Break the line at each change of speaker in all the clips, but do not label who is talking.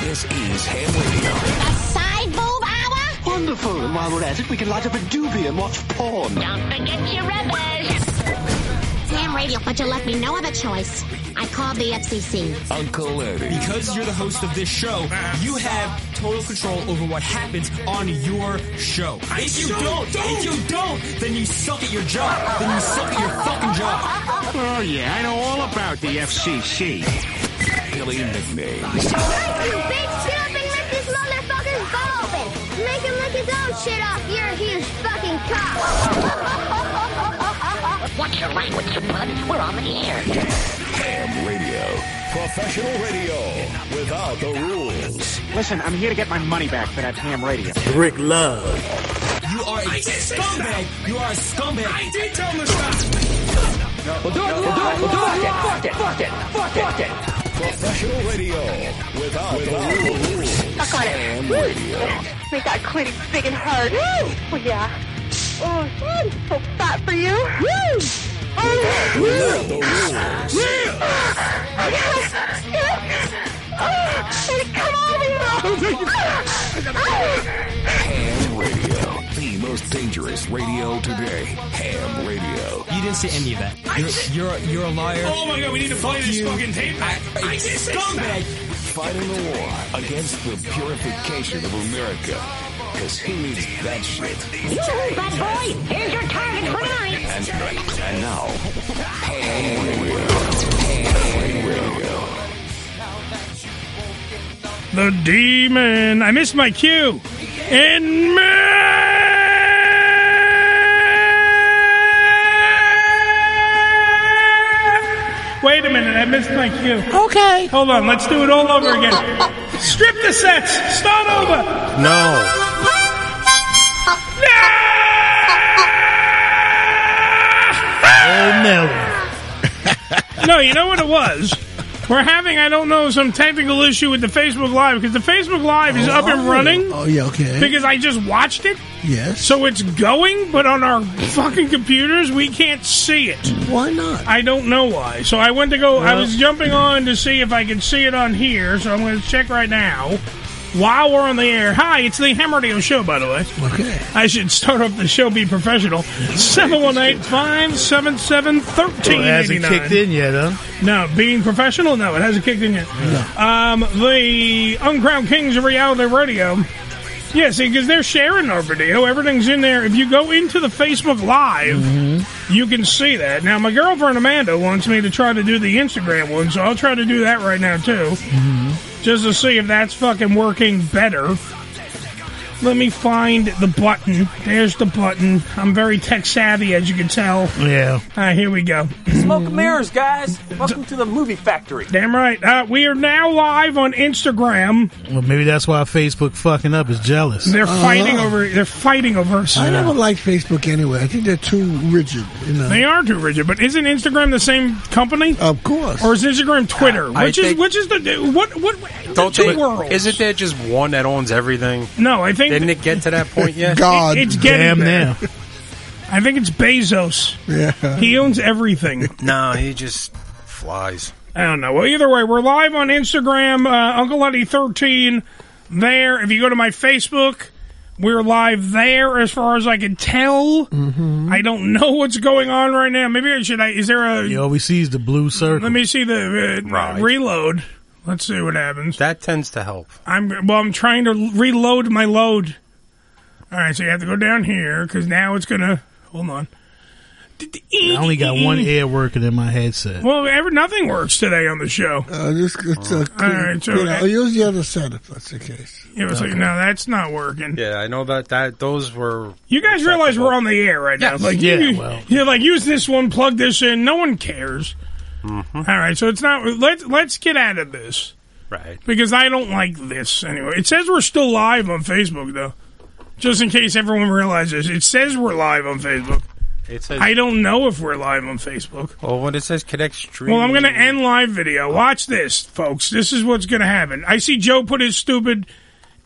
This is Ham
A side boob hour?
Wonderful. And while we're at it, we can light up a doobie and watch porn.
Don't forget your rubbers. Damn radio, but you left me no other choice. I called the FCC.
Radio. Uncle Eddie.
Because you're the host of this show, you have total control over what happens on your show. If you don't, if you don't, then you suck at your job. Then you suck at your fucking job.
Oh, yeah, I know all about the FCC.
Billy McNair.
You big stupid, let this motherfucker's butt open. Make him lick his own shit off. You're a huge fucking cock.
Watch your language, you bud. We're on the air.
Ham Radio.
Professional radio without the rules.
Listen, I'm here to get my money back for that ham radio.
Rick Love.
You are a scumbag. You are a scumbag. I did tell him to stop.
We'll do it. We'll do it. We'll do it. Fuck it. Fuck it. Fuck it. Fuck it.
Professional radio without, the rules.
Fuck on it.
Ham Radio.
Make that clinic big and hard. Woo! Well, yeah. Oh, I'm so fat for you. Woo! Oh, woo!
Without the rules.
Yes! Yes! Oh, and come over here!
Ham Radio. The most dangerous radio today. Ham Radio.
You didn't say any of that. You're you're, you're a liar.
Oh my god, we need to play this
You-
fucking tape back. I did say
Scumbag.
Fighting the war against the purification of America. Cause who needs that shit?
Yoo-hoo, bad boy. Here's your target for tonight.
And, and now, Ham Radio. Ham
The
Radio.
demon. I missed my cue. In ma- Wait a minute, I missed my cue. Okay. Hold on, let's do it all over again. Strip the sets. Start over.
No. Oh, Miller.
No, you know what it was? We're having, I don't know, some technical issue with the Facebook Live because the Facebook Live is up and running
Oh, yeah, okay.
because I just watched it.
yes.
So it's going, but on our fucking computers, we can't see it.
Why not?
I don't know why. So I went to go, I was jumping on to see if I could see it on here, so I'm going to check right now. While we're on the air, hi, it's the Ham Radio Show, by the way.
Okay.
I should start off the show, be professional. 718 577
Well, it hasn't kicked
1389.
in yet, huh?
No, being professional? No, it hasn't kicked in yet. Um, the Uncrowned Kings of Reality Radio. Yeah, see, because they're sharing our video. Everything's in there. If you go into the Facebook Live, you can see that. Now, my girlfriend Amanda wants me to try to do the Instagram one, so I'll try to do that right now, too. Just to see if that's fucking working better. Let me find the button. There's the button. I'm very tech savvy, as you can tell.
Yeah.
Ah, here we go.
Smoke and mirrors, guys. Welcome to the movie factory.
Damn right. Uh, we are now live on Instagram.
Well, maybe that's why Facebook fucking up is jealous. Uh-huh.
They're fighting over. They're fighting over. us.
Uh-huh. I never liked Facebook anyway. I think they're too rigid, you know.
They are too rigid. But isn't Instagram the same company,
of course.
or is Instagram Twitter?
I
Which is
think-
which is the what what
Don't
the
they?
two worlds?
Isn't there just one that owns everything?
No, I think
Didn't it get to that point yet?
God.
it's getting
Damn
there.
now.
I think it's Bezos.
Yeah.
He owns everything.
No, he just flies.
I don't know. Well, either way, we're live on Instagram, uh, Uncle Eddie thirteen. There, if you go to my Facebook, we're live there. As far as I can tell,
Mm-hmm.
I don't know what's going on right now. Maybe I should. I, is there a?
He always sees the blue circle.
Let me see the uh, reload. Let's see what happens.
That tends to help.
I'm well. I'm trying to reload my load. All right, so you have to go down here because now it's gonna. Hold on.
I only got one air working in my headset.
Well, ever nothing works today on the show.
Uh, this, it's, uh,
All right, so
you know,
uh,
use the other set if that's the case.
it was like,
Okay.
no, that's not working.
Yeah, I know that that those were
You guys realize we're on the air right now?
Yes.
Like,
Yeah,
you,
well.
you're like use this one, plug this in. No one cares.
Hmm,
All right, so it's not. Let's let's get out of this
right.
because I don't like this anyway. It says we're still live on Facebook though, just in case everyone realizes. It says we're live on Facebook.
It says
I don't know if we're live on Facebook.
Well, when it says connect stream,
Well, I'm going to end live video. Watch this, folks. This is what's going to happen. I see Joe put his stupid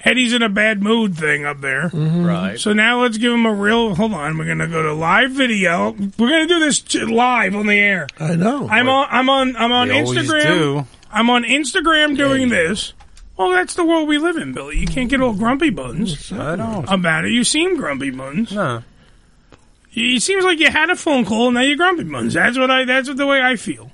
Eddie's in a bad mood thing up there.
Right.
So now let's give him a real. Hold on. We're going to go to live video. We're going to do this t- live on the air.
I know.
I'm on. I'm on. I'm on
We always
Instagram.
do.
I'm on Instagram doing this. Well, that's the world we live in, Billy. You can't get all grumpy buttons
I don't.
about it. You seem grumpy buttons.
No.
It seems like you had a phone call and now you're grumpy buttons. That's what I. That's what the way I feel.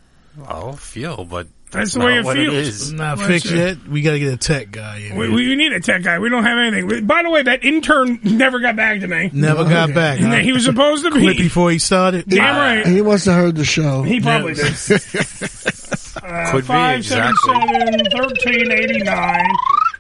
I'll feel, but
That's the
not
way it
what
feels.
It is.
Not
Well,
fixed
sure.
yet. We got to get a tech guy in.
We,
here.
we need a tech guy. We don't have anything. We- By the way, that intern never got back to me.
Never got back.
And
huh?
He was supposed to
Quit
be.
before he started.
Damn right.
He must have heard the show.
He probably did.
Could
Uh,
be,
577-1389.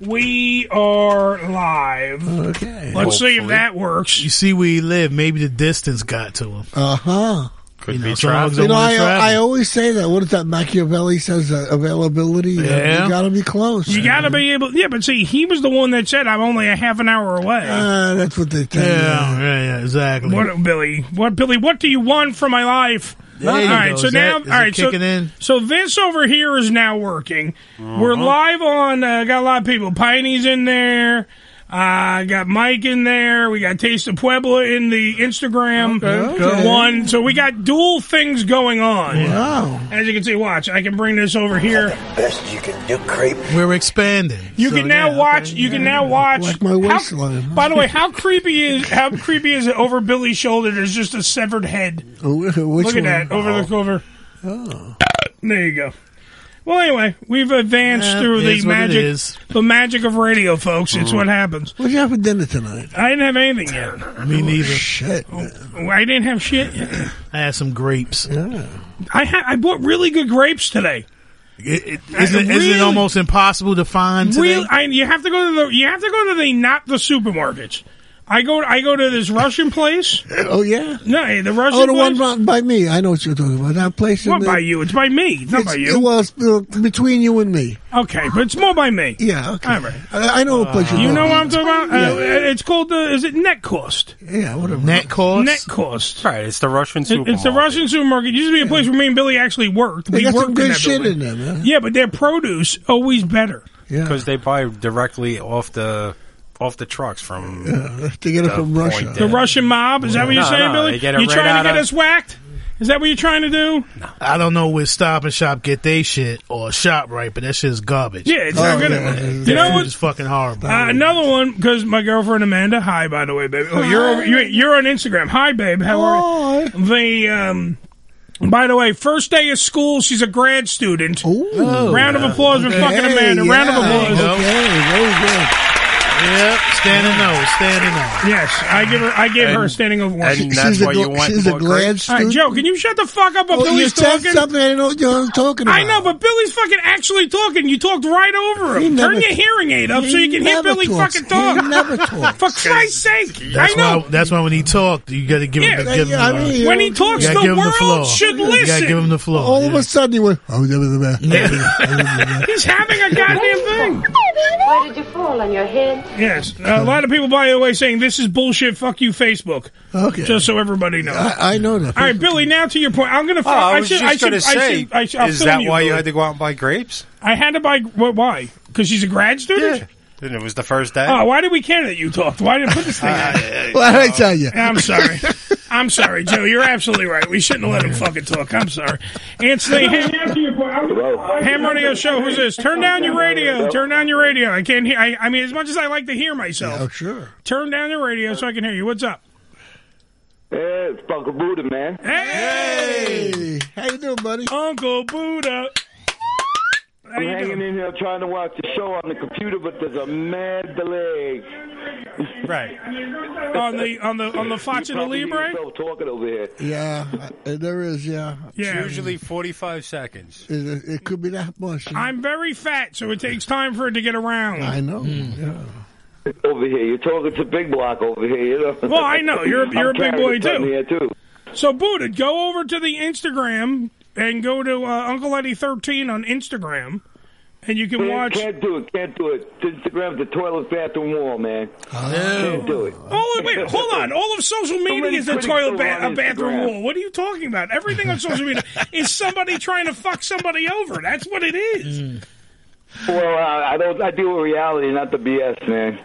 We are live.
Okay.
Let's see if that works.
You see where he lived. Maybe the distance got to him.
Uh huh.
Could
be
You know, I, uh, I always say that. What is that? Machiavelli says uh, availability. uh,
Yeah.
You got to be close.
You got to be able. Yeah, but see, he was the one that said, I'm only a half an hour away.
Uh, that's what they tell
yeah, yeah, yeah, exactly.
What, Billy? What, Billy? What do you want from my life?
There
all
you
right,
go.
so
Is
now,
that- is
all
it
right, so,
kicking in? Uh-huh.
so this over here is now working. We're live on. Uh, got a lot of people. Piney's in there. Uh, got Mike in there. We got Taste of Puebla in the Instagram
okay.
one. So we got dual things going on.
Wow.
As you can see, watch. I can bring this over here.
Best you can do, creep. We're expanding.
You
So,
can now
yeah,
watch.
okay,
You can
yeah.
now watch.
Like my
How-
waistline.
by the way, how creepy is how creepy is it over Billy's shoulder? There's just a severed head.
Which
Look
one?
at that over the cover. Oh. There you go. Well, anyway, we've advanced
Yeah,
through the
is what it
magic,
is.
the magic of radio, folks. It's what happens.
What you have for dinner tonight?
I didn't have anything yet. Oh,
Me neither.
Shit.
I didn't have shit. Yet.
I had some grapes.
I ha- I bought really good grapes today.
It, it, isn't, it-
I
isn't
really-
it almost impossible to find today?
Real, I, you have to go to the you have to go to the not the supermarkets. I go I go to this Russian place.
Oh yeah.
No, the Russian
Oh, the
place.
one by, by me. I know what you're talking about. That place. in
Not
the-
by you. It's by me. It's not by
It's-
you.
Well, it's, uh, between you and me.
Okay, but it's more by me.
Yeah. Okay.
All right.
I, I know what place you're
you
talking
know what I'm
about.
talking about? Uh,
Yeah.
It's called the. Is it net cost?
Yeah. Whatever.
Net cost.
Net cost.
Right, it's the Russian
It-
supermarket.
it's the Russian supermarket. It used to be a place where me and Billy actually worked.
They
we
got
worked
some good
in that
shit
building.
in there, man.
Yeah, but their produce always better.
because they buy directly off the off the trucks from.
Yeah, they get it
The
from
point
Russia.
The Russian mob. Is that what you're
No,
saying,
no,
Billy?
they get it
you
right
trying to
outta-
get us whacked? Is that what you're trying to do?
I don't know where Stop and Shop get they shit or Shop Right, but that shit is garbage. Oh,
Yeah, it's not good. You know what?
It's fucking horrible.
Uh, another one because my girlfriend Amanda. Hi, by the way, baby. Oh, you're over, you you're on Instagram. Hi, babe. How are you? The um. By the way, first day of school, she's a grad student. Round
Oh.
of applause for fucking Amanda. Round of applause.
very good.
Yep, standing out, standing out.
Yes, I give her. I give her a standing ovation.
and that's She's a why gl- you want
she's a more grad grapes?
All right,
student?
Joe, can you shut the fuck up? While
Oh, you
Billy's
said
talking.
something I didn't know what you were talking about.
I know, but Billy's fucking actually talking. You talked right over
He
him.
never-
Turn your hearing aid up so you can hear
never
Billy
talks.
fucking talk.
He never talks.
For Christ's sake,
That's
I know.
why. That's why when he talked, you got to give him. The,
Yeah,
give him
yeah,
the,
I mean,
When he talks,
you gotta
the
give him
world
the floor.
should
You got
listen.
to give him the floor.
All of a sudden, he went, oh, never the man.
He's having a goddamn thing.
Why did you fall on your head?
Yes, a lot of people, by the way, saying this is bullshit. Fuck you, Facebook.
Okay.
Just so everybody knows.
I, I know that.
All right, Billy. Now to your point, I'm gonna.
Oh,
fi-
I was
should-
just going to
should- I
say,
should- I should- I'll
is
film
that why you
Billy.
had to go out and buy grapes?
I had to buy. wh- Why? Because she's a grad student.
And it was the first day.
Oh, why did we care that you talked? Why did I put this thing? out?
Well, I tell you.
I'm sorry. I'm sorry, Joe. You're absolutely right. We shouldn't have let him fucking talk. I'm sorry. Anthony, hang out to your Ham radio show. Who's this? Turn down your radio. Turn down your radio. I can't hear. I, I mean, as much as I like to hear myself,
Oh, sure.
turn down your radio so I can hear you. What's up?
Yeah, it's Bunker Buddha, man.
Hey, how you doing, buddy? Uncle Buddha.
I'm hanging in here trying to watch the show on the computer, but there's a mad delay.
Right. on the on the on the Faccia Libre.
talking over here.
Yeah, I- there is. Yeah,
It's usually 45 seconds.
It, it could be that much.
I'm very fat, so it takes time for it to get around. I
know.
Over here, you're talking to Big Block over here. You know?
Well, I know. You're-
I'm
you're a big boy,
carrying something
too.
Here too.
So Buddha, go over to the Instagram and go to uh, Uncle Eddie thirteen on Instagram, and you can
Man,
watch.
Can't do it. Can't do it. Instagram's the toilet bathroom wall, man. Can't do it.
All of, Oh, wait, hold on. All of social media
many
is a
critics
toilet
are
ba-
on
a bathroom
Instagram.
wall. What are you talking about? Everything on social media is somebody trying to fuck somebody over. That's what it is.
Well, I, I don't. I deal with reality, not the BS, man.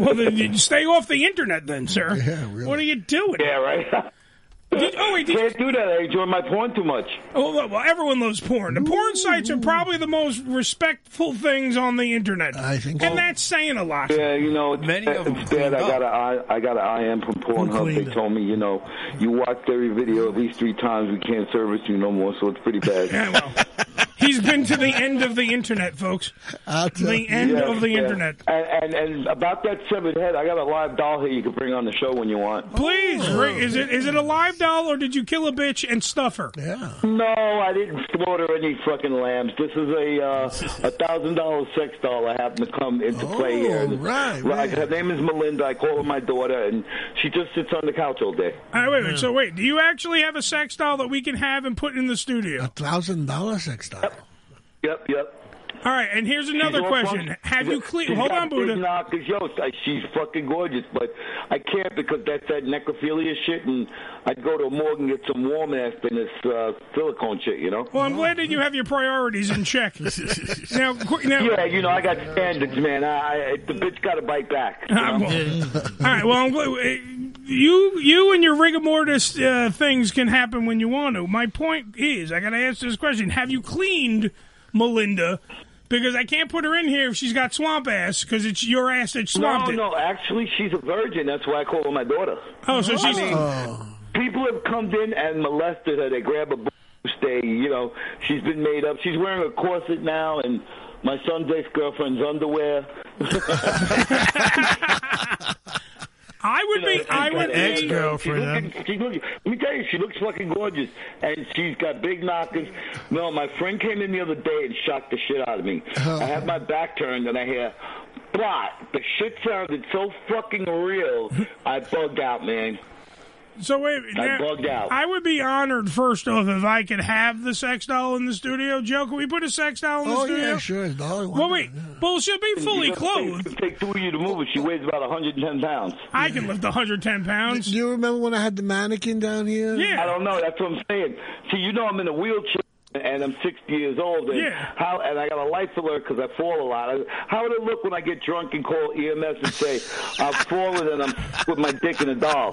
Well, then you stay off the internet, then, sir. What are you doing?
Yeah, right.
Did, oh wait, did
can't do that. I enjoy my porn too much.
Oh, look, well, everyone loves porn. The porn sites are probably the most respectful things on the internet. I think, and that's saying a lot.
Yeah, you know, many of them. Instead, I got a I I got an IM from Pornhub. They told me, you know, you watched every video at least three times. We can't service you no more, so it's pretty bad.
He's been to the end of the internet, folks. The end
Yeah,
of the
yeah.
internet.
And, and and about that severed head, I got a live doll here you can bring on the show when you want.
Please,
Oh.
Rick, is it is it a live doll or did you kill a bitch and stuff her?
Yeah.
No, I didn't slaughter any fucking lambs. This is a uh, a thousand dollar sex doll I happen to come into play
Oh,
here.
Right,
Like, Her name is Melinda. I call her my daughter, and she just sits on the couch all day.
All right, wait, wait. So wait, do you actually have a sex doll that we can have and put in the studio?
Thousand dollar sex doll.
Yep, yep.
All right, and here's another
She's all
question.
fucked.
Have
She's-
you clean?
she's
Hold
got
on,
big
Buddha.
knockers. yo, I- she's fucking gorgeous, but I can't because that's that necrophilia shit, and I'd go to a morgue and get some warm ass than this uh, silicone shit, you know?
Well, I'm glad that you have your priorities in check. now, qu- now,
yeah, you know, I got standards, man. I, I The bitch got to bite back. you know?
All right. Well, I'm gl- eh, you you and your rigor mortis uh, things can happen when you want to. My point is, I got to answer this question: Have you cleaned Melinda? Because I can't put her in here if she's got swamp ass. Because it's your ass that
No,
swamped it.
no, actually, she's a virgin. That's why I call her my daughter.
Oh, so she's-
People have come in and molested her. They grab a stay. You know, she's been made up. She's wearing a corset now, and my son's ex-girlfriend's underwear.
I would be. I
and-
would
and-
be.
She's looking, she's looking, let me tell you, she looks fucking gorgeous, and she's got big knockers. No, my friend came in the other day and shocked the shit out of me. I had my back turned, and I hear. Plot. The shit sounded so fucking real. I bugged out, man.
So wait, now-
I bugged out.
I would be honored first off if I could have the sex doll in the studio. Joe, can we put a sex doll in the
Oh
studio?
yeah, sure. it's dollar one.
Well, wait. Well, she'll be fully
You know,
clothed.
It takes two of you to move her. She weighs about 110 pounds.
I can lift 110 pounds.
Do you remember when I had the mannequin down here?
I don't know. That's what I'm saying. See, you know, I'm in a wheelchair and I'm 60 years old, and how and I got a life alert because I fall a lot. I- How would it look when I get drunk and call EMS and say I'm falling and I'm with my dick in a doll?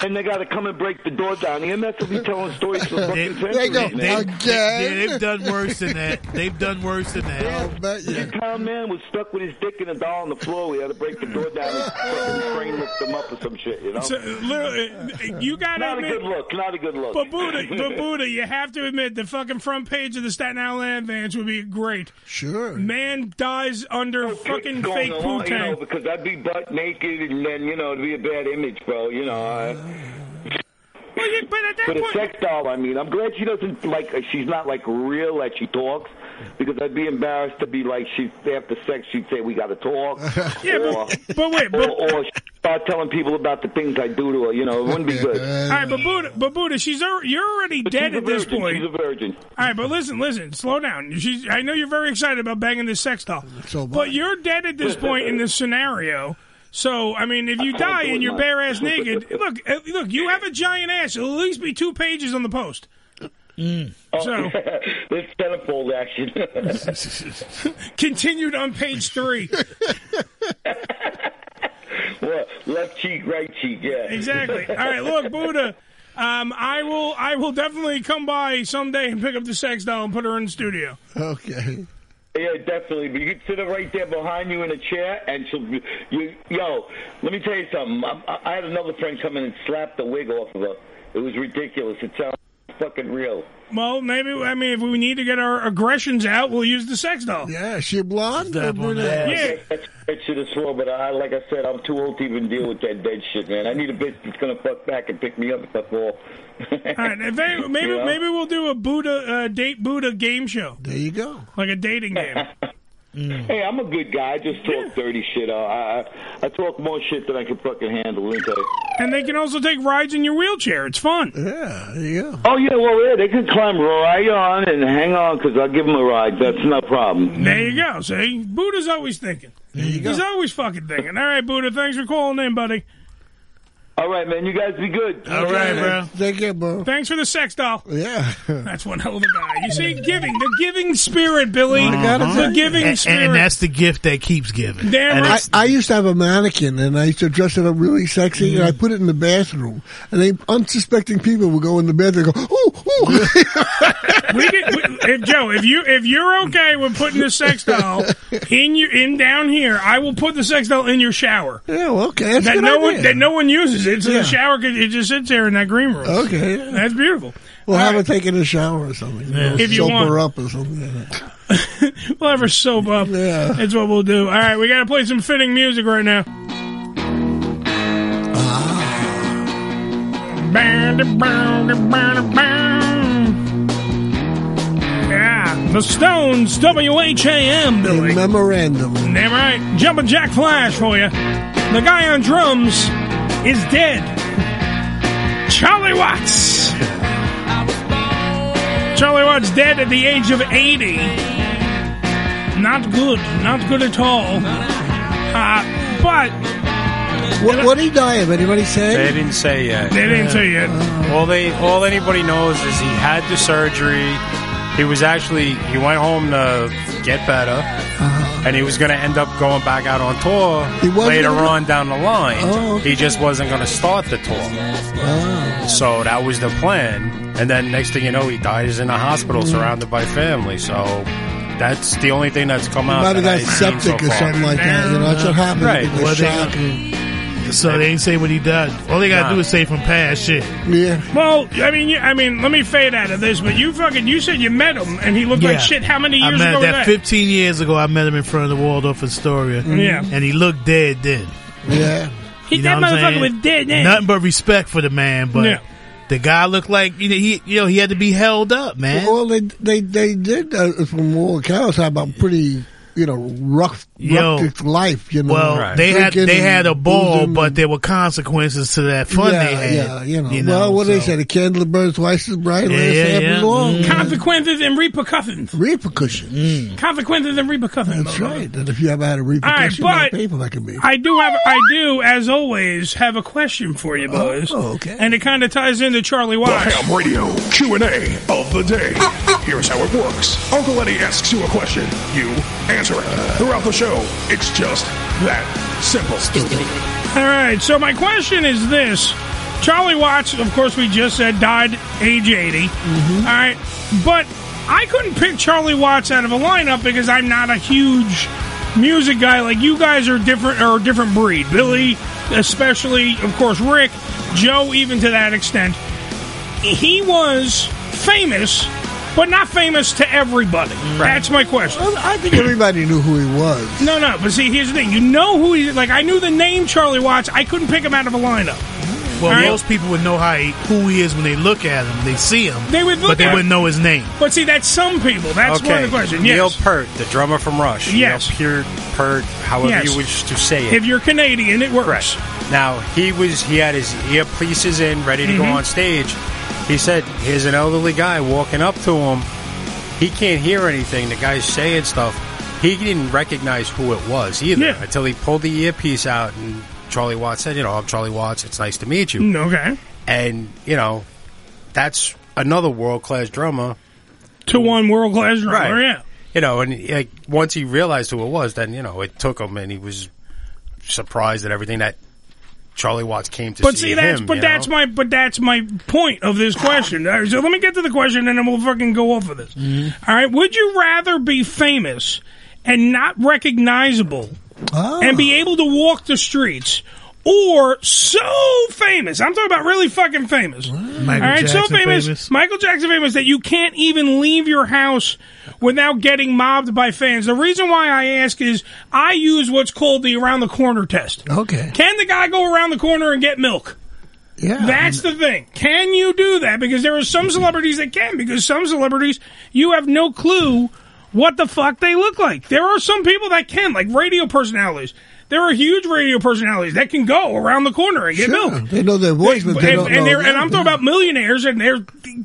and they got to come and break the door down. EMS will be telling stories for fucking centuries, man.
They, have done worse than that. They've done worse than that.
This town man was stuck with his dick in a doll on the floor. We had to break the door down and fucking crane lift him up or some shit, you know?
So, literally, you gotta
Not a
admit-
good look. Not a good look.
But Buddha, but Buddha, you have to admit the fucking front page of the Staten Island Advance would be great.
Sure.
Man dies under fucking
going
fake poo
along, you know,
tank.
because I'd be butt naked and then you know it'd be a bad image, bro. You know. I,
but at that
a sex doll, I mean, I'm glad she doesn't like. She's not like real like she talks, because I'd be embarrassed to be like she after sex she'd say we got to talk.
Yeah, but-
or,
but wait, but-
or, or she'd start telling people about the things I do to her. You know, it wouldn't be good.
All right, but Buddha, but Buddha, she's al- you're already
But
dead
she's a
at this
virgin,
point.
She's a virgin.
All right, but listen, listen, slow down. She's, I know you're very excited about banging this sex doll, but you're dead at this point in this scenario. So, I mean, if you die
do it,
and you're
Mike.
bare ass naked, look, uh, look, you have a giant ass. It'll at least be two pages on the post.
Oh,
Mm. So-
this centerfold action.
Continued on page three.
Well, left cheek, right cheek, yeah.
Exactly. All right, look, Buddha. Um, I will. I will definitely come by someday and pick up the sex doll and put her in the studio.
Okay.
Yeah, definitely. But you can sit her right there behind you in a chair, and she'll. Be, you, yo, let me tell you something. I, I I had another friend come in and slap the wig off of her. It was ridiculous. It sounds fucking real.
Well, maybe. I mean, if we need to get our aggressions out, we'll use the sex doll.
Yeah, she blonde. or
uh,
brunette?
Yeah, that, that shit is slow, but I, like I said, I'm too old to even deal with that dead shit, man. I need a bitch that's gonna fuck back and pick me up if I fall.
All right. If they, maybe
You know?
maybe we'll do a Buddha uh, date Buddha game show.
There you go.
Like a dating game.
Hey, I'm a good guy. I just talk dirty shit. Uh, I, I I talk more shit than I can fucking handle. Ain't I?
and they can also take rides in your wheelchair. It's fun.
Yeah, there you go.
Oh yeah, well yeah, they can climb right on and hang on because I'll give them a ride. That's no problem.
There you go. See, Buddha's always thinking. He's always fucking thinking. All right, Buddha. Thanks for calling in, buddy.
All right, man. You guys be good.
All right, bro.
Thank you, bro.
Thanks for the sex doll.
Yeah.
That's one hell of a guy. You see, giving the giving spirit, Billy. The giving
and,
spirit.
and that's the gift that keeps giving.
Damn
and
I,
it's-
I used to have a mannequin, and I used to dress it up really sexy,
Mm.
and I put it in the bathroom. And they unsuspecting people would go in the bathroom and go, ooh, ooh.
we did, we, if Joe, if you if you're okay with putting the sex doll in your in down here, I will put the sex doll in your shower.
Yeah, well, Oh, okay, that's a
that
good
no one
idea.
that no one uses. It's in
Yeah.
the shower 'cause it just sits there in that green room.
Okay, yeah.
that's beautiful.
We'll have her take in a shower or something. you know,
If you
soap
want.
her up or something. Like that.
We'll have her soap up. Yeah, that's what we'll do. All right, we got to play some fitting music right now. Yeah, the Stones, WHAM, Billy.
memorandum.
Damn right. Jumpin' Jack Flash for you. The guy on drums is dead. Charlie Watts. Charlie Watts dead at the age of 80. Not good. Not good at all. Uh, but
What, what did he die of? Anybody say?
They didn't say yet.
They didn't say yet.
All they, all anybody knows is he had the surgery. He was actually he went home to get better, and he was going to end up going back out on tour
Uh-huh. wasn't
later
gonna-
on down the line.
Oh, okay. Oh.
He just wasn't going to start the tour, so that was the plan. And then next thing you know, he dies in a hospital
Mm-hmm.
surrounded by family. So that's the only thing that's come out.
might have
that
got
I've seen
septic
so
or
far.
something like that. You know, that's what happens.
Right.
You get
Well, they-
shock and-
so they ain't say what he done. All they gotta
Nah.
do is say from past shit.
Yeah.
well, I mean, you- I mean, let me fade out of this. But you fucking, you said you met him, and he looked like shit. How many
I
years
met
ago was that?
that? 15 years ago, I met him in front of the Waldorf Astoria.
Yeah.
And he looked dead then.
Mm-hmm. Yeah.
He-
You
that
know what I'm
motherfucker
saying?
was dead then.
Nothing but respect for the man, but
Yeah.
the guy looked like, you know, he, you know, he had to be held up, man.
Well, they they they did uh, from all accounts have a pretty you know rough,
Yo.
rough life. You know,
Well, they had
Drinking
they had a
and
ball,
boozing.
but there were consequences to that fun
yeah,
they had.
yeah, you know. well, what they say, the candle burns twice as bright,
Yeah,
lasts
yeah,
half
yeah.
as long.
Mm.
Consequences and repercussions.
Repercussions.
Consequences and repercussions.
That's
motherfucker.
right. And if you ever had a repercussion
All
on
right,
a
but-
paper, that could be.
I do have, I do, as always, have a question for you, boys.
Oh, okay.
And it kind of ties into Charlie
The
Watts.
Ham Radio Q&A of the day. Here's how it works. Uncle Eddie asks you a question. You answer it throughout the show. It's just that simple.
All right. So my question is this: Charlie Watts, of course, we just said died age 80 All right, but I couldn't pick Charlie Watts out of a lineup because I'm not a huge music guy. Like you guys are different, or a different breed. Billy, especially, of course, Rick, Joe, even to that extent. He was famous, but not famous to everybody. That's my question.
I think everybody knew who he was.
No, no, but see, here's the thing. You know who he like. I knew the name Charlie Watts. I couldn't pick him out of a lineup. All
Well,
right?
most people would know how he, who he is when they look at him. They see him,
They would look
but they
at-
wouldn't know his name.
But see, that's some people. That's
okay.
one of the questions. Yes.
Neil Peart, the drummer from Rush.
Yes.
Neil Peart, Peart however
Yes.
you wish to say it.
if you're Canadian, it works.
Now he was he had his earpieces in, ready to go
Mhm.
on stage. He said, "Here's an elderly guy walking up to him. He can't hear anything. The guy's saying stuff. He didn't recognize who it was either until he pulled the earpiece out and Charlie Watts said, "You know, I'm Charlie Watts. It's nice to meet you."
Mm, Okay.
And you know, that's another world class drummer.
To one world class drummer,
right?
yeah.
You know, and like once he realized who it was, then you know it took him, and he was surprised at everything that Charlie Watts came to
But
see,
see, that's
him.
but
you
that's
know?
my but that's my point of this question. All right, so let me get to the question, and then we'll fucking go off of this.
Mm-hmm.
All right, would you rather be famous and not recognizable
Oh.
and be able to walk the streets? Or so famous, I'm talking about really fucking famous.
Michael
All right, so
Jackson
famous,
famous.
Michael Jackson famous that you can't even leave your house without getting mobbed by fans. The reason why I ask is I use what's called the around the corner test.
Okay.
Can the guy go around the corner and get milk?
Yeah.
That's the thing. Can you do that? Because there are some celebrities that can, because some celebrities, you have no clue what the fuck they look like. There are some people that can, like radio personalities. There are huge radio personalities that can go around the corner and get milk.
They know their voice, but they
and,
don't
and
know.
they're- and I'm talking about millionaires, and they're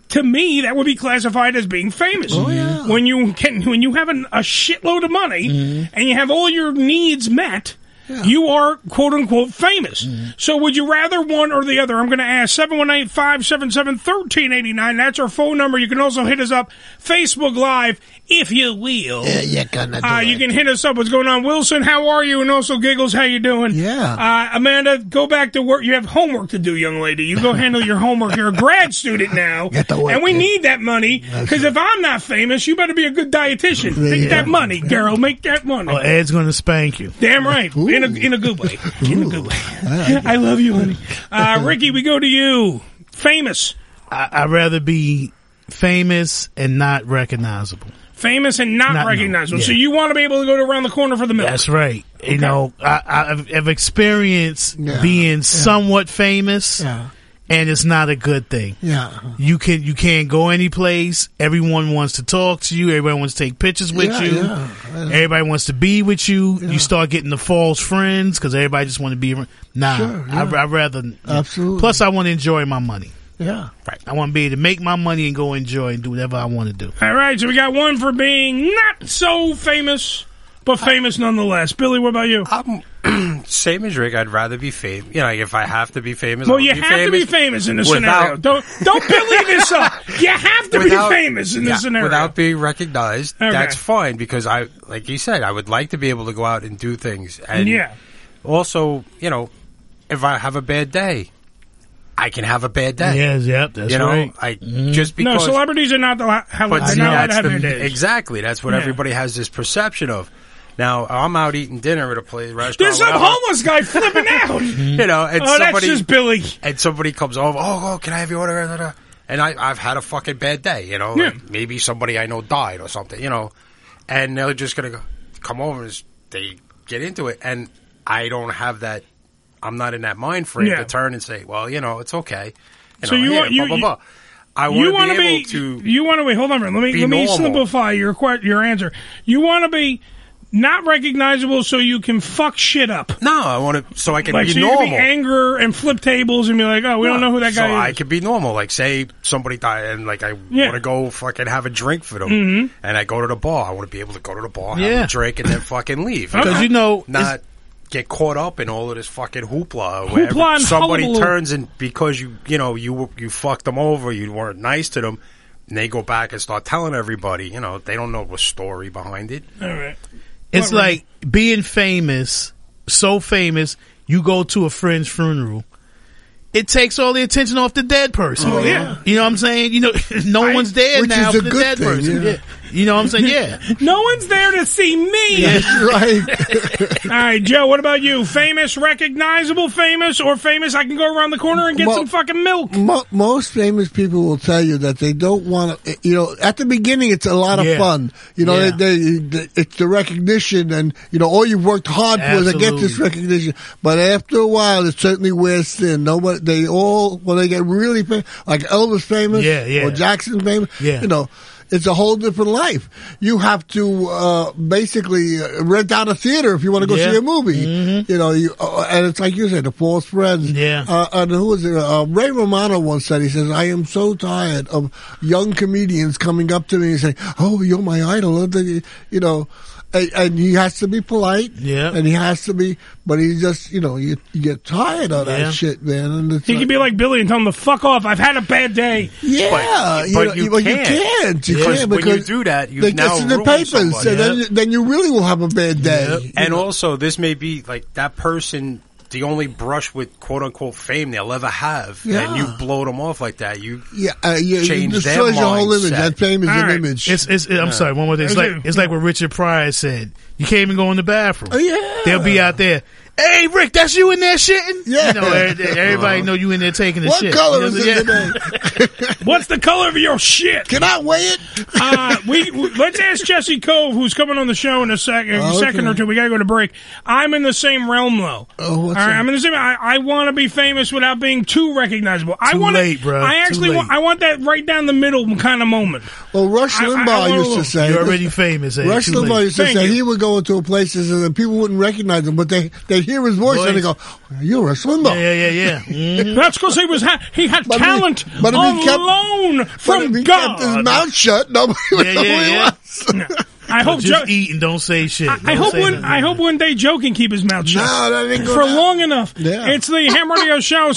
to me that would be classified as being famous. When you can, when you have an, a shitload of money and you have all your needs met. You are quote unquote famous. So would you rather one or the other? I'm going to ask 718 577 1389. That's our phone number. You can also hit us up Facebook Live if you will. Yeah,
you're gonna
uh, you can hit us up. What's going on, Wilson? How are you? And also, Giggles, how you doing? Yeah. Uh, Amanda, go back to work. You have homework to do, young lady. You go handle your homework. You're a grad student now,
Get to work,
and we need that money because if I'm not famous, you better be a good dietitian. Make
Yeah.
that money, girl. Make that money.
Oh, Ed's going to spank you.
Damn right. In a in a good way. In a good way. I love you, honey. Uh, Ricky, we go to you. Famous,
I, I'd rather be famous and not recognizable.
famous, and not,
Not- no.
recognizable. So
Yeah.
you want to be able to go to around the corner for the milk.
That's right. You know, I, I've, I've experienced being somewhat famous, and it's not a good thing.
Yeah.
You can you can't go any place. Everyone wants to talk to you. Everybody wants to take pictures with
Yeah,
you.
yeah.
Everybody wants to be with you. You start getting the false friends because everybody just want to be. around. Nah,
Sure,
I, would rather
absolutely.
Plus, I want to enjoy my money.
Yeah.
Right. I want to be able to make my money and go enjoy and do whatever I want to do.
All right, so we got one for being not so famous, but famous nonetheless. Billy, what about you?
Same as Rick, I'd rather be famous. You know, if I have to be famous,
well,
I'll
you
be
have to be famous in this scenario.
Without-
Don't don't Billy this up. You have to
without-
be famous in this
yeah,
scenario.
without being recognized.
Okay.
That's fine because I, like you said, I would like to be able to go out and do things. And
Yeah.
also, you know, if I have a bad day, I can have a bad day.
Yes, yep, that's
you know,
right. Mm-hmm.
I just because
no celebrities are not allowed, have,
but
are
see,
not allowed to
that's
have their
the,
days.
exactly that's what
Yeah.
everybody has this perception of. Now I'm out eating dinner at a place restaurant.
There's some
whatever.
homeless guy flipping out.
you know, and
oh,
somebody
that's just Billy.
and somebody comes over. Oh, oh, can I have your order? Da, da, da. And I, I've had a fucking bad day. You know,
Yeah.
Like, maybe somebody I know died or something. You know, and they're just gonna go, come over and just- they get into it, and I don't have that. I'm not in that mind frame
Yeah.
to turn and say, well, you know, it's okay. You
So
know,
you
here,
want- you-
blah,
you-
blah, blah. I
you
want to
wanna
be able to
You want to wait. Hold on, a minute. let me
be
let me
normal.
simplify your que- your answer. You want to be not recognizable so you can fuck shit up.
No, I want to so I can
like,
be
so You
normal.
can be anger and flip tables and be like, oh, we don't know who that
so
guy is.
I could be normal. Like, say somebody died, and like I
Yeah. Mm-hmm.
want to go fucking have a drink for them,
Mhm.
and I go to the bar. I want to be able to go to the bar, have
Yeah.
a drink, and then fucking leave.
Because, you know,
not
it's-
get caught up in all of this fucking hoopla. Where
Hoopla and
somebody
hullabaloo.
turns and because you you know you you fucked them over, you weren't nice to them, and they go back and start telling everybody. You know, they don't know the story behind it.
All right.
It's like being famous, so famous, you go to a friend's funeral. It takes all the attention off the dead person.
Oh, yeah.
You know what I'm saying? You know, no one's there
Which
now
is a
for the
good
dead
thing,
person.
yeah.
Yeah. You know what I'm saying? Yeah.
no one's there to see me. All right, Joe. What about you? Famous, recognizable, famous, or famous? I can go around the corner and get
Well-
some fucking milk.
Mo- most famous people will tell you that they don't want to. You know, at the beginning, it's a lot of
Yeah.
fun. You know,
Yeah.
they, they, they- it's the recognition, and you know, all you've worked hard for is to get this
Absolutely.
recognition. But after a while, it certainly wears thin. Nobody, they all when they get really famous, like Elvis famous,
Yeah, yeah.
or Jackson famous,
Yeah.
you know. It's a whole different life. You have to uh, basically uh, rent out a theater if you want to go
Yeah. Mm-hmm.
see a movie. You know, you, uh, and it's like you said, the false friends.
Yeah.
Uh, and who was it? Uh, Ray Romano once said, he says, I am so tired of young comedians coming up to me and saying, oh, you're my idol. You know, and, and he has to be polite.
Yeah.
And he has to be, but he's just, you know, you, you get tired of that
Yeah.
shit, man. And it's
He
like,
could be like Billy and tell him to fuck off. I've had a bad day.
yeah,
But-
you,
but
know,
you
you, well, you
can't.
can't. You
Because
can't
when you
because
do that, you've
they-
now
it's in the
ruined
papers,
somebody.
and then,
Yeah.
you- then you really will have a bad day.
And also, this may be like that person the only brush with quote unquote fame they'll ever have,
Yeah.
and you blow them off like that, you
Yeah, uh, yeah it
Change their
destroys your whole image.
mindset.
That fame is
All
an
right.
image.
It's, it's, I'm sorry. One more thing. It's like it's like what Richard Pryor said. You can't even go in the bathroom. Oh,
yeah,
they'll be out there. Hey, Rick, that's you in there shitting.
Yeah.
you know, every- everybody
Uh-huh.
know you in there taking the
What
shit.
color
You know,
is it
yeah.
today? What's the color of your shit? Can
I weigh it?
uh, we we- let's ask Jesse Cove, who's coming on the show in a second,
Oh, Okay.
second or two. We gotta go to break. I'm in the same realm though. Oh,
what's
All right,
that?
I'm in the same. I, I want to be famous without being too recognizable. I
Too
want
late, bro.
I
Too
actually want. I want that right down the middle kind of moment.
Well, Rush
I- I- I
Limbaugh
wanna
used to
look-
say,
You're already famous. eh?
Rush
Too late.
Limbaugh used to say he would go into places and then people wouldn't recognize him, but they they hear his voice and they go, "You're Rush Limbaugh."
Yeah, yeah, Mm-hmm. yeah.
That's because he was ha- he had
But if he-
talent
but if he kept-
alone
but
from
if he
God.
kept his mouth shut, nobody would
Yeah,
know
yeah,
who he
yeah.
was.
I hope
just
Joe-
eat and don't say shit.
I
Don't
hope
say
one.
nothing.
I hope one day Joe can keep his mouth shut
No, that ain't
for
gonna-
long enough.
Yeah.
It's the Ham Radio Show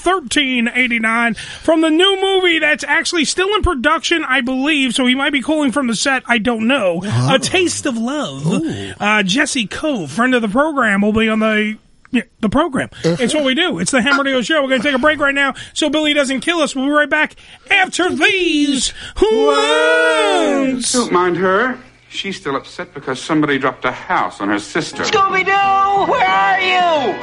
718-577-1389 from the new movie that's actually still in production, I believe. So he might be calling from the set. I don't know.
Oh.
A Taste of Love. Uh, Jesse Cove, friend of the program, will be on the. yeah, the program.
Uh-huh.
It's what we do. It's the Ham Radio Show. We're going to take a break right now so Billy doesn't kill us. We'll be right back after these words.
Don't mind her. She's still upset because somebody dropped a house on her sister.
Scooby Doo, where are you?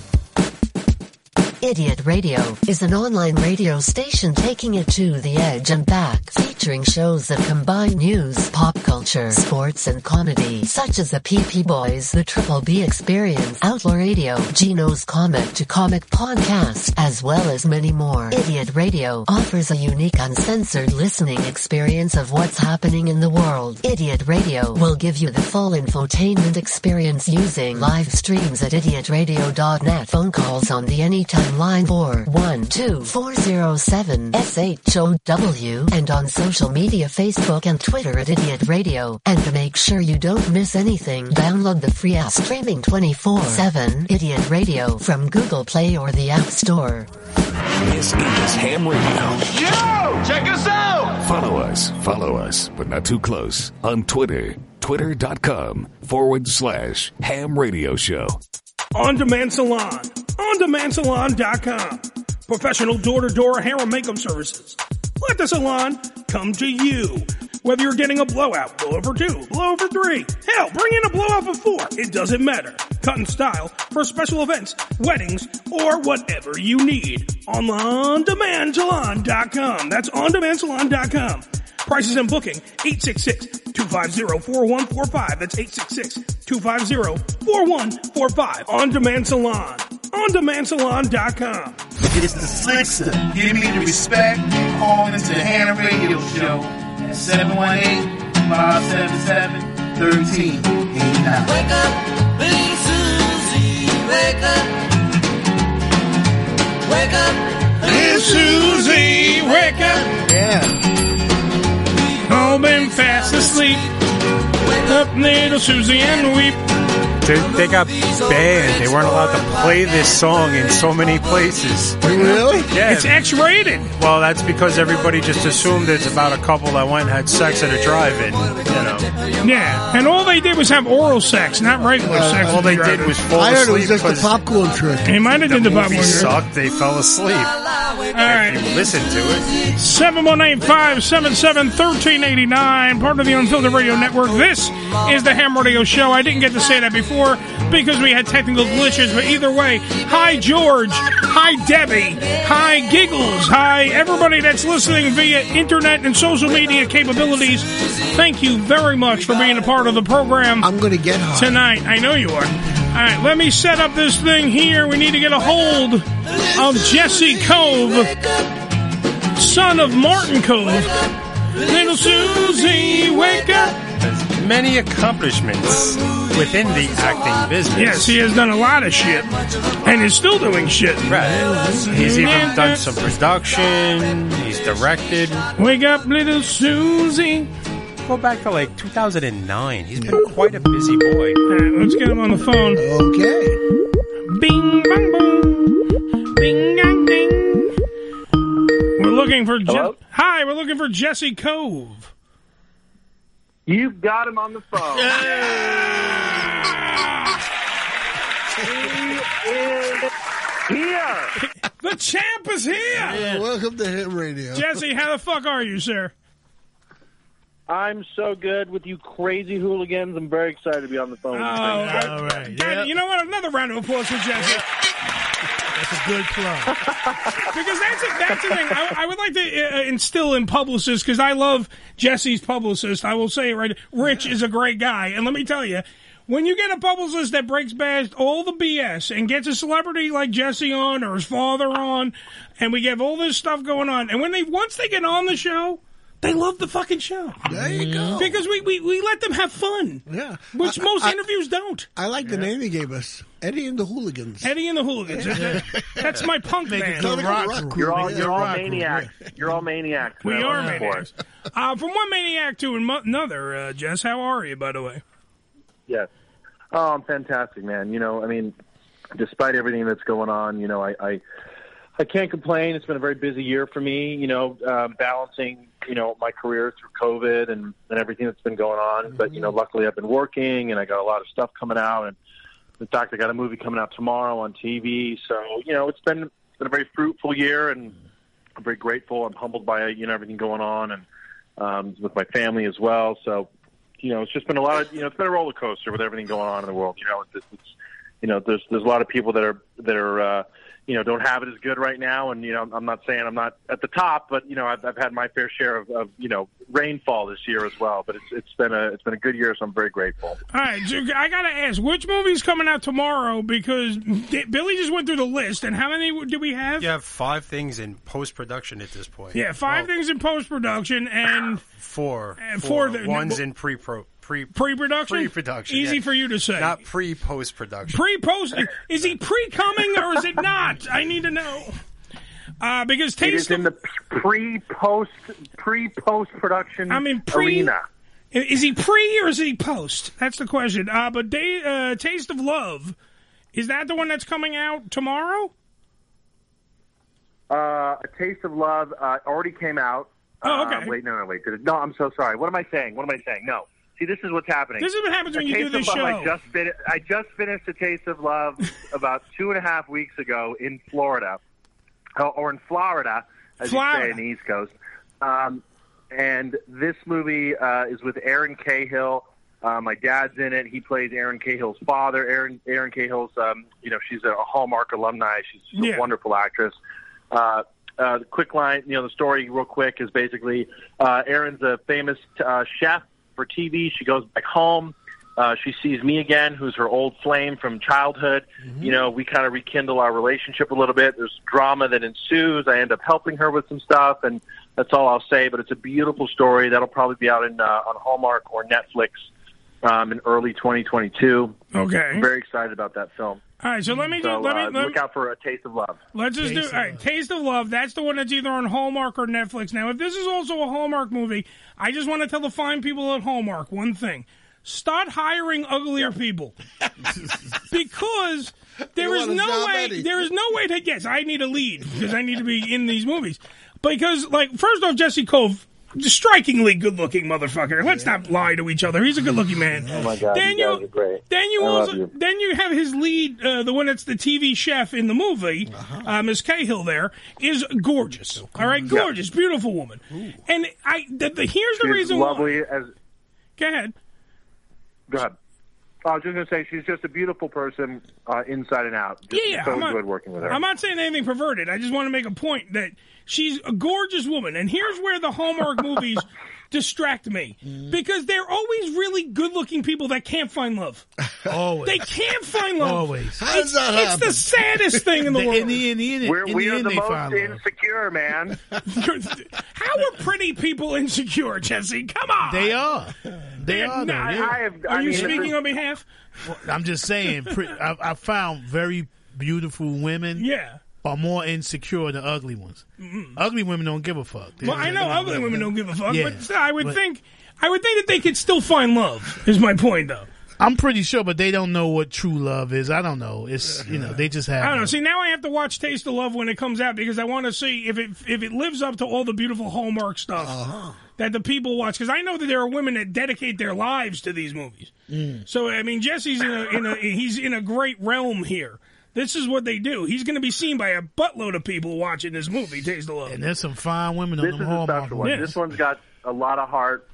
Idiot Radio is an online radio station taking it to the edge and back, featuring shows that combine news, pop culture, sports, and comedy, such as the PP Boys, the Triple B Experience, Outlaw Radio, Gino's Comic to Comic Podcast, as well as many more. Idiot Radio offers a unique, uncensored listening experience of what's happening in the world. Idiot Radio will give you the full infotainment experience using live streams at idiotradio.net. Phone calls on the anytime line or 12407SHOW and on social media Facebook and Twitter at Idiot Radio. And to make sure you don't miss anything, download the free app streaming 24-7 Idiot Radio from Google Play or the App Store.
This is Ham Radio.
Yo, check us out.
Follow us, follow us, but not too close on Twitter. Twitter.com forward slash ham radio show.
On Demand Salon. OnDemandSalon.com. Professional door-to-door hair and makeup services. Let the salon come to you. Whether you're getting a blowout, blowover two, blowover three, hell, bring in a blowout of four. It doesn't matter. Cut and style for special events, weddings, or whatever you need. On OnDemandSalon.com. That's OnDemandSalon.com. Prices and booking, 866-250-4145. That's 866-250-4145. On Demand Salon. OnDemandSalon.com.
It's the slickster. Give me the respect.
on, it's the Ham Radio Show at 718-577-1389.
Wake up, little Susie, wake up. Wake up, little Susie, wake up.
Yeah. Home and fast asleep. Wake up, little Susie, and weep.
They, they got banned. They weren't allowed to play this song in so many places.
Really?
Yeah.
It's X-rated.
Well, that's because everybody just assumed it's about a couple that went and had sex at a drive-in. You know.
Yeah, and all they did was have oral sex, not regular sex.
Uh, all they did was fall
I
I heard it was
asleep.
just the
'cause
popcorn trick.
He might have did the
movie
popcorn trick.
sucked. They fell asleep.
All right.
If you listen to it.
718-577-1389, part of the Unfiltered Radio Network. This is the Ham Radio Show. I didn't get to say that before because we had technical glitches, but either way, hi George, hi Debbie, hi Giggles, hi everybody that's listening via internet and social media capabilities. Thank you very much for being a part of the program. I'm
going to get high.
Tonight, I know you are. All right, let me set up this thing here. We need to get a hold of Jesse Cove son of Martin Cove. Little Susie, wake up.
Many accomplishments within the acting business.
Yes, he has done a lot of shit. And is still doing shit. uh,
Right. He's even done some production. He's directed.
Wake up, little Susie.
Go back to like 2009. He's been quite a busy boy.
let's get him on the phone.
Okay.
Bing, bang, boom. Bing, gang, ding. We're looking for... Je- Hi, we're looking for Jesse Cove.
You got him on the phone.
He is here. The champ is here.
Welcome to Ham Radio.
Jesse, how the fuck are you, sir?
I'm so good with you crazy hooligans. I'm very excited to be on the phone.
Oh, all right. God, You know what? Another round of applause for Jesse. That's a good plug. because that's a, that's the thing. I, I would like to uh, instill in publicists because I love Jesse's publicist. I will say it right. Rich is a great guy, and let me tell you. When you get a publicist that breaks past all the BS and gets a celebrity like Jesse on or his father on, and we have all this stuff going on, and when they once they get on the show, they love the fucking show. There you go. Because we, we, we let them have fun. Yeah. Which most interviews don't.
I like the name he gave us, Eddie and the Hooligans.
Eddie and the Hooligans. That's my punk band.
You're all, you're all maniacs. You're all maniacs.
We
man.
are
Of
maniacs.
course.
Uh, from one maniac to amo- another, uh, Jess, how are you, by the way?
Yes. Oh, I'm fantastic, man. You know, I mean, despite everything that's going on, you know, I, I, I can't complain. It's been a very busy year for me. You know, um, balancing, you know, my career through COVID and and everything that's been going on. But you know, luckily I've been working and I got a lot of stuff coming out. And in fact, I got a movie coming out tomorrow on TV. So you know, it's been it's been a very fruitful year, and I'm very grateful. I'm humbled by you know everything going on and um, with my family as well. So you know, it's just been a lot of you know, it's been a roller coaster with everything going on in the world. You know, it's, it's you know, there's there's a lot of people that are that are uh, you know don't have it as good right now, and you know, I'm not saying I'm not at the top, but you know, I've, I've had my fair share of, of you know rainfall this year as well. But it's it's been a it's been a good year, so I'm very grateful.
All right, Ju- I gotta ask, which movie's coming out tomorrow? Because D- Billy just went through the list, and how many w- do we have?
You have five things in post production at this point.
Yeah, five things in post production and
Four.
And four
four.
that-
One's in pre pro pre
Pre-production?
Pre-production.
Easy
yeah.
for you to say.
Not pre post production.
pre post. Is he pre coming or is it not? I need to know. Uh, because
It
taste
is in the pre post pre post production.
I mean, pre-
arena.
Is he pre or is he post? That's the question. Uh, but day, uh, Taste of Love, is that the one that's coming out tomorrow?
Uh, a Taste of Love uh, already came out.
Oh, okay.
Uh, wait, no, no, wait. Did it, no, I'm so sorry. What am I saying? What am I saying? No. See, this is what's happening.
This is what happens
A
when you do
Taste of
this
Love,
show.
I just, fin- I just finished A Taste of Love about two and a half weeks ago in Florida, Oh, or in Florida, as you say in the East Coast. Um, and this movie uh, is with Aaron Cahill. Uh, my dad's in it. He plays Aaron Cahill's father. Aaron Aaron Cahill's, um, you know, she's a Hallmark alumni. She's, she's
Yeah.
a wonderful actress. Uh, uh, the quick line, you know, the story real quick is basically uh, Erin's a famous uh, chef for TV. She goes back home Uh, she sees me again, who's her old flame from childhood.
Mm-hmm.
You know, we kind of rekindle our relationship a little bit. There's drama that ensues. I end up helping her with some stuff, and that's all I'll say. But it's a beautiful story that'll probably be out in uh, on Hallmark or Netflix um, in early 2022.
Okay.
I'm very excited about that film.
All right, so let me do.
So,
let me
uh,
let,
look out for a taste of love.
Let's just do all right, Taste of Love. That's the one that's either on Hallmark or Netflix. Now, if this is also a Hallmark movie, I just want to tell the fine people at Hallmark one thing. Start hiring uglier people. because there
You
is
want us
no
not
way
many.
there is no way to yes, I need a lead because I need to be in these movies. Because like first off, Jesse Cove strikingly good looking motherfucker. Let's not lie to each other. He's a good looking man.
Oh my god,
Then
you
you-
guys are great.
Then you
I love
also
you.
then you have his lead, uh, the one that's the TV chef in the movie, uh Miss Cahill. There is gorgeous. All right, gorgeous, beautiful woman. And I the, the, here's the
She's
reason.
lovely
why.
as
Go ahead.
Go ahead. I was just going to say she's just a beautiful person uh, inside and out. Just
Yeah, yeah,
so
I'm not-
enjoyed working with her.
I'm not saying anything perverted. I just want to make a point that she's a gorgeous woman, and here's where the Hallmark movies distract me
Mm.
because they're always really good-looking people that can't find love. Always, they can't find love.
Always.
How does that It's the saddest thing in the, world.
In the, in the, in the,
We're-
in
we
the
are
end,
the
they
most
find love.
insecure, man.
How are pretty people insecure, Jesse? Come on, they
are. They are, though, yeah. I have-
are
I
you
mean,
speaking
it's-
on behalf?
Well, I'm just saying, pre- I, I found very beautiful women.
Yeah.
Are more insecure than ugly ones. Ugly women don't give a fuck.
Well, I know ugly women don't give a fuck,
Yeah.
but still, I would
But-
think I would think that they could still find love. Is my point though.
I'm pretty sure, but they don't know what true love is. I don't know. It's you know they just have.
I don't know. See, now I have to watch Taste of Love when it comes out because I want to see if it if it lives up to all the beautiful Hallmark stuff
Uh-huh.
that the people watch. Because I know that there are women that dedicate their lives to these movies. So I mean, Jesse's in a, in a he's in a great realm here. This is what they do. He's going to be seen by a buttload of people watching this movie, Taste of Love.
And there's some fine women on
this
them
is a
Hallmark.
special one.
movies.
This one's got a lot of heart.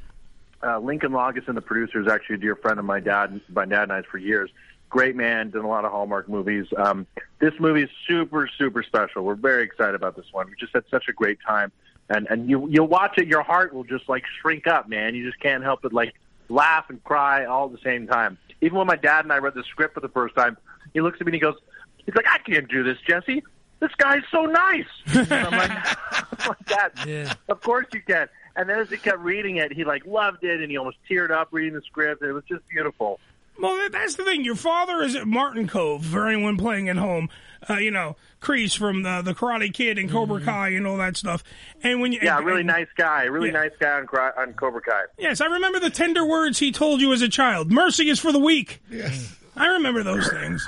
Uh, Lincoln Loggins and the producer is actually a dear friend of my dad. My dad and I for years. Great man, done a lot of Hallmark movies. Um, this movie is super, super special. We're very excited about this one. We just had such a great time, and and you you watch it, your heart will just like shrink up, man. You just can't help but like laugh and cry all at the same time. Even when my dad and I read the script for the first time, he looks at me and he goes, "He's like, I can't do this, Jesse. This guy's so nice." And I'm like, like that. Of course you can. And then as he kept reading it, he like loved it, and he almost teared up reading the script. It was just beautiful.
Well, that- that's the thing. Your father is at Martin Cove for anyone playing at home. Uh, you know, Crease from the, the Karate Kid and Cobra Kai and all that stuff. And when you,
Mm-hmm. Yeah,
and-
really
and-
nice guy, really
Yeah.
nice guy on, Cry- on Cobra Kai.
Yes, I remember the tender words he told you as a child. Mercy is for the weak. Yes, I remember those things.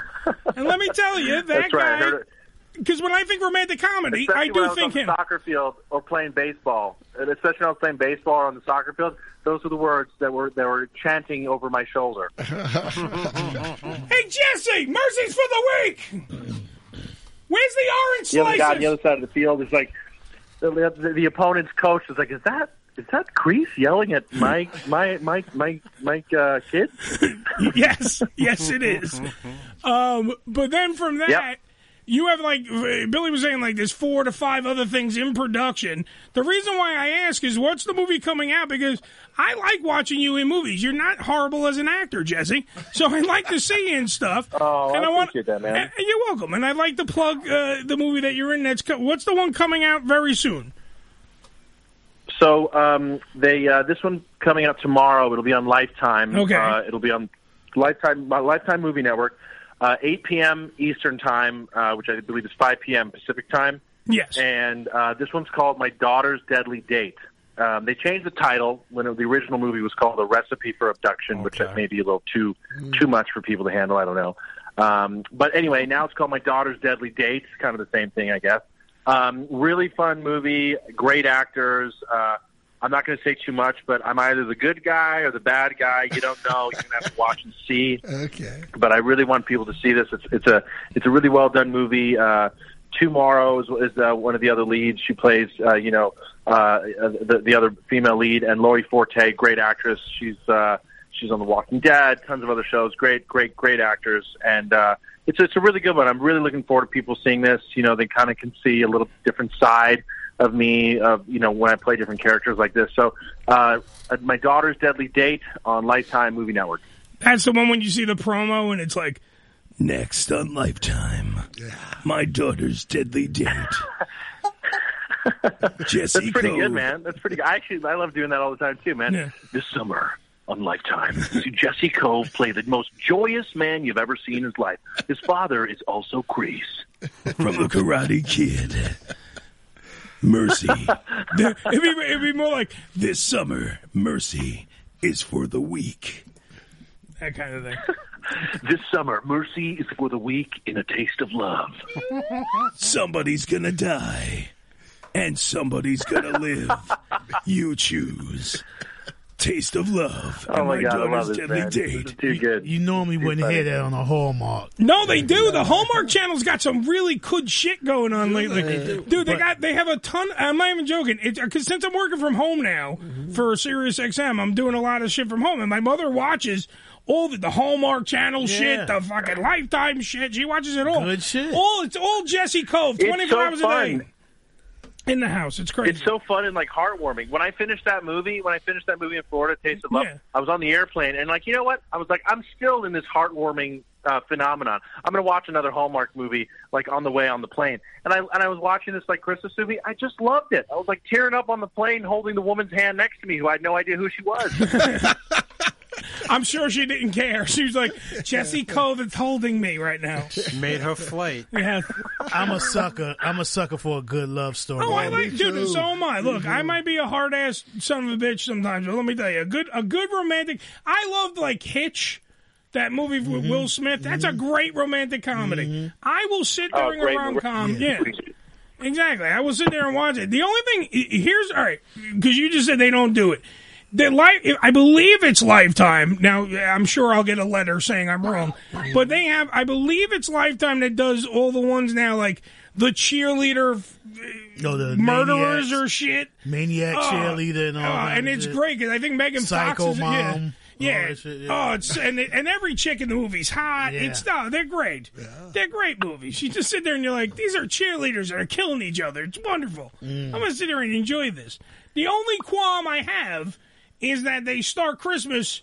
and let me tell you, that
That's right, I
guy.
heard it.
Because when I think romantic comedy,
Especially
I
when
do
I was
think
on
him.
the soccer field or playing baseball. And Especially when I was playing baseball or on the soccer field, those were the words that were that were chanting over my shoulder.
Hey Jesse, mercy's for the weak. Where's the orange
the other
slices?
guy on the other side of the field is like the, the, the opponent's coach is like, is that is that Crease yelling at Mike my my my Mike uh, kid?
yes, yes, it is. Um, but then from that, you have like uh, Billy was saying, like there's four to five other things in production. The reason why I ask is what's the movie coming out because I like watching you in movies. You're not horrible as an actor, Jesse. So I like to see you in stuff.
Oh,
and
I
I want
appreciate that, man.
and- and you're welcome. And I'd like to plug uh, the movie that you're in. That's co- what's the one coming out very soon.
So um, they uh, this one coming out tomorrow. It'll be on Lifetime.
Okay.
Uh, it'll be on Lifetime my Lifetime Movie Network, uh, 8 p.m. Eastern Time, uh, which I believe is 5 p.m. Pacific Time.
Yes.
And uh, this one's called My Daughter's Deadly Date. Um, they changed the title when it, the original movie was called The Recipe for Abduction, which that may be a little too too much for people to handle. I don't know. Um, but anyway, now it's called My Daughter's Deadly Date. It's kind of the same thing, I guess. Um, really fun movie, great actors. Uh, I'm not going to say too much, but I'm either the good guy or the bad guy. You don't know. You're going to have to watch and see
Okay.
but I really want people to see this. It's, it's a it's a really well done movie. Uh, Tomorrow is, is uh, one of the other leads. She plays, uh, you know, uh, the, the other female lead, and Lori Forte, great actress. She's uh, she's on The Walking Dead, tons of other shows. Great, great, great actors, and uh, it's it's a really good one. I'm really looking forward to people seeing this. You know, they kind of can see a little different side of me of you know when I play uh, different characters like this. So, uh, my daughter's Deadly Date on Lifetime Movie Network.
That's the one when you see the promo and it's like,
Next on Lifetime, my daughter's deadly date. Jesse
That's pretty
Cole.
good, man. That's pretty good. I actually I love doing that all the time too, man. This summer on Lifetime, see Jesse Cove play the most joyous man you've ever seen in his life. His father is also Crease.
from the Karate Kid. Mercy.
it'd, be, it'd be more like
This summer, mercy is for the weak.
that kind of thing.
This summer, mercy is for the weak in a taste of love.
Somebody's gonna die, and somebody's gonna live. You choose. Taste of love.
Oh
and
my God, I love
daughter's
this,
deadly
man.
date.
You normally wouldn't hear that on a Hallmark.
No, they do. The Hallmark Channel's got some really good shit going on lately, dude. They got they have a ton. I'm not even joking. Because since I'm working from home now for Sirius XM, I'm doing a lot of shit from home, and my mother watches all the, the Hallmark Channel shit,
Yeah.
the fucking Lifetime shit. She watches it all. Good shit. All it's all Jesse Cove,
It's
24
so
hours a day.
fun.
In the house, it's crazy.
It's so fun and like heartwarming. When I finished that movie, when I finished that movie in Florida, Taste of Love, I was on the airplane and like, you know what? I was like, I'm still in this heartwarming uh, phenomenon. I'm going to watch another Hallmark movie like on the way on the plane. And I and I was watching this like Christmas movie. I just loved it. I was like tearing up on the plane, holding the woman's hand next to me, who I had no idea who she was.
I'm sure she didn't care. She was like, Jesse Cove is holding me right now.
Made her flight.
Yeah.
I'm a sucker. I'm a sucker for a good love story.
Oh, I
man.
like, dude. So am I. Look,
Mm-hmm.
I might be a hard ass son of a bitch sometimes, but let me tell you, a good, a good romantic. I loved like Hitch, that movie with
Mm-hmm.
Will Smith. That's a great romantic comedy. I will sit
Oh,
during a
great
rom com.
movie.
Yeah. Exactly. I will sit there and watch it. The only thing i- here's all right because you just said they don't do it. That life, I believe it's Lifetime. Now I'm sure I'll get a letter saying I'm wrong, but they have. I believe it's Lifetime that does all the ones now, like the cheerleader
Yo, the
murderers
maniacs,
or shit.
maniac
Oh,
cheerleader and all
oh,
that.
and it's
shit.
great because I think Megan
Psycho
Fox is
Mom, all
yeah. Yeah.
that shit,
Oh,
yeah.
it's and and every chick in the movie's hot.
Yeah.
It's no, they're great. They're great movies. You just sit there and you're like, these are cheerleaders that are killing each other. It's wonderful.
Mm.
I'm gonna sit here and enjoy this. The only qualm I have is that they start Christmas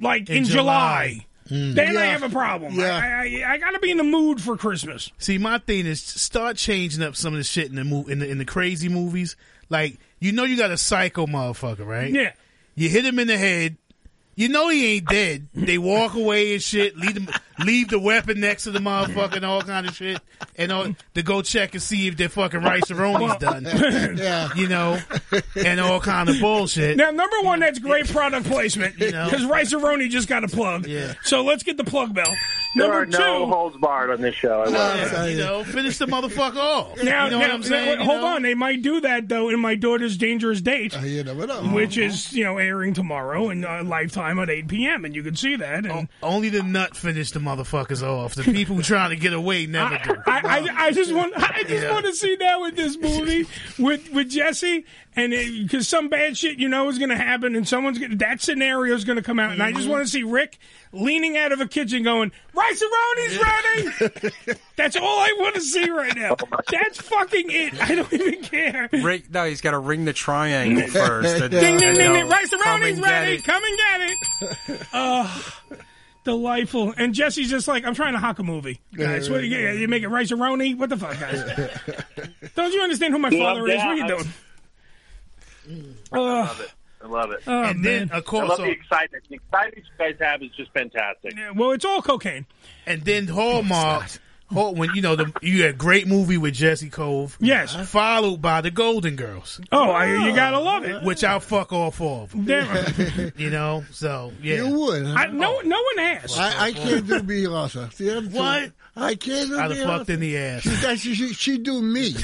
like in,
In
July.
July. Mm.
Then I
Yeah.
have a problem.
Yeah.
I, I, I gotta be in the mood for Christmas.
See, my thing is start changing up some of the shit in the mo- in the, in the crazy movies. Like you know, you got a psycho motherfucker, right?
Yeah.
You hit him in the head. You know he ain't dead. They walk away and shit. Leave them, leave the weapon next to the motherfucker and all kind of shit. And all, to go check and see if their fucking rice aroni's done.
Yeah.
You know, and all kind of bullshit.
Now, number one, that's great product placement
You know?
because Rice Aroni just got a plug. Yeah. So let's get the plug bell.
there
number
are
two. Uh,
no holds barred on this show. I love it.
you know, finish the motherfucker off.
Now,
you know what
now-
I'm saying?
now,
You
hold
know?
on. They might do that though in my daughter's dangerous date,
Uh,
which is you know airing tomorrow in uh, Lifetime at 8 p.m. and you can see that. And
Only the nut finish the motherfuckers off. The people who trying to get away never do.
I, I, I just want I just
Yeah.
want to see that with this movie with with Jesse and because some bad shit you know is going to happen and someone's gonna, that scenario is going to come out and I
Mm-hmm.
just want to see Rick leaning out of a kitchen going rice aroni's ready. That's all I want to see right now.
Oh
That's fucking it. I don't even care.
Ring, no, he's got to ring the triangle first.
Ding, ding, ding,
You know,
ding. Rice
come
Aroni's
and get
ready.
it.
Come and get it. Uh, delightful. And Jesse's just like, I'm trying to hawk a movie. Guys, what, you, you make it Rice Aroni? What the fuck, guys? Don't you understand who my
Yeah,
father is? What are you
yeah,
doing?
Mm, I love it. I love it.
Oh, And then, man. of course,
I love
uh,
the excitement. The excitement you guys have is just fantastic.
Yeah, well, it's all cocaine.
And then Hallmark, Hall, when you know the you had a great movie with Jesse Cove,
yes,
followed by the Golden Girls.
Oh, I, you gotta love it.
Which I'll fuck all four of them.
Damn.
you know, so yeah,
You would. huh?
I, no, no one asked.
I, I can't do Beyonce. See, I'm
What?
telling- I can't do
I'd have
Beyonce.
fucked in the ass.
She, that- she, she, she do me.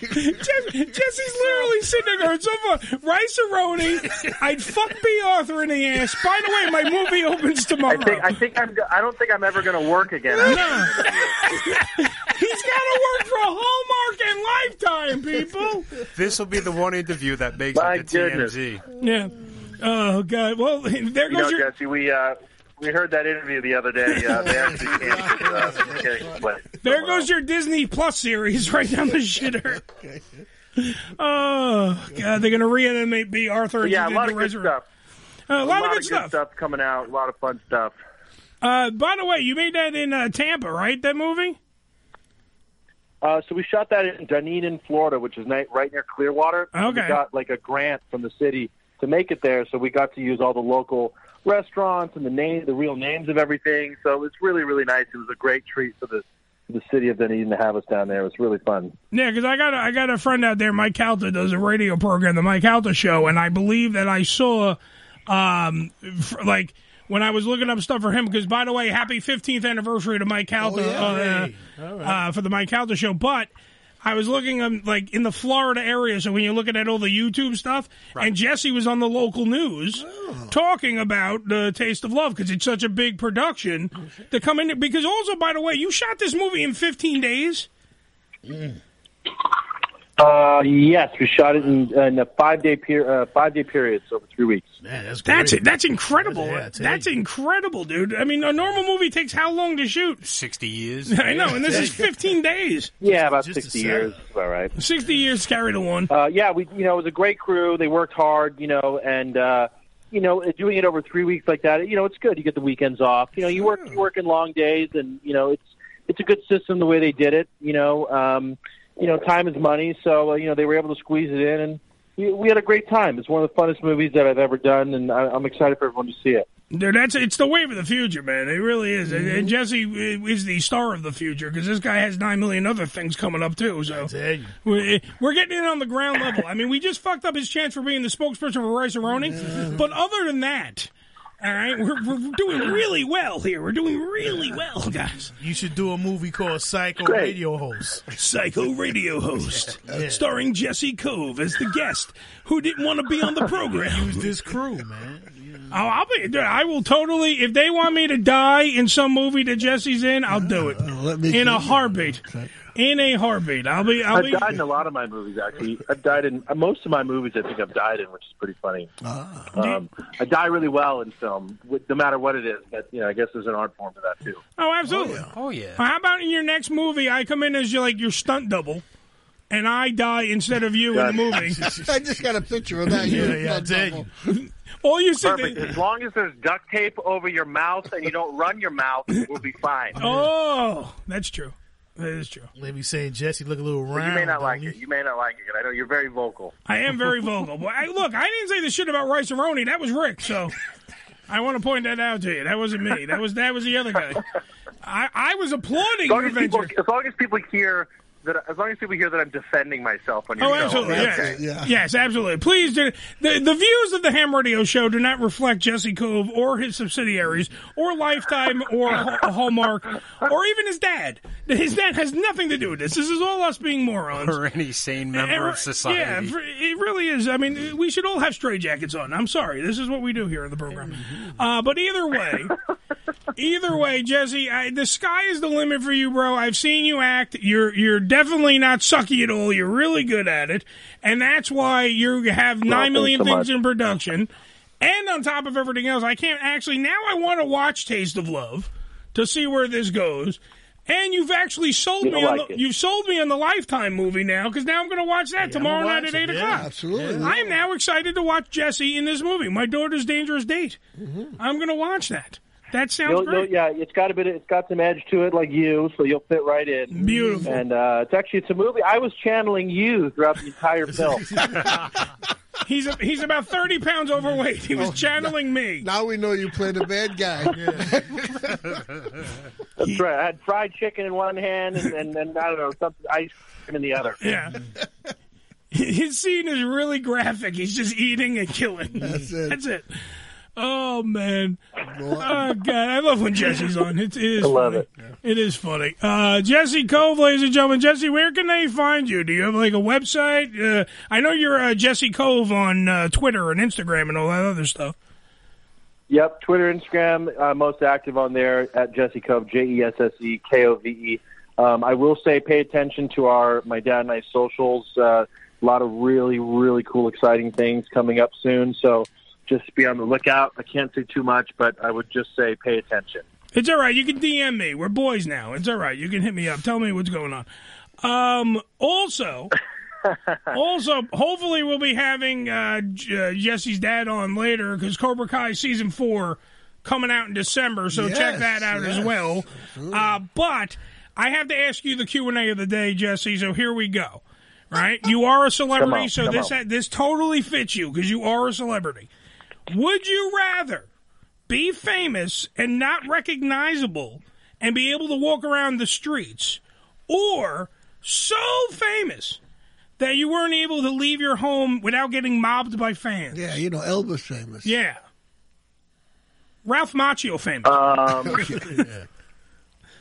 Jesse's literally sitting there going, so far, Rice Aroni, I'd fuck B. Arthur in the ass. By the way, my movie opens tomorrow.
I think I think I'm. go- I don't think I'm ever going to work again.
He's got to work for Hallmark and Lifetime, people.
This will be the one interview that makes
My
it to
goodness.
TMZ.
Yeah. Oh God. Well, there
you
goes
know,
your.
Jesse, we uh, we heard that interview the other day. Uh, they actually canceled. Uh, they're getting- but
There goes your Disney Plus series right down the shitter. Oh God, they're gonna reanimate B. Arthur.
Yeah,
into
a lot
the
of good
resurre- Uh,
stuff.
a lot,
of
of
good
good stuff.
coming out. A lot of fun stuff.
Uh, by the way, you made that in uh, Tampa, right? That movie?
Uh, so we shot that in Dunedin, Florida, which is ni- right near Clearwater. And
Okay.
We got like a grant from the city to make it there, so we got to use all the local restaurants and the name, the real names of everything. So it was really, really nice. It was a great treat for the for the city of Dunedin to have us down there. It was really fun.
Yeah, because I got a, I got a friend out there, Mike Calta does a radio program, the Mike Calta Show, and I believe that I saw, um, f- like when I was looking up stuff for him. Because by the way, happy 15th anniversary to Mike Calta uh, uh, for the Mike Calta Show, but. I was looking um, like in the Florida area, so when you're looking at all the YouTube stuff, and Jesse was on the local news talking about the Taste of Love because it's such a big production to come in. Because also, by the way, you shot this movie in 15 days.
Uh, yes, we shot it in, in a five day per- uh, five day period, so over three weeks.
that's it. That's incredible. That's, incredible, dude. I mean, a normal movie takes how long to shoot?
Sixty years.
I know, and this is 15 days.
Yeah, about sixty years. Is about right.
Sixty years carried a one.
Uh, yeah, we you know it was a great crew. They worked hard, you know, and uh, you know doing it over three weeks like that, you know, it's good. You get the weekends off. You know, you work you work in long days, and you know it's it's a good system the way they did it. You know, um, you know, time is money, so uh, you know they were able to squeeze it in, and we, we had a great time. It's one of the funnest movies that I've ever done, and I, I'm excited for everyone to see it.
Dude, that's it's the wave of the future, man. It really is. And,
Mm-hmm.
and Jesse uh, is the star of the future because this guy has nine million other things coming up too. So We're, we're getting in on the ground level. I mean, we just fucked up his chance for being the spokesperson for Royce
Mm-hmm.
Aroni, but other than that, all right, we're, we're doing really well here. We're doing really well, guys.
You should do a movie called Psycho Radio Host.
Psycho radio host,
Yeah.
starring Jesse Cove as the guest who didn't want to be on the program.
Use this crew, man.
Oh, I'll be. dude, I will totally. If they want me to die in some movie that Jesse's in, I'll do it in a heartbeat. In a heartbeat, I'll be. I'll
I've
be.
died in a lot of my movies, actually. I've died in uh, most of my movies. I think I've died in, which is pretty funny.
Ah.
Um, I die really well in film, with- no matter what it is. But you know, I guess there's an art form to that too.
Oh, absolutely. Oh yeah. How about in your next movie, I come in as your like your stunt double, and I die instead of you in the movie.
I just got a picture of that.
Yeah, yeah, did. All you said.
Perfect. As long as there's duct tape over your mouth and you don't run your mouth, we'll be fine.
Oh, that's true. That is true.
Let me say, Jesse, look a little
But
round.
you may not like it. You may not like it. 'cause I know you're very vocal.
I am very vocal. But I, look, I didn't say the shit about Rice Aroni. That was Rick. So I want to point that out to you. That wasn't me. That was that was the other guy. I, I was applauding
As long
your
as, people,
venture.
as long as people hear that, as long as people hear that I'm defending myself on your
Oh,
show,
absolutely.
I'll be
Yes.
okay.
yes, absolutely. Please do. The, the views of the Ham Radio Show do not reflect Jesse Cove or his subsidiaries or Lifetime or Ha- Hallmark or even his dad. His dad has nothing to do with this. This is all us being morons.
Or any sane member of society.
Yeah, for- it really is. I mean, we should all have stray jackets on. I'm sorry. This is what we do here in the program. Uh, but either way, either way, Jesse, I, the sky is the limit for you, bro. I've seen you act. You're you're definitely not sucky at all. You're really good at it, and that's why you have
Well,
nine
thanks
million
so
things
much.
in production. And on top of everything else, I can't actually now. I want to watch Taste of Love to see where this goes. And you've actually sold
You'll
me on
like
the,
it.
you've sold me on the Lifetime movie now because now I'm going to watch that tomorrow
I'ma
night at
watch it,
eight
yeah,
o'clock.
absolutely.
I am now excited to watch Jesse in this movie. My daughter's dangerous date. I'm going to watch that. That sounds
You'll-
great.
you'll- yeah, it's got a bit. Of, it's got some edge to it, like you, so you'll fit right in.
Beautiful.
And uh, it's actually it's a movie. I was channeling you throughout the entire film.
He's a, he's about thirty pounds overweight. He was channeling me.
Now we know you played a bad guy.
That's right. I had fried chicken in one hand, and and, and I don't know something ice cream in the other.
Yeah. His scene is really graphic. He's just eating and killing. That's it. That's it. Oh man. Oh god, I love when Jesse's on. It, it is.
I love
funny. It is funny. Uh, Jesse Cove, ladies and gentlemen. Jesse, where can they find you? Do you have like a website? Uh, I know you're uh, Jesse Cove on uh, Twitter and Instagram and all that other stuff.
Yep, Twitter, Instagram, uh, most active on there at Jesse Cove, J E S S E K O V E. Um, I will say, pay attention to our my dad and I socials. Uh, a lot of really, really cool, exciting things coming up soon. So just be on the lookout. I can't say too much, but I would just say pay attention.
It's all right. You can DM me. We're boys now. It's all right. You can hit me up. Tell me what's going on. Um, also, also, hopefully, we'll be having uh, J- uh, Jesse's dad on later because Cobra Kai season four coming out in December. So check
Yes,
that out as
yes,
well. Uh, but I have to ask you the Q and A of the day, Jesse. So here we go. Right, you are a celebrity,
Come on,
so
come
this
on.
this totally fits you because you are a celebrity. Would you rather be famous and not recognizable and be able to walk around the streets, or so famous that you weren't able to leave your home without getting mobbed by fans?
Yeah, you know Elvis famous.
Yeah. Ralph Macchio famous.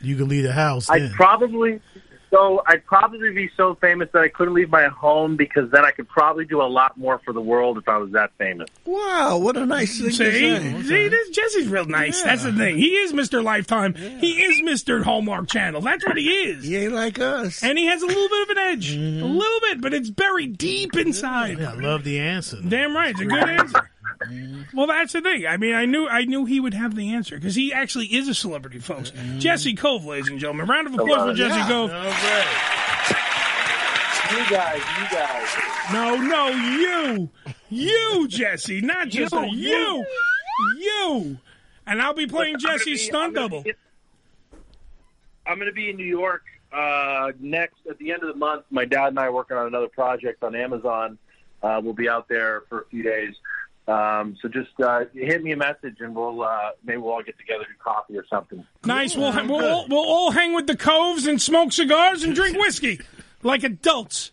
You can leave the house.
Um, I'd
Then.
probably so I'd probably be so famous that I couldn't leave my home because then I could probably do a lot more for the world if I was that famous.
Wow, what a nice thing to
See,
say.
see this, Jesse's real nice. That's the thing. He is Mr. Lifetime. He is Mr. Hallmark Channel. That's what he is.
He ain't like us. Mm-hmm.
And he has a little bit of an edge. A little bit, but it's buried deep inside.
I love the answer.
Damn right, it's a good answer.
Mm-hmm.
Well, that's the thing. I mean, I knew I knew he would have the answer because he actually is a celebrity, folks.
Mm-hmm.
Jesse Cove, ladies and gentlemen, round of applause for Jesse
Yeah.
Cove.
You guys, you guys.
No, no, you, you, Jesse, not just
You,
a you, you. And I'll be playing
Listen, I'm gonna
Jesse's
be-
stunt
I'm gonna
double.
be- I'm going to be in New York uh, next at the end of the month. My dad and I are working on another project on Amazon. Uh, we'll be out there for a few days. Um, so just uh, hit me a message and we'll uh, maybe we'll all get together do coffee or something.
Nice. We'll, we'll, all, we'll all hang with the coves and smoke cigars and drink whiskey like adults.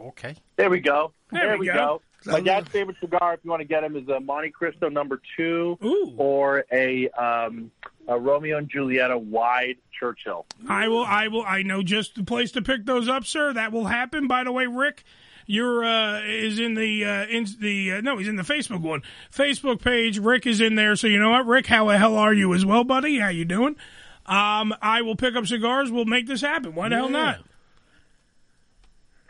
Okay.
There we go.
There
There,
we
we
go.
go. My dad's favorite cigar, if you want to get him, is a Monte Cristo number two or a um, a Romeo and Julieta wide Churchill.
I will. I will. I know just the place to pick those up, sir. That will happen. By the way, Rick, you're uh, is in the uh, in the uh, no, he's in the Facebook one, Facebook page. Rick is in there, so you know what, Rick? How the hell are you as well, buddy? How you doing? Um, I will pick up cigars. We'll make this happen. Why the hell not?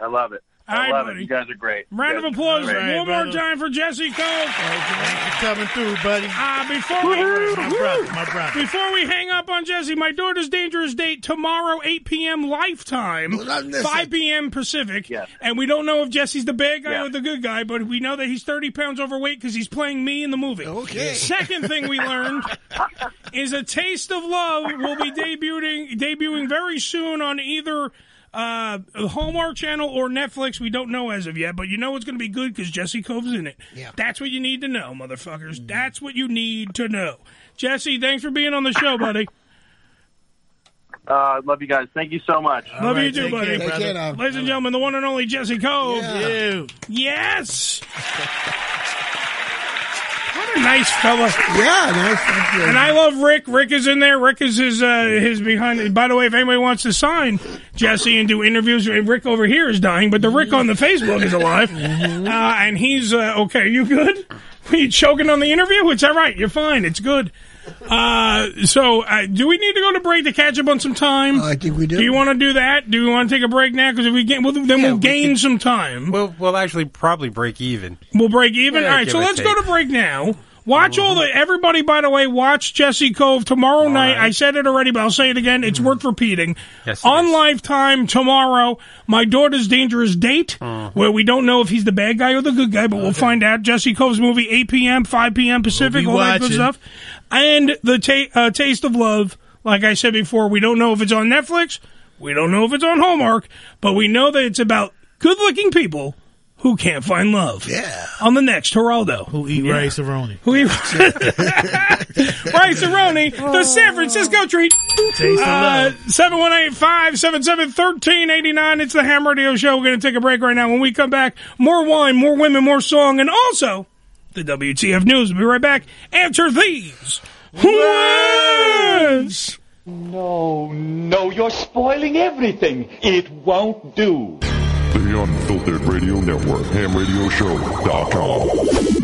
I love it.
All
I
right,
love
buddy.
it. You guys are great.
Round
You
of
guys are
applause
great.
one more time for Jesse Cove. coming through, buddy. Uh, before we,
My brother, my brother.
Before we hang up on Jesse, my daughter's dangerous date tomorrow, 8 p.m. Lifetime,
I'm missing.
5 p.m. Pacific. And we don't know if Jesse's the bad guy or the good guy, but we know that he's 30 pounds overweight because he's playing me in the movie. Okay. Second thing we learned is A Taste of Love will be debuting debuting very soon on either uh, Hallmark Channel or Netflix. We don't know as of yet, but you know it's going to be good because Jesse Cove's in it. Yeah. Mm. That's what you need to know, motherfuckers. That's what you need to know. Jesse, thanks for being on the show, buddy.
Uh, love you guys. Thank you so much.
Love you too, buddy. Ladies and gentlemen, the one and only Jesse Cove.
Yeah. You.
Yes. what a nice fella. Yeah, nice. And I love Rick. Rick is in there. Rick is his uh, his behind. By the way, if anybody wants to sign Jesse and do interviews, and Rick over here is dying, but the Rick on the Facebook is alive, uh, and he's uh, okay. You good? Are you choking on the interview? It's all right. You're fine. It's good. Uh, so, uh, do we need to go to break to catch up on some time? I think we do. Do you want to do that? Do we want to take a break now? Because if we get, well, then we'll gain some time.
We'll we'll actually probably break even.
We'll break even.
Yeah,
All right,
give
so
or
let's
take.
go to break now. Watch all the everybody. By the way, watch Jesse Cove tomorrow night. I said it already, but I'll say it again. It's worth repeating.
Mm-hmm. Yes, it
on Lifetime tomorrow, my daughter's dangerous date,
Uh-huh.
where we don't know if he's the bad guy or the good guy, but we'll find out. Jesse Cove's movie, eight p.m., five p.m. Pacific, all that
watching.
good stuff, and the ta- uh, Taste of Love. Like I said before, we don't know if it's on Netflix. We don't know if it's on Hallmark, but we know that it's about good-looking people who can't find love. Yeah. On the next Geraldo. Who
Eat rice aroni.
Who eat rice aroni, the San Francisco treat. Uh,
Taste of love.
718 577 1389. It's the Ham Radio Show. We're going to take a break right now. When we come back, more wine, more women, more song, and also the WTF News. We'll be right back after these. Words.
No, no, you're spoiling everything. It won't do.
The Unfiltered Radio Network, hamradioshow.com.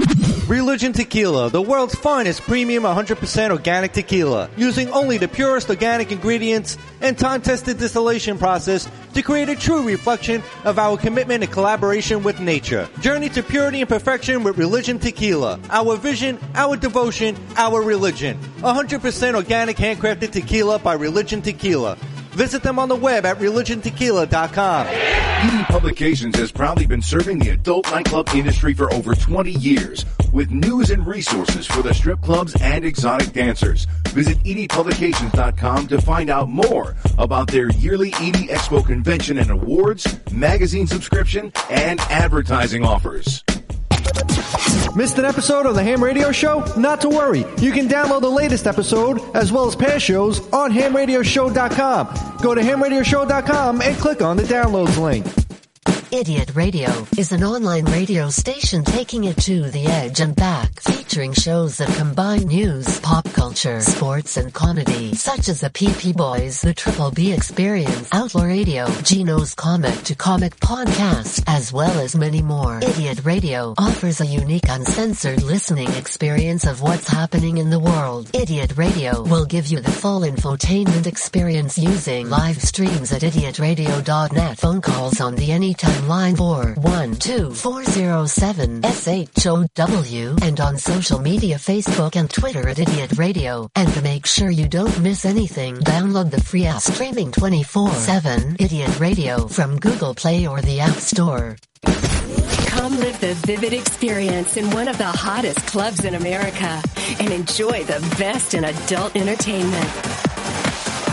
Religion Tequila, the world's finest premium 100% organic tequila, using only the purest organic ingredients and time-tested distillation process to create a true reflection of our commitment and collaboration with nature. Journey to purity and perfection with Religion Tequila. Our vision, our devotion, our religion. 100% organic handcrafted tequila by Religion Tequila. Visit them on the web at religiontequila.com.
ED Publications has proudly been serving the adult nightclub industry for over 20 years with news and resources for the strip clubs and exotic dancers. Visit E edpublications.com to find out more about their yearly ED Expo convention and awards, magazine subscription, and advertising offers.
Missed an episode of the Ham Radio Show? Not to worry. You can download the latest episode, as well as past shows, on hamradioshow.com. Go to hamradioshow.com and click on the downloads link.
Idiot Radio is an online radio station taking it to the edge and back, featuring shows that combine news, pop culture, sports, and comedy, such as the PP Boys, the Triple B Experience, Outlaw Radio, Gino's Comic to Comic Podcast, as well as many more. Idiot Radio offers a unique uncensored listening experience of what's happening in the world. Idiot Radio will give you the full infotainment experience using live streams at idiotradio.net. Phone calls on the anytime line 407 SHOW and on social media Facebook and Twitter at Idiot Radio. And to make sure you don't miss anything, download the free app streaming 24-7 Idiot Radio from Google Play or the App Store.
Come live the vivid experience in one of the hottest clubs in America and enjoy the best in adult entertainment.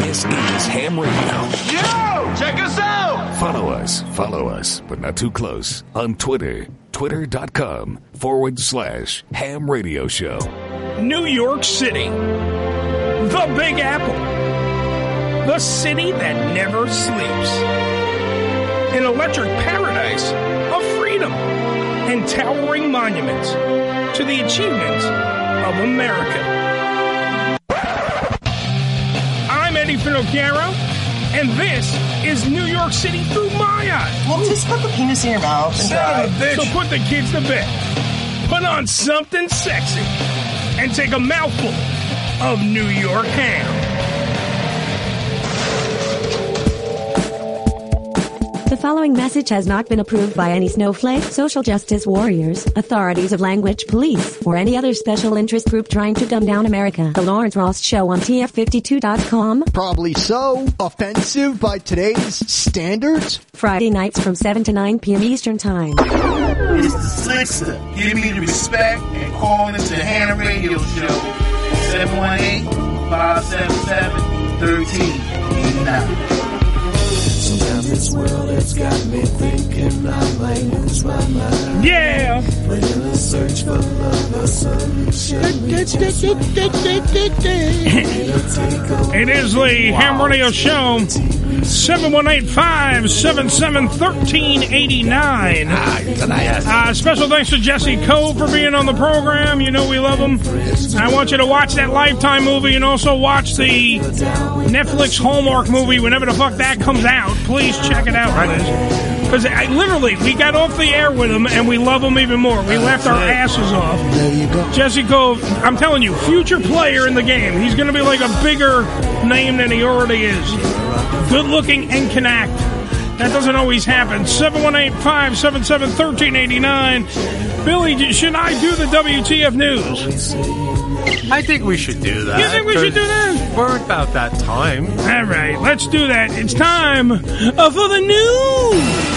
This is Ham Radio.
Yo! Check us out!
Follow us, follow us, but not too close on Twitter, twitter.com forward slash ham radio show.
New York City. The Big Apple. The city that never sleeps. An electric paradise of freedom and towering monuments to the achievements of America. I'm Eddie Finocchiaro, and this is New York City through my eyes. Well, just put the penis in your mouth
and drive.
So put the kids to bed. Put on something sexy and take a mouthful of New York ham.
The following message has not been approved by any snowflake, social justice warriors, authorities of language police, or any other special interest group trying to dumb down America. The Lawrence Ross Show on TF52.com.
Probably so. Offensive by today's standards?
Friday nights from 7 to 9 p.m. Eastern Time.
It's the Slickster. Give me the respect and call into the Hannah Radio Show. 718 577 1389.
Sometimes this world has got me thinking I might lose my mind.
Yeah!
But in the search for love, the solution we just
It is the Ham Radio Show, 718-577-1389. Uh, special thanks to Jesse Cole for being on the program. You know we love him. I want you to watch that Lifetime movie and also watch the Netflix Hallmark movie whenever the fuck that comes out. Please check it out, guys. Because I, literally, we got off the air with him, and we love him even more. We laughed our asses off. There you go. Jesse Cove, I'm telling you, future player in the game. He's going to be like a bigger name than he already is. Good looking and can act. That doesn't always happen. 718 577 1389. Billy, d- should I do the WTF news?
I think we should do that.
You think we should do that?
We're about that time.
All right, let's do that. It's time uh, for the news.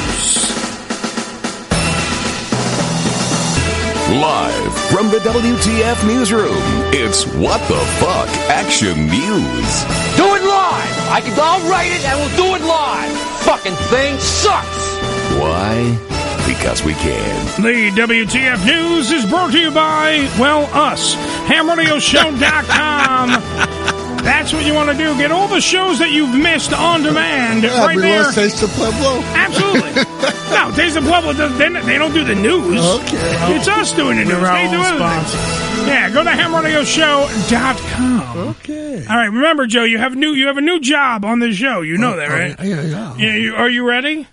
Live from the WTF newsroom, it's What the Fuck Action News.
Do it live! I can, I'll write it and we'll do it live! Fucking thing sucks!
Why? Because we can.
The WTF News is brought to you by, well, us, hamradioshow.com. That's what you want to do. Get all the shows that you've missed on demand
Yeah,
right
we
there.
lost Taste of Pueblo.
Absolutely. no, Days of Pueblo, doesn't- they they don't do the news. Okay. It's us doing the
We're
news.
our
They do
own
other things. Yeah, go to hamradioshow.com. Okay. All right, remember, Joe, you have new you
Oh,
Oh,
have a new job on the show. You know that, right?
Yeah, yeah.
Yeah, you, are you ready?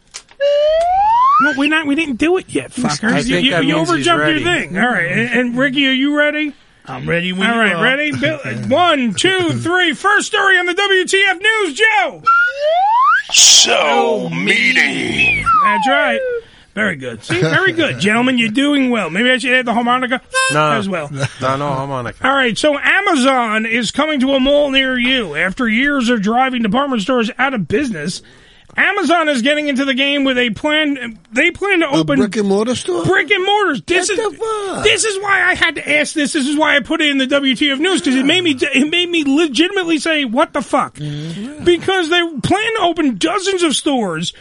No, we not. We didn't do it yet, fuckers.
I
you
think
you,
that
you
means he's
overjumped your
ready.
thing. All right, and, and Ricky, are you ready? I'm ready.
when
All
you
right,
are.
ready. Bill, one, two, three. First story on the WTF News, Joe.
So meaty.
That's right. Very good. See, very good, gentlemen. You're doing well. Maybe I should add the harmonica
No.
as well.
No, no, harmonica.
All right, so Amazon is coming to a mall near you. After years of driving department stores out of business, Amazon is getting into the game with a plan. They plan to open brick
and mortar store.
Brick and mortars. This is this is why I had to ask this. This is why I put it in the WTF news because it made me it made me legitimately say what the fuck
Mm-hmm.
because they plan to open dozens of stores.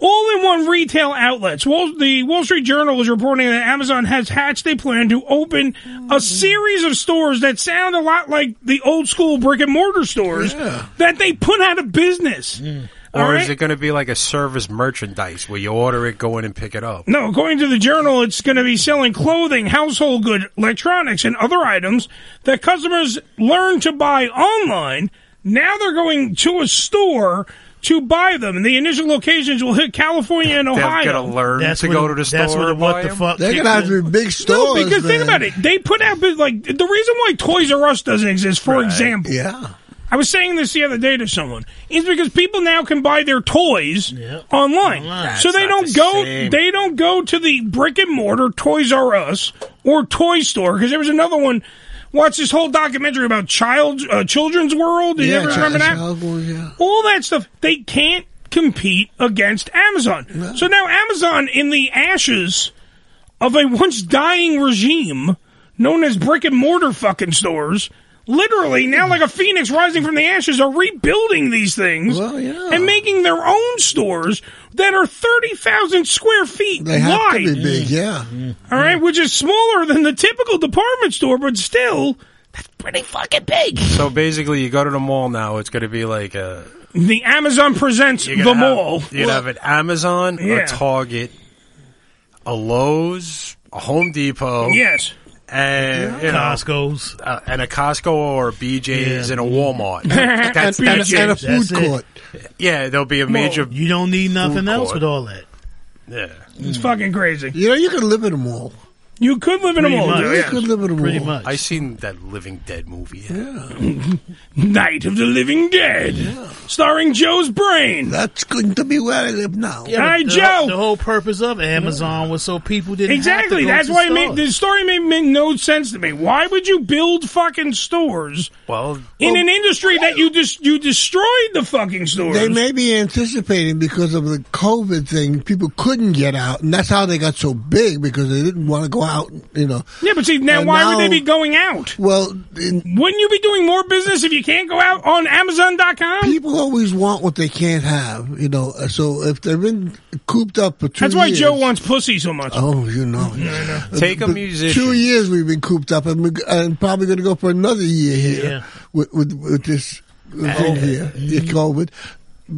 All in one retail outlets. Wall, the Wall Street Journal is reporting that Amazon has hatched a plan to open
Mm-hmm.
a series of stores that sound a lot like the old school brick and mortar stores that they put out of business.
Mm. Or
All
is it going to be like a service merchandise where you order it, go in and pick it up?
No, according to the journal, it's going to be selling clothing, household goods, electronics, and other items that customers learn to buy online. Now they're going to a store to buy them, and the initial locations will hit California and
They're
Ohio.
gonna learn That's to where go the- to the that's store where the and what buy the them? fuck
They're
kicks
gonna have to be big stores.
No, because think
man.
about it. They put out like the reason why Toys R Us doesn't exist, for example.
Yeah.
I was saying this the other day to someone. Is because people now can buy their toys online, so they don't go. They don't go to the brick and mortar Toys R Us or toy store because there was another one. Watch this whole documentary about child uh, children's world. Did you
Yeah,
ever
chi-
remember that?
child world, yeah.
all that stuff they can't compete against amazon so now amazon in the ashes of a once dying regime known as brick and mortar fucking stores literally now like a phoenix rising from the ashes are rebuilding these things and making their own stores that are 30,000 square feet
They have
wide
to be big. Yeah.
Mm-hmm.
all right which is smaller than the typical department store but still that's pretty fucking big
So basically, you go to the mall now. It's going to be like a
the amazon presents
you're
the
gonna have-
mall
You're gonna have an Amazon,
Yeah.
a Target, a Lowe's, a Home Depot,
Yes.
and Costco's, and a Costco or a BJ's
Yeah.
and a Walmart.
And a- and a food That's it. court.
Yeah, there'll be a major.
you don't need nothing
food
else
court.
with all that.
yeah.
It's fucking crazy.
You know, you could live in a mall.
You could live in a
Pretty
mall.
much.
yeah.
You could live
in a Pretty mall. much.
I seen that Living Dead movie.
Night of the Living Dead, starring Joe's brain.
That's going to be where I live now.
Yeah,
Hi,
but the,
Joe.
The whole purpose of Amazon was so people didn't
Exactly.
Have
That's
to go to
why it
stores.
made, the story made, made no sense to me. Why would you build fucking stores
Well,
in an industry that you just you destroyed the fucking stores?
They may be anticipating because of the COVID thing, people couldn't get out, and that's how they got so big because they didn't want to go out. You know.
yeah, but see now,
And
why would they
now-
be going out?
Well,
wouldn't you be doing more business if you can't go out on Amazon.com?
People always want what they can't have, you know. So if they've been cooped up for two,
That's why
years-
Joe wants pussy so much.
Oh, you know.
Take a
But
musician.
Two years we've been cooped up, and, we, and probably going to go for another year here
Yeah. Oh. Mm-hmm.
with, with with this thing here, the COVID.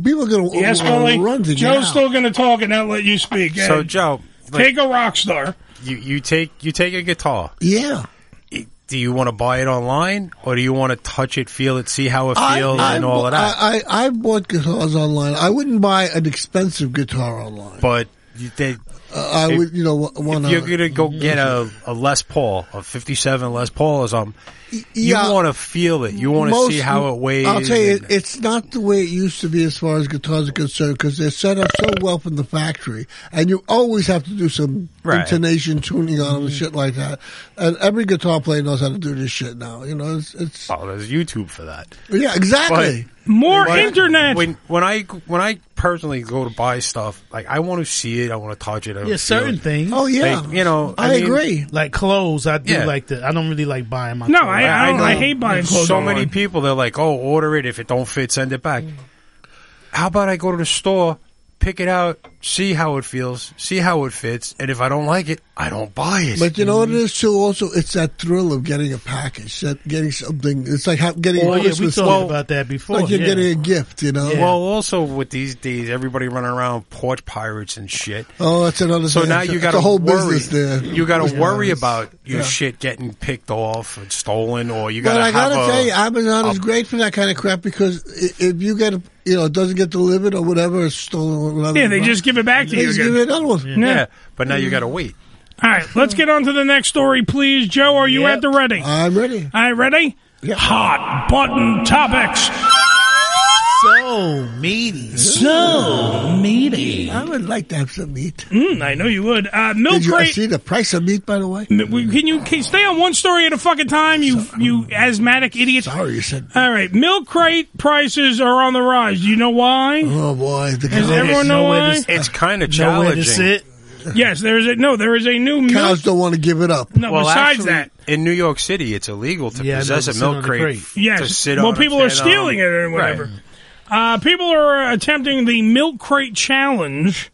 People are going to
Yes, Molly.
run to get
Joe's
out.
still going to talk and not let you speak.
So,
Hey,
Joe, like-
take a rock star.
You you take you take a guitar.
Yeah.
Do you want to buy it online or do you want to touch it, feel it, see how it feels, and all of that?
I, I, I bought guitars online. I wouldn't buy an expensive guitar online.
but you, they,
Uh, I would, you know, wa-
if
wanna-
you're gonna go get a, a Les Paul, a '57 Les Paul or something, you
yeah.
want to feel it. You want to
Most-
see how it weighs.
I'll tell you,
and-
it's not the way it used to be as far as guitars are concerned because they're set up so well from the factory, and you always have to do some
Right. Mm-hmm.
intonation tuning on them and shit like that. And every guitar player knows how to do this shit now. You know, it's, it's
oh, there's YouTube for that.
yeah, exactly.
But- but
internet.
When when I when I personally go to buy stuff, like I want to see it, I want to touch it. I wanna
Yeah,
feel
certain
it.
things.
Oh,
Like, you know, mean,
Like clothes, I do
Yeah.
like that. I don't really like buying my.
No,
clothes.
I- I don't- I hate buying clothes
So
online.
many people, they're like, "Oh, order it. If it don't fit, send it back." How about I go to the store, pick it out, see how it feels, see how it fits, and if I don't like it, I don't buy it.
But you know what it is too. Also, it's that thrill of getting a package, that getting something. It's like ha- getting.
Oh,
a
yeah, we
Christmas
talked
gift.
about that before,
Like you're
yeah.
getting a gift, you know.
Well, also with these days, everybody running around porch pirates and shit.
Oh, that's another.
So
thing.
now
It's
you
a-
got
it's a whole
worry.
business there.
You got to
Yeah.
worry about your
Yeah.
shit getting picked off and stolen, or you got
But
to
I
have
gotta
a-
tell you, Amazon is
a-
great for that kind of crap because i- if you get, a, you know, it doesn't get delivered or whatever, it's stolen or whatever.
Yeah, they just give it back to
They
you
just
again.
give you another one.
Yeah. Yeah.
But now you got to wait.
All right, let's get on to the next story, please. Joe, are you at the ready?
I'm ready.
All right, ready? Hot button topics.
So meaty.
So meaty.
I would like to have some meat.
Mm, I know you would. Uh, milk
Did you
crate.
see the price of meat, by the way?
M- we- Can you can you stay on one story at a fucking time, you you asthmatic idiot?
Sorry, you said.
All right, milk crate prices are on the rise. Do you know why?
Oh boy,
does everyone know why?
It's kind of
Nowhere
challenging.
to sit. yes, there is a no. There is a new
cows don't want to give it up.
No, besides that-
in New York City, it's illegal to
Yeah,
possess
to
a
sit on
milk
the
crate.
crate.
f-
Yes.
to sit
well,
on,
people are
stand on.
stealing it or whatever.
Right.
Uh, people are attempting the milk crate challenge.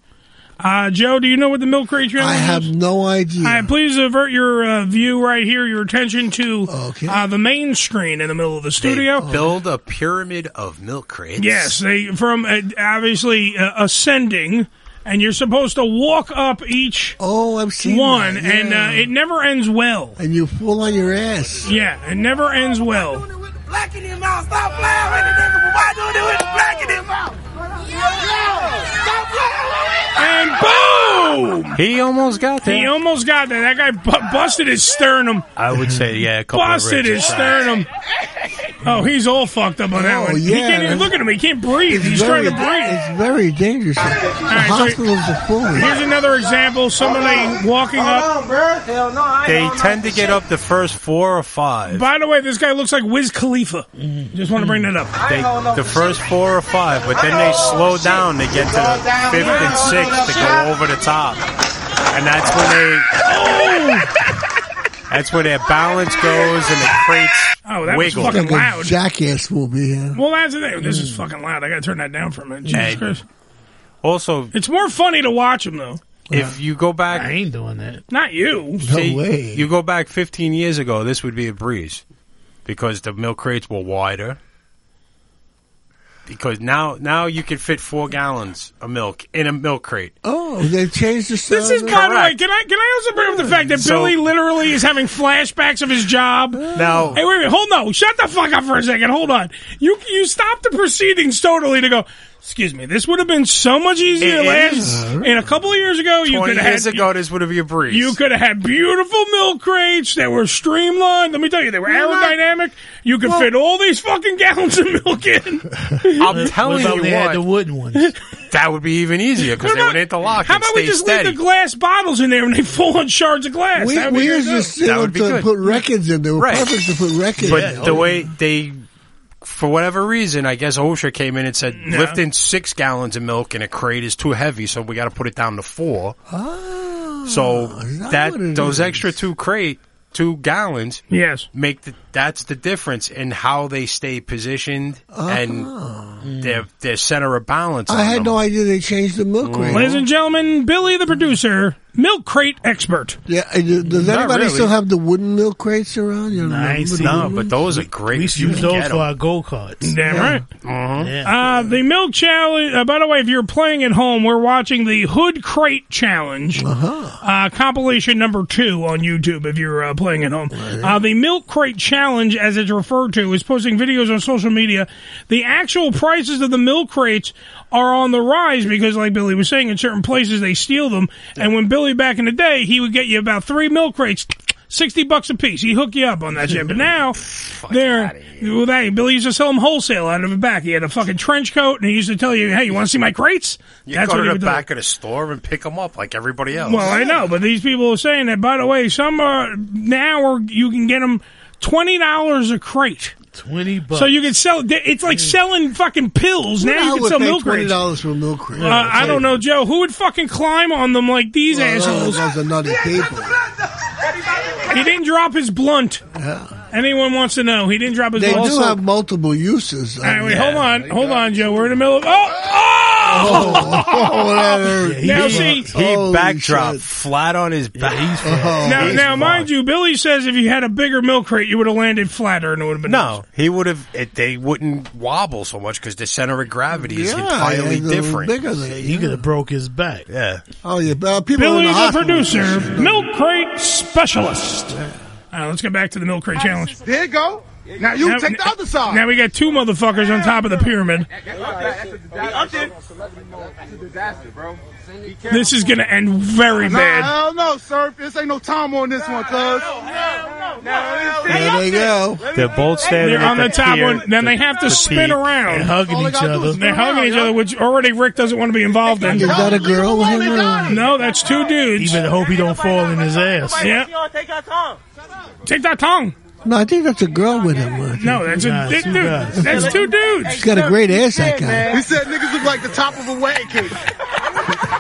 Uh, Joe, do you know what the milk crate challenge? I have
no idea.
please avert your uh, view right here, your attention to uh, the main screen in the middle of the studio.
Build a pyramid of milk crates.
Yes, they from uh, obviously uh, ascending, and you're supposed to walk up each.
Oh, I've seen
one,
that,
and
yeah.
uh, it never ends well.
And you fall on your ass.
Yeah, it never ends well.
Black in his mouth. Stop playing with the nigga. But why do you do it? Black in his mouth. Stop playing with it.
And boom!
He almost got there.
He almost got there. That guy bu- busted his sternum.
I would say, yeah, a couple
Busted
of
his
ribs.
sternum. Oh, he's all fucked up on that
Oh,
one. he
yeah,
can't even
that's-
look at him. He can't breathe. He's
very,
trying to breathe.
It's very dangerous. the
right, so-
hospitals are full. of it.
Here's another example. Somebody walking up. Hell no, I
They tend to get up the first four or five.
By the way, this guy looks like Wiz Khalifa.
Mm-hmm.
Just want to bring that up.
They, the first four or five, but then they slow down. They get to the fifth and sixth to go over the top, and that's when they. That's where their balance goes and the crates
Oh, that was
wiggle.
fucking
Like a
loud.
Jackass will be here.
Well, that's the thing. This is fucking loud. I gotta turn that down for a minute. Jesus
And
Christ.
Also,
It's more funny to watch him though.
if you go back,
I ain't doing that.
Not you.
See, You go back 15 years ago, this would be a breeze because the milk crates were wider. Because now, now you can fit four gallons of milk in a milk crate.
Oh, they changed the.
This is by the way. Can I can I also bring up the fact that
So-
Billy literally is having flashbacks of his job?
No.
Hey, wait a minute. Hold on. Shut the fuck up for a second. Hold on. You you stop the proceedings totally to go. Excuse me. This would have been so much easier
It
last
is.
in a couple of years ago. You
20
could have
years
had,
ago, this would have been a breeze.
You could have had beautiful milk crates that were streamlined. Let me tell you, they were
Well, not-
aerodynamic. You could
well-
fit all these fucking gallons of milk in.
I'm telling
about
you
they
what,
had the
wooden ones.
that would be even easier because they would interlock.
How
and
about we
stay
just
steady.
leave the glass bottles in there and they fall on shards of glass?
We,
That would
we
be
used
good.
to sit up to put records in. They were
Right.
perfect to put records.
But
in.
the way they, for whatever reason, I guess OSHA came in and said
No.
lifting six gallons of milk in a crate is too heavy, so we got to put it down to four. so that, those extra two crate two gallons,
yes,
make the, that's the difference in how they stay positioned and their their center of balance.
I
on
had
them.
no idea they changed the milk
Mm-hmm.
rate.
Ladies and gentlemen, Billy the producer, milk crate expert.
Yeah, and you- does
Not
anybody
really.
still have the wooden milk crates around? You remember the
No,
wooden
but
ones?
those are
We
great. You
used
can
those
get
for
'em.
our go karts.
Damn right.
Mhm.
Uh, the milk challenge. Uh, by the way, if you're playing at home, we're watching the Hood Crate Challenge, uh-huh. compilation number two on YouTube. If you're uh, playing at home, uh, the Milk Crate Challenge, as it's referred to, is posting videos on social media. The actual prices of the milk crates are on the rise because, like Billy was saying, in certain places they steal them. And when Billy back in the day, he would get you about three milk crates. 60 bucks a piece. He hook you up on that shit. But now, they're, well, they, Billy used to sell them wholesale out of the back. He had a fucking trench coat and he used to tell you, hey, you want to see my crates?
You go to
he
the
would do.
back of the store and pick them up like everybody else.
Well, I know, but these people are saying that, by the way, some are now are, you can get them $20 a crate.
20 bucks.
So you can sell, it's like selling fucking pills. Now
Who
you
the
can
hell
sell
would pay
milk
Twenty
crates.
dollars for a milk crate.
Uh, I don't know, Joe. Who would fucking climb on them like these
Well,
assholes?
Those are nutty people.
He didn't drop his blunt. Anyone wants to know? He didn't drop his
They
blunt.
do have multiple uses.
All right, wait, hold on, hold on, Joe. We're in the middle of. Oh, Oh,
that
hurt. now see,
he backdropped flat on his back.
now, now mind you, Billy says if you had a bigger milk crate, you would have landed flatter and it would have been
no, he would have. it- They wouldn't wobble so much because the center of gravity is
Yeah,
entirely
and they're
different.
bigger than
you
it,
could have broke his back.
Yeah.
Oh yeah, uh, people are in
Billy
the
the
hospital.
producer, milk crate specialist. All right, let's get back to the milk crate challenge.
There you go. Now you take the other side.
Now we got two motherfuckers on top of the pyramid.
Up there. That's a disaster, bro.
This is going to end very
Nah,
bad.
hell no, sir. This ain't no time on this one, cuz.
There they go.
They're both standing.
They're on the
at
top
pier,
one. Then they have to
the
spin
peak.
around,
hugging each other.
They're hugging each other, which already Rick doesn't want to be involved in.
Is that a girl
hanging around? No, that's two dudes. Even hope he don't fall in his ass. Yeah, take that tongue.
No, I think that's a girl with him. I think.
No, that's a
Nah,
that-
two
dude,
guys.
that's two dudes.
She's got a great ass, that guy.
He said niggas look like the top of a wedding cake.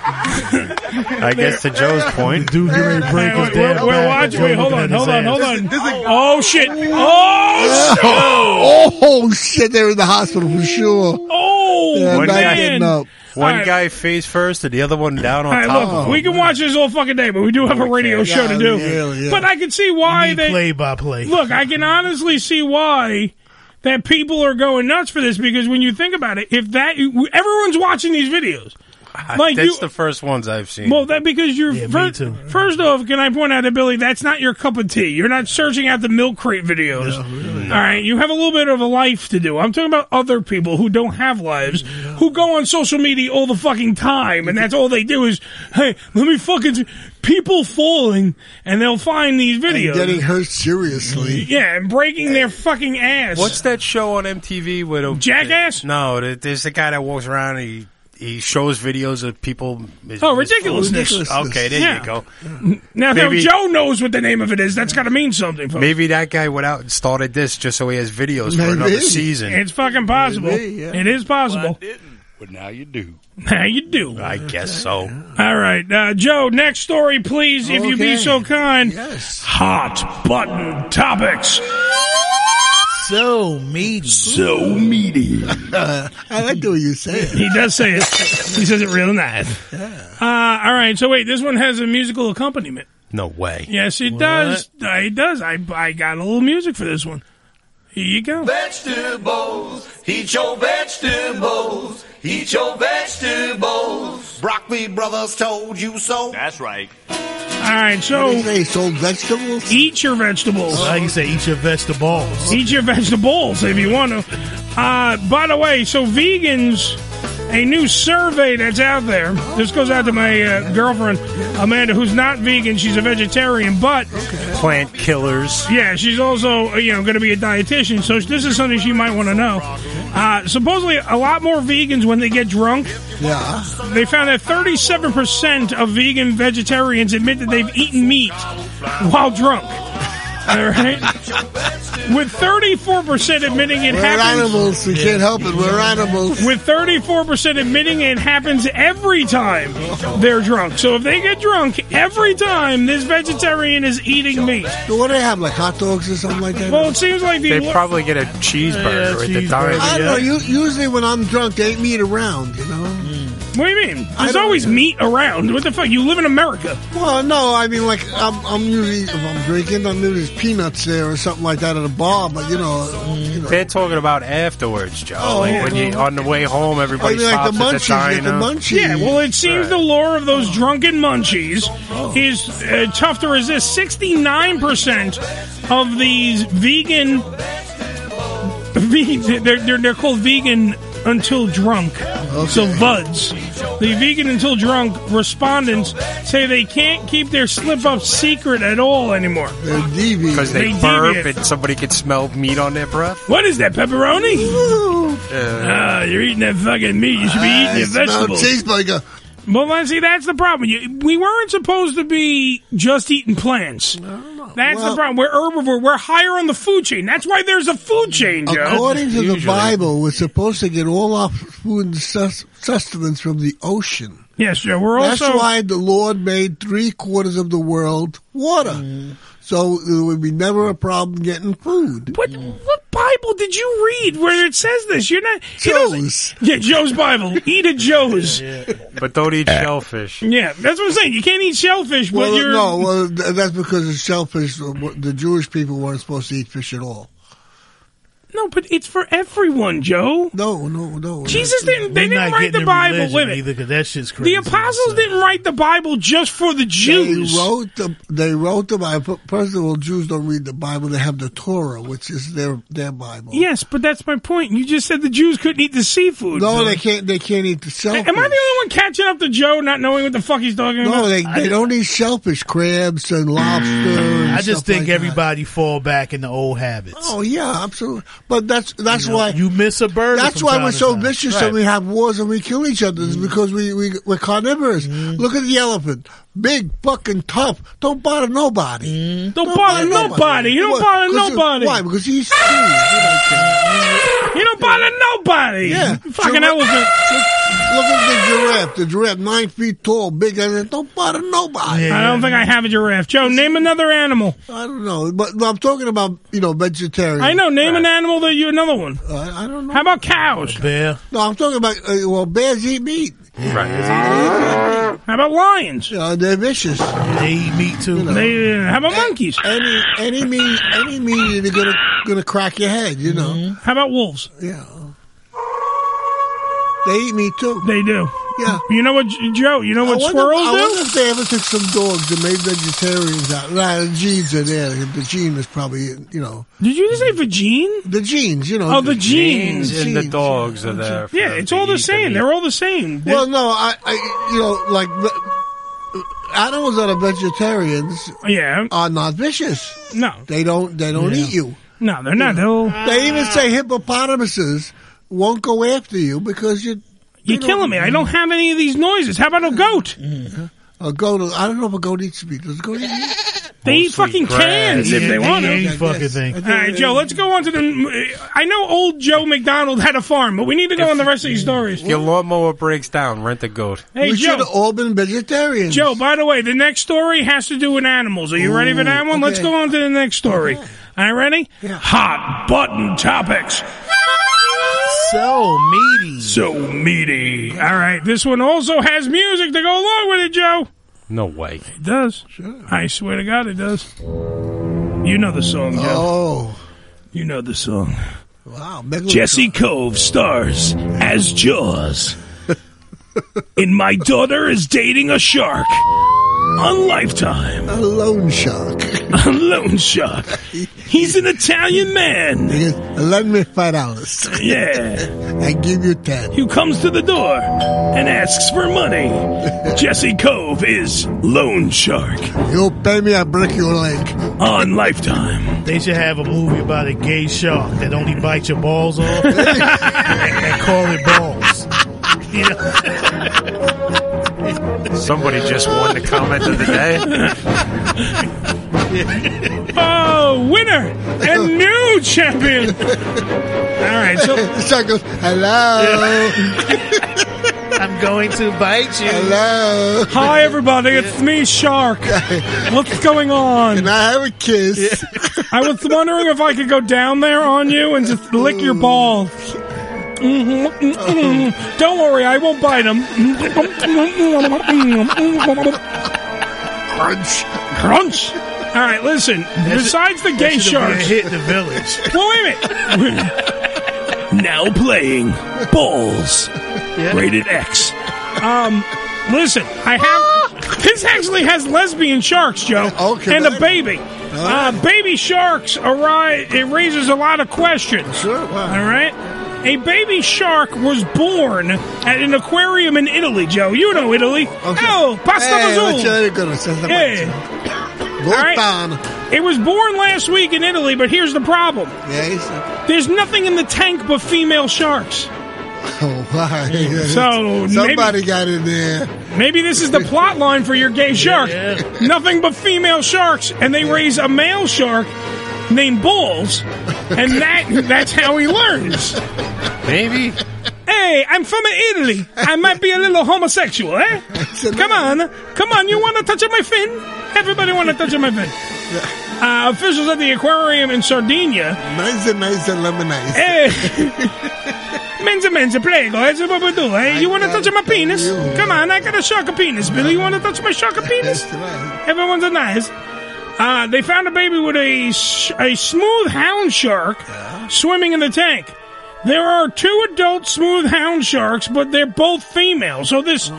I guess to Joe's point,
dude, you ready break
his damn We're watching. Wait, hold on, hold on, hold on. Oh shit! Oh shit!
Oh, oh, shit! They were in the hospital for sure.
Oh,
yeah,
one
back
guy,
getting up.
one
All right.
guy face first and the other one down on
All right,
top.
look, we can watch this all fucking day, but we do have a radio
can't.
show to
Yeah,
do.
really, yeah.
But I can see why they
play by play.
Look, I can honestly see why that people are going nuts for this because when you think about it, if that you- everyone's watching these videos, like
Ah, that's
you.
the first ones I've seen.
Well, that because you're first, first off, can I point out to Billy that's not your cup of tea. You're not searching out the milk crate videos. All right, you have a little bit of a life to do. I'm talking about other people who don't have lives, who go on social media all the fucking time, and that's all they do is, hey, let me fucking see people falling, and they'll find these videos.
Getting hurt seriously.
Yeah, and breaking their fucking ass.
What's that show on MTV with a
jackass?
No, th- there's the guy that walks around. And he he shows videos of people. his-
Oh,
his-
ridiculousness.
Okay, there
Yeah.
you go.
Now,
Maybe-
now Joe knows what the name of it is. That's got to mean something. Folks.
Maybe that guy went out and started this just so he has videos for another season.
It's fucking possible.
Maybe, yeah.
It is possible.
but now you do.
Now you do.
I guess so.
All right, uh, Joe. Next story, please, if you be
Okay.
so kind. Yes. Hot button topics.
So meaty.
So meaty. I like the way you say it.
He does say it. He says it real nice. Uh, all right. So wait, this one has a musical accompaniment.
No way.
Yes, it does. Uh, It does. I I got a little music for this one. Here you go.
Vegetables. Eat your vegetables. Eat your vegetables. Broccoli Brothers told you so. That's right.
All right, so
they sold vegetables.
Eat your vegetables.
I can say eat your vegetables.
Eat your vegetables if you want to. Uh, by the way, so vegans, a new survey that's out there. This goes out to my uh, girlfriend Amanda, who's not vegan; she's a vegetarian, but
Plant killers.
yeah, she's also uh, you know going to be a dietitian. So this is something she might want to know. Uh, supposedly, a lot more vegans when they get drunk.
Yeah.
They found that 37% of vegan vegetarians admit that they've eaten meat while drunk. All right? With 34% admitting it
We're
happens.
animals. We can't help it. We're animals.
With 34% admitting it happens every time they're drunk. So if they get drunk, every time this vegetarian is eating meat.
So what do they have, like hot dogs or something like that?
Well, it seems like the.
They probably get a cheeseburger at the diner.
I don't know. You, usually when I'm drunk, they ain't meat around, you know?
What do you mean?
I
There's
don't-
always meat around. What the fuck? You live in America.
Well, no, I mean, like, I'm, I'm usually, if I'm drinking, I'm usually there's peanuts there or something like that at a bar, but, you know, you know.
They're talking about afterwards, Joe.
Oh,
like
yeah.
when you on the way home, everybody
I mean, like the
stops
munchies,
at
like
the
the
diner.
munchies. Oh.
Yeah, well, it seems the lore of those drunken munchies is uh, tough to resist. 69% of these vegan. ve- They're, they're, they're called vegan until drunk. So, VUDs. The vegan until drunk respondents say they can't keep their slip up secret at all anymore.
because they,
They
burp
deviate.
and somebody can smell meat on their breath.
What is that, pepperoni? Ah, you're eating that fucking meat. You should be
Ah,
eating your vegetables.
cheeseburger.
Well, let's see, that's the problem. You, we weren't supposed to be just eating plants. That's the problem. We're herbivore. We're higher on the food chain. That's why there's a food chain, Joe.
According to the Bible, we're supposed to get all our food and sus- sustenance from the ocean.
Yes, Joe. We're
That's
also
why the Lord made three quarters of the
Mm.
world water. So there would be never a problem getting food.
What, what Bible did you read where it says this? You're not Joe's. Yeah, Joe's Bible. Eat a Joe's. Yeah,
But don't eat shellfish.
that's what I'm saying. You can't eat shellfish, but
Well,
you're
no, well, th- that's because it's shellfish. The Jewish people weren't supposed to eat fish at all.
No, but it's for everyone, Joe.
No, no, no.
Jesus didn't. They didn't write the Bible with it.
either, 'cause that shit's crazy.
The apostles didn't write the Bible just for the Jews.
They wrote the. They wrote the Bible. First of all, Jews don't read the Bible. They have the Torah, which is their their Bible.
Yes, but that's my point. You just said the Jews couldn't eat the seafood.
No, they can't. They can't eat the shellfish.
Am I the only one catching up to Joe, not knowing what the fuck he's talking about?
No, they, they don't eat shellfish, crabs, and lobster. and
I
stuff
just think
like that.
everybody fall back in the old habits.
Oh yeah, absolutely. But that's that's why
you miss a bird.
That's
from
why
time
we're
to
so
time.
vicious
Right.
and we have wars and we kill each other
Mm-hmm.
is because we we we're carnivorous. Look at the elephant, big, fucking tough. Don't bother nobody.
Mm-hmm. Don't, bother nobody. You don't
What?
bother
'Cause you-
nobody.
Why? Because he's huge. You don't care.
You don't bother nobody.
Yeah,
You fucking
Giraffe-
elephant.
Look, look at the giraffe. The giraffe, nine feet tall, big. And don't bother nobody.
I don't think I have a giraffe. Joe, name another animal.
I don't know, but but I'm talking about you know vegetarian. Uh,
I know. Name an animal that you another one.
I, I don't know.
How about cows?
Bear.
No, I'm talking about uh, well, bears eat meat.
Right. How about lions?
Uh, they're vicious.
They eat meat too.
They, uh, how about monkeys?
Any any meat any meat eater gonna gonna crack your head. You know.
Mm-hmm. How about wolves?
Yeah. They eat meat too.
They do.
Yeah.
You know what, J- Joe? You know
I
what
wonder,
squirrels
I wonder
do?
if they ever took some dogs and made vegetarians out. Nah, the genes are there. The gene is probably you know.
Did you say vagine?
The genes, you know.
Oh, the genes.
Genes
and the dogs are there.
Yeah, it's all the same. They're all the same. They're-
Well, no, I, I you know, like ve- animals that are vegetarians,
yeah,
are not vicious.
No,
they don't. They don't
Yeah.
eat you.
No, they're not.
They even say hippopotamuses won't go after you because you.
You're killing me. I don't have any of these noises. How about a goat?
Mm-hmm. A goat. I don't know if a goat eats meat. Does a goat eat meat?
They eat fucking
grass.
cans if
Yeah,
they
they
want to.
eat any fucking thing.
All right, Joe, let's go on to the. I know old Joe McDonald had a farm, but we need to go on the rest of these stories.
If your lawnmower breaks down, rent a goat.
Hey,
we
Joe.
should have all been vegetarians.
Joe, by the way, the next story has to do with animals. Are you ready for that one? Let's
okay.
go on to the next story. All right, ready? Hot button topics.
So meaty.
So meaty. All right, this one also has music to go along with it, Joe.
No way.
It does. I swear to God, it does. You know the song, Joe.
Oh.
You know the song.
Wow. Megalodon.
Jesse Cove stars as Jaws. and my daughter is dating a shark on Lifetime.
A loan shark.
A loan shark. He's an Italian man.
He goes, Lend me five dollars.
Yeah.
I give you ten.
who comes to the door and asks for money. Jesse Cove is Loan Shark
You pay me, I break your leg.
on Lifetime.
They should have a movie about a gay shark that only bites your balls off and, and call it balls. You know?
Somebody just won the comment of the day.
Oh, winner and new champion. All right, so
shark goes, hello.
I'm going to bite you.
Hello.
Hi, everybody. It's me, Shark. What's going on? Can
I have a kiss?
I was wondering if I could go down there on you and just lick your balls. Mhm, mm, mm. Don't worry, I won't bite them.
Crunch.
Crunch. All right, listen. Besides the gay
That should have been a
sharks.
hit in the village.
Well, wait a minute.
Now playing Balls. Rated X.
Um, listen, I have this actually has lesbian sharks, Joe,
okay,
and a
then.
baby. Uh, baby sharks arise. It raises a lot of questions. Sure, wow. all right. A baby shark was born at an aquarium in Italy, Joe. You know Italy. Oh, pasta
Hey,
mazzola.
what's your goodness? That's the
Yeah.
Go
All right.
down.
It was born last week in Italy, but here's the problem.
Yeah,
There's nothing in the tank but female sharks.
Oh, wow.
Mm. So,
somebody
maybe-
got in there.
Maybe this is the plot line for your gay shark. Nothing but female sharks, and they raise a male shark named Balls, and that that's how he learns.
Maybe.
Hey, I'm from Italy. I might be a little homosexual, eh? Come on, come on. You want to touch my fin? Everybody want to touch my fin? Uh, officials at the aquarium in Sardinia. Eh, Nice and nice and lemonade. Hey. Menza, menza, prego. eh, That's what we do. Hey, you want to touch my penis? Come on, I got a shark penis, Billy. You want to touch my shark penis? Everyone's a nice. Uh, they found a baby with a, s- a smooth hound shark swimming in the tank. There are two adult smooth hound sharks, but they're both female. So this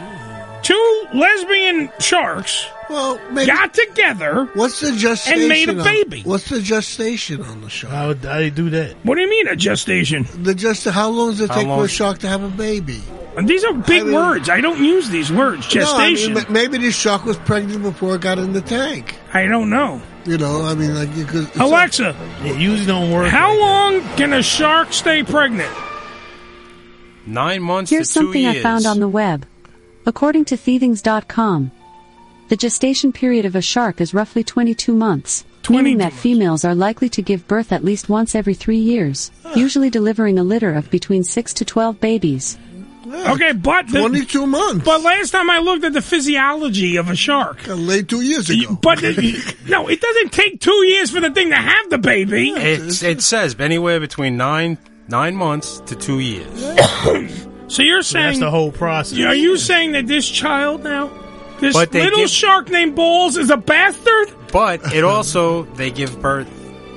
two lesbian sharks well, got together. What's the
gestation
and made a
on-
baby?
what's the gestation on the shark?
How would I do that?
What do you mean a gestation?
The just how long does it
How
take
long-
for a shark to have a baby?
And these are big words. I don't use these words. Gestation.
No, I mean, ma- maybe this shark was pregnant before it got in the tank.
I don't know.
You know, I mean, like you could.
Alexa,
usually don't work.
How long can a shark stay pregnant?
Nine months
Here's
to two
something
years.
I found on the web. According to thievings.com, the gestation period of a shark is roughly 22 months, meaning that females are likely to give birth at least once every three years, usually delivering a litter of between 6 to 12 babies.
Okay, but twenty-two months. But last time I looked at the physiology of a shark, late two years ago. But the- no, it doesn't take two years for the thing to have the baby.
It, it says anywhere between nine nine months to two years.
so you're saying
the
whole process.
Are you saying that this child now, this
But they
little
give-
shark named Balls, is a bastard?
But it also they give birth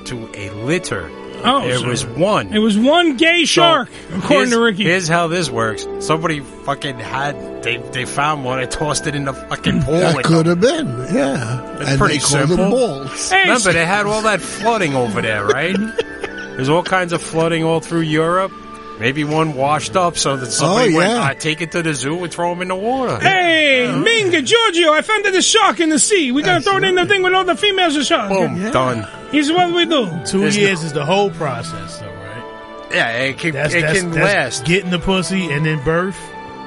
to a litter.
Oh,
there
so-
was one.
It was one gay shark, according
here's,
to Ricky.
Here's how this works. Somebody fucking had they they found one and tossed it in the fucking pool.
That
with
could have
them.
been, yeah.
It's
And
pretty
they call
simple.
them balls.
Remember, they had all that flooding over there, right? There's all kinds of flooding all through Europe. Maybe one washed up, so that somebody
Oh,
went,
yeah.
I take it to the zoo and throw him in the water.
Hey, Minga, Giorgio, I found the shark in the sea. We gotta throw it in the thing with all the females are shark.
Boom, done.
Here's what we do.
Two
There's
years
no-
is the whole process, though, right?
Yeah, it can, it can last.
Getting the pussy and then birth.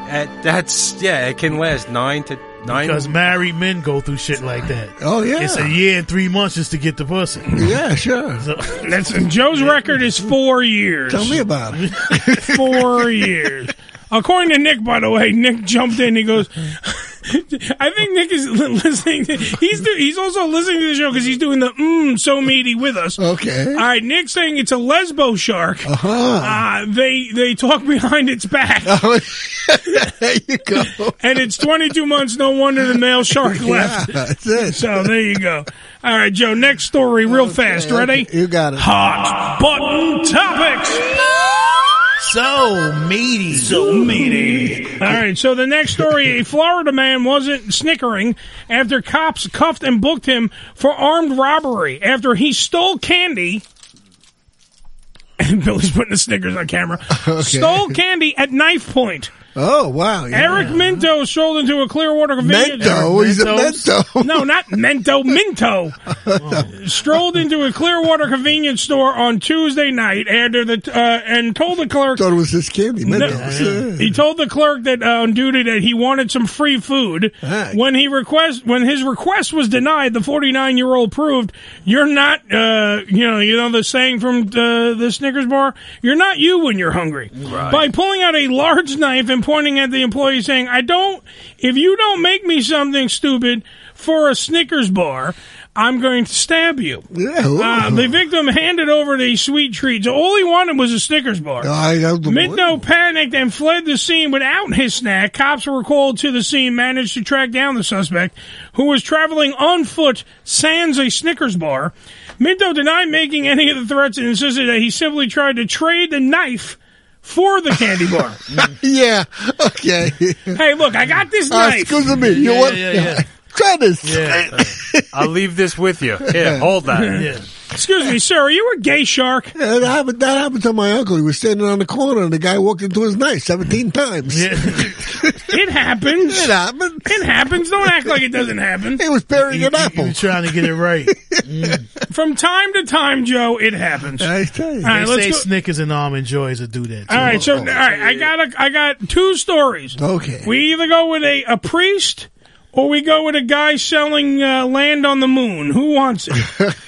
At, that's yeah, it can last nine to nine.
Because married men go through shit like that.
Oh, yeah.
it's a year and three months just to get the pussy.
Yeah, sure.
That's Joe's record is four years.
Tell me about it.
four years. According to Nick, by the way, Nick jumped in. He goes, I think Nick is li- listening. To, he's do, he's also listening to the show because he's doing the mmm so meaty with us. Okay. All right, Nick's saying it's a lesbo shark. Uh-huh. They they talk behind its back.
Oh,
there you go. and it's 22 months. No wonder the male shark
Yeah,
left. that's it. So there you go. All right, Joe. Next story, real fast. Ready? You got it. Hot button topics.
So meaty.
So meaty. All right, so the next story a Florida man wasn't snickering after cops cuffed and booked him for armed robbery after he stole candy. And Billy's putting the Snickers on camera. Stole candy at knife point.
Oh wow! yeah.
Eric Minto strolled into a Clearwater convenience.
Mento?
Eric
He's a
Mentos? No, not Mento. Minto strolled into a Clearwater convenience store on Tuesday night after the uh, and told the clerk
Thought it was this candy. Mentos.
he told the clerk that uh, on duty that he wanted some free food. When he request when his request was denied, the 49 year old proved you're not uh, you know you know the saying from uh, the Snickers bar you're not you when you're hungry by pulling out a large knife and pointing at the employee saying I don't if you don't make me something stupid for a Snickers bar. I'm going to stab you. Uh, the victim handed over the sweet treats. All he wanted was a Snickers bar.
I know the
Midno panicked and fled the scene without his snack. Cops were called to the scene, managed to track down the suspect, who was traveling on foot, sans a Snickers bar. Minto denied making any of the threats and insisted that he simply tried to trade the knife for the candy bar.
yeah. Okay.
hey, look, I got this
Uh,
knife.
excuse me. You want? Try this.
I'll leave this with you. Here, hold that.
Excuse me, sir. Are you a gay shark?
Yeah, that happened. That happened to my uncle. He was standing on the corner, and the guy walked into his knife seventeen times.
It happens.
It happens.
It happens. Don't act like it doesn't happen.
He was burying an apple.
trying to get it right.
From time to time, Joe, it happens. I tell
They
All right, let's
say
go.
Snickers and almond joys will do that. Too.
All right, so all right, I got a, I got two stories. Okay, we either go with a, a priest or we go with a guy selling uh, land on the moon. Who wants it?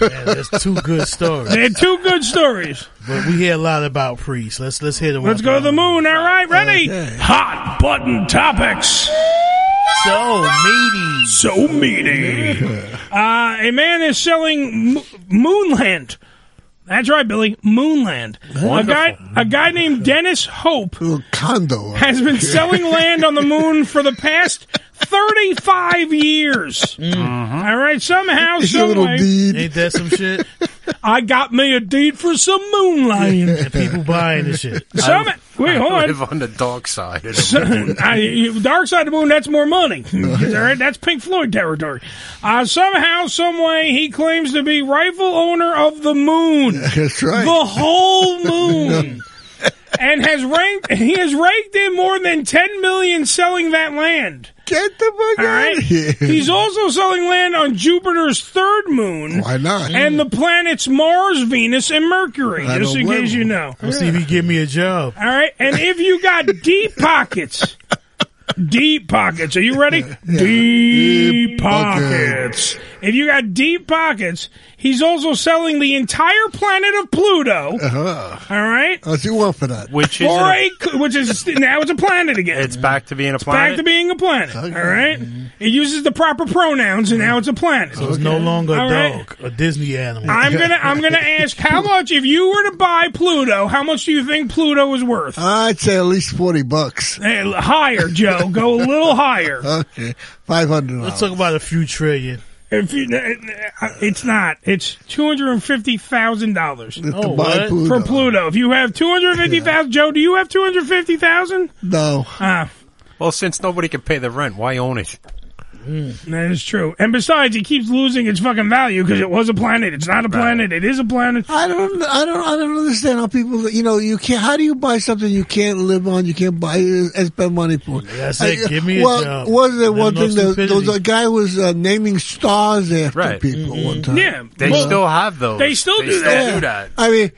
Yeah, that's two good stories.
They're two good stories.
But we hear a lot about priests. Let's let's hear the one.
Let's go to the moon. All right, ready? Hot button topics.
So
So
meaty.
meaty.
Uh, a man is selling m- Moonland. That's right, Billy. Moonland. A guy, a guy named Dennis Hope
condo
has been selling land on the moon for the past 35 years. All right, somehow,
It's Mm. a
some
little
way,
deed. Ain't that some shit?
I got me a deed for some moonland.
People buying this shit.
Some, wait, hold
I
on.
live on the dark side. Of the
So,
moon.
I, you- dark side of the moon, that's more money. All right, that's Pink Floyd territory. Uh, somehow, some way, he claims to be rightful owner of the moon.
That's right.
The whole moon. and has raked, he has raked in more than 10 million selling that land.
Get the fuck
All right?
here.
He's also selling land on Jupiter's third moon. Why
not?
And the planets Mars, Venus, and Mercury,
I
just
don't
in
blame
case you
him.
know.
Let's see if he give me a job.
All right. And if you got deep pockets, deep pockets, are you ready? deep, pockets. If you got deep pockets, he's also selling the entire planet of Pluto.
Uh-huh.
All right.
What's he want for that?
Which is
Or
a-
a, which is now it's a planet again.
It's back to being a
It's back
planet.
to being a planet.
Oh,
All right. It uses the proper pronouns, and now it's a planet.
So it's no longer a
All right?
dog, a Disney animal.
I'm gonna I'm gonna ask how much if you were to buy Pluto, how much do you think Pluto is worth?
I'd say at least 40 bucks.
Eh, higher, Joe. Go a little higher.
Okay. 500
Let's talk about a few trillion.
If you, uh, it's not. It's two hundred and fifty thousand dollars Oh,
To buy what? Pluto.
for Pluto. If you have two hundred fifty thousand, Joe, do you have two hundred fifty thousand?
No.
Ah,
Well, since nobody can pay the rent, why own it?
Mm.
that is true. And besides, it keeps losing its fucking value because it was a planet. It's not a planet. It is a planet.
I don't, I don't, I don't understand how people, that- you know, you can't. How do you buy something you can't live on? You can't buy it and spend money for.
That's it. Give me a
well,
job.
Wasn't there
Then
one
no
thing that there was
stupidity.
a guy was uh, naming stars after people one
Mm,
time?
Yeah,
They still have those.
They still
They
do
still
that.
do that.
I mean,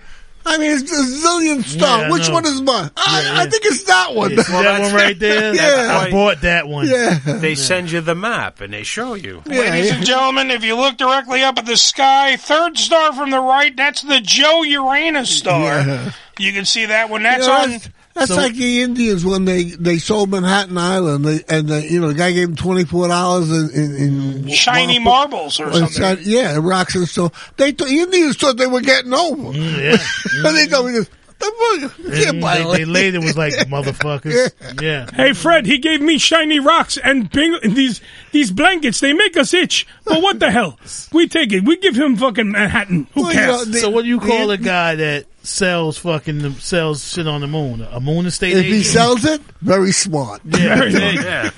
I mean, it's a zillion stars.
Yeah, I
Which
know.
one is mine? I, I think it's that one.
Yeah, Well, that that's- one right there?
yeah.
I bought that one.
Yeah.
They send you the map and they show you.
Ladies and gentlemen, if you look directly up at the sky, third star from the right, that's the Joe Uranus star.
Yeah.
You can see that one. That's
You know,
on.
That's, that's like the Indians when they, they sold Manhattan Island, they, and the, you know the guy gave them twenty four dollars in, in, in
Shiny marbles or
in
something.
shiny- yeah, rocks and so they th- Indians thought they were getting over,
Mm, yeah.
and they told me this. The fuck, you
They,
can't buy
they, they
land."
later was like, motherfuckers. Yeah.
Hey Fred, he gave me shiny rocks and bing- these these blankets. They make us itch. But what the hell? We take it. We give him fucking Manhattan. Who cares?
so what do you call a guy that sells fucking the, sells shit on the moon? A moon estate
if he
agent?
sells it, very smart.
yeah, yeah,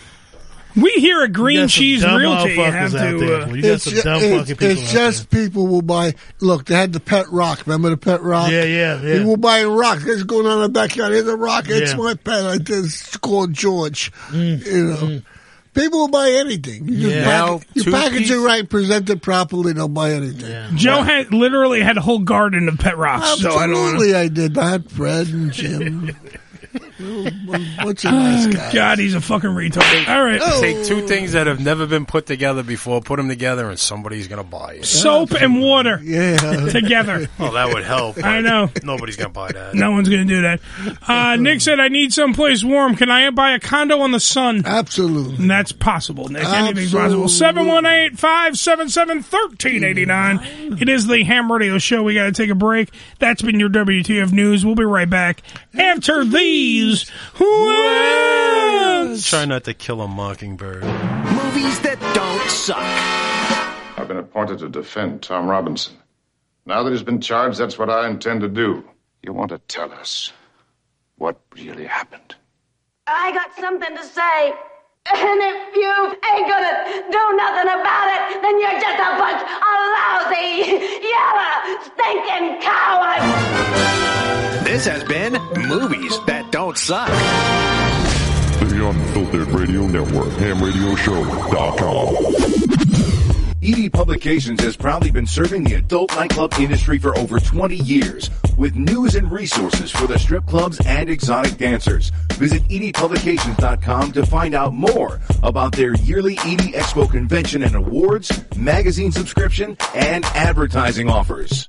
We here at
You
Green
got some
Cheese
dumb
Realty
motherfuckers
have
out
to.
there,
uh,
boy. You got some
ju-
dumb
it's,
fucking people
it's
out
just people will buy. Look, they had the pet rock. Remember the pet rock?
Yeah, yeah, yeah.
People were buying rocks. It's going on in the backyard. Here's a rock. It's
Yeah. Mm,
my pet. I just called George. You know, people will buy anything. You, just
Yeah.
pack-
Now,
you
two
package
piece-
it right, present it properly, they'll buy anything.
Joe had literally had a whole garden of pet rocks. So I don't wanna-
Absolutely, I, did that. Fred and Jim. What's a nice guy?
God, he's a fucking retard. All right.
Take two
Oh.
things that have never been put together before, put them together, and somebody's going to buy it.
Soap and water.
Yeah.
Together.
Well, that would help. but
I know.
Nobody's going to buy that.
No one's going to do that. Uh, Nick said, I need someplace warm. Can I buy a condo on the sun?
Absolutely.
And that's possible, Nick. Anything's possible. 718 577 1389. It is the Ham Radio Show. We got to take a break. That's been your WTF News. We'll be right back after these. Words.
Try not to kill a mockingbird.
Movies that don't suck.
I've been appointed to defend Tom Robinson. Now that he's been charged, that's what I intend to do. You want to tell us what really happened?
I got something to say. And if you ain't gonna do nothing about it, then you're just a bunch of lousy, yellow, stinking cowards.
This has been Movies That Don't Suck.
The Unfiltered Radio Network. HamRadioshow.com.
ED Publications has proudly been serving the adult nightclub industry for over 20 years with news and resources for the strip clubs and exotic dancers. Visit edpublications.com to find out more about their yearly ED Expo convention and awards, magazine subscription, and advertising offers.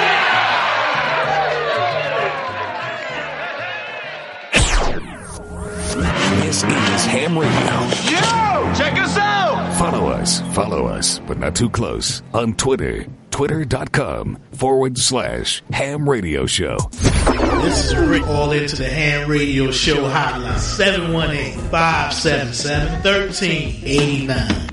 This is Ham Radio.
Yo! Check us out!
Follow us, follow us, but not too close on Twitter. Twitter.com forward slash ham radio show.
This is Rick All Into the Ham Radio Show Hotline 718 577 1389.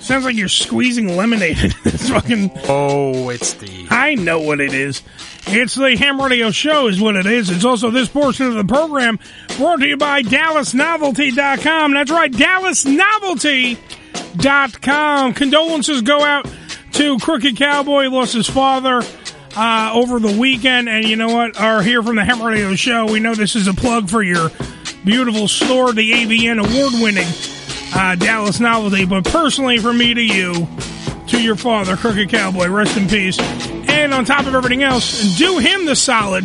Sounds like you're squeezing lemonade into this fucking.
Oh, it's the.
I know what it is. It's the Ham Radio Show, is what it is. It's also this portion of the program brought to you by DallasNovelty.com. That's right, DallasNovelty.com. Condolences go out to Crooked Cowboy, lost his father uh, over the weekend. And you know what? Are here from the Ham Radio Show. We know this is a plug for your beautiful store, the ABN award winning uh, Dallas Novelty, but personally from me to you, to your father, Crooked Cowboy, rest in peace. And on top of everything else, do him the solid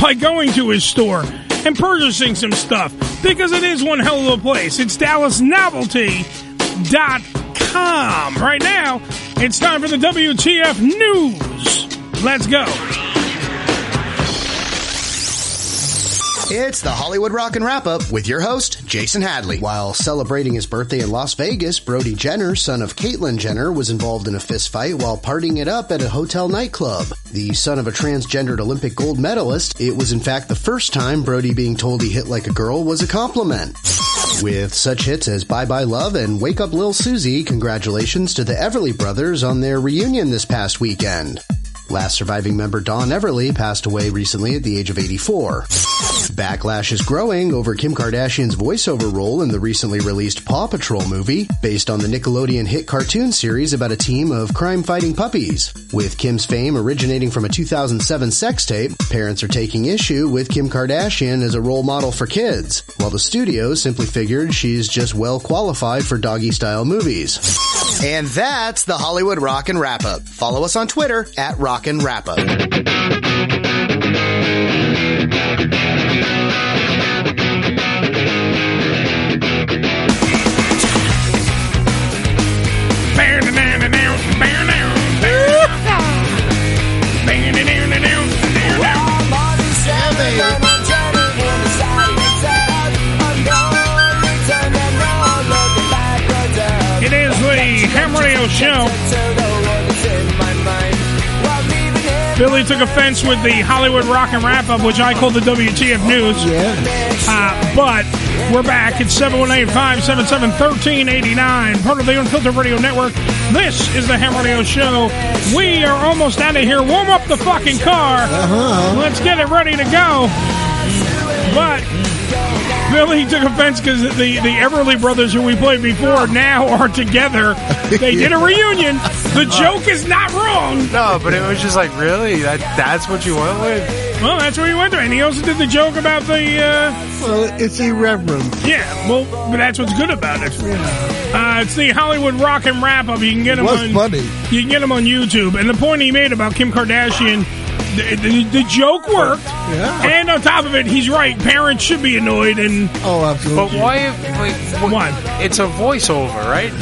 by going to his store and purchasing some stuff because it is one hell of a place. It's DallasNovelty.com. Right now, it's time for the WTF News. Let's go.
It's the Hollywood Rock and Wrap Up with your host, Jason Hadley. While celebrating his birthday in Las Vegas, Brody Jenner, son of Caitlyn Jenner, was involved in a fistfight while partying it up at a hotel nightclub. The son of a transgendered Olympic gold medalist, it was in fact the first time Brody being told he hit like a girl was a compliment. With such hits as Bye Bye Love and Wake Up Lil Susie, congratulations to the Everly brothers on their reunion this past weekend. Last surviving member Don Everly passed away recently at the age of 84. Backlash is growing over Kim Kardashian's voiceover role in the recently released Paw Patrol movie, based on the Nickelodeon hit cartoon series about a team of crime-fighting puppies. With Kim's fame originating from a 2007 sex tape, parents are taking issue with Kim Kardashian as a role model for kids, while the studio simply figured she's just well qualified for doggy-style movies. And that's the Hollywood Rock and Wrap Up. Follow us on Twitter at Rock and Wrap Up.
It is the Ham Radio Show. Billy took offense with the Hollywood Rock and Wrap Up, which I call the WTF News. Uh, but we're back. It's 718 577 1389, part of the Unfiltered Radio Network. This is the Ham Radio Show. We are almost out of here. Warm up the fucking car. Let's get it ready to go. But Billy took offense because the, the Everly brothers who we played before now are together. They did a reunion. The joke is not wrong.
No, but it was just like, really? That that's what you went with?
Well, that's what he went with. And he also did the joke about the. Uh,
well, it's irreverent.
Yeah, well, but that's what's good about it. Uh, it's the Hollywood Rock and Wrap Up. You can get
It
him
was
on.
funny.
You can get him on YouTube. And the point he made about Kim Kardashian, the, the, the joke worked.
Yeah.
And on top of it, he's right. Parents should be annoyed. And
oh, absolutely.
But why? If, like, what? It's a voiceover, right?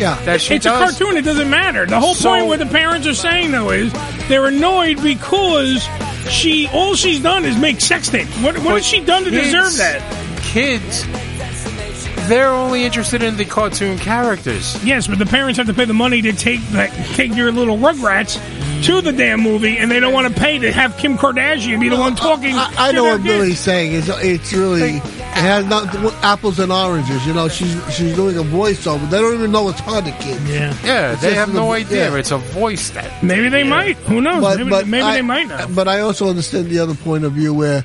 Yeah.
That she
it's
does.
a cartoon. It doesn't matter. The whole
So-
point what the parents are saying though is they're annoyed because she all she's done is make sex tapes. What what has she done to deserve
Kids-
that?
Kids, they're only interested in the cartoon characters.
Yes, but the parents have to pay the money to take that, take your little Rugrats to the damn movie, and they don't want to pay to have Kim Kardashian be the one talking.
I, I
to
know
their
what Billy's saying. It's it's really it has not apples and oranges. You know, she's she's doing a voiceover. They don't even know it's her the kids.
Yeah,
Yeah,
It's
they
just
have
the-
no idea.
yeah.
It's a voice that.
Maybe they might. Who knows?
But,
maybe
but
maybe
I,
they might not.
But I also understand the other point of view where.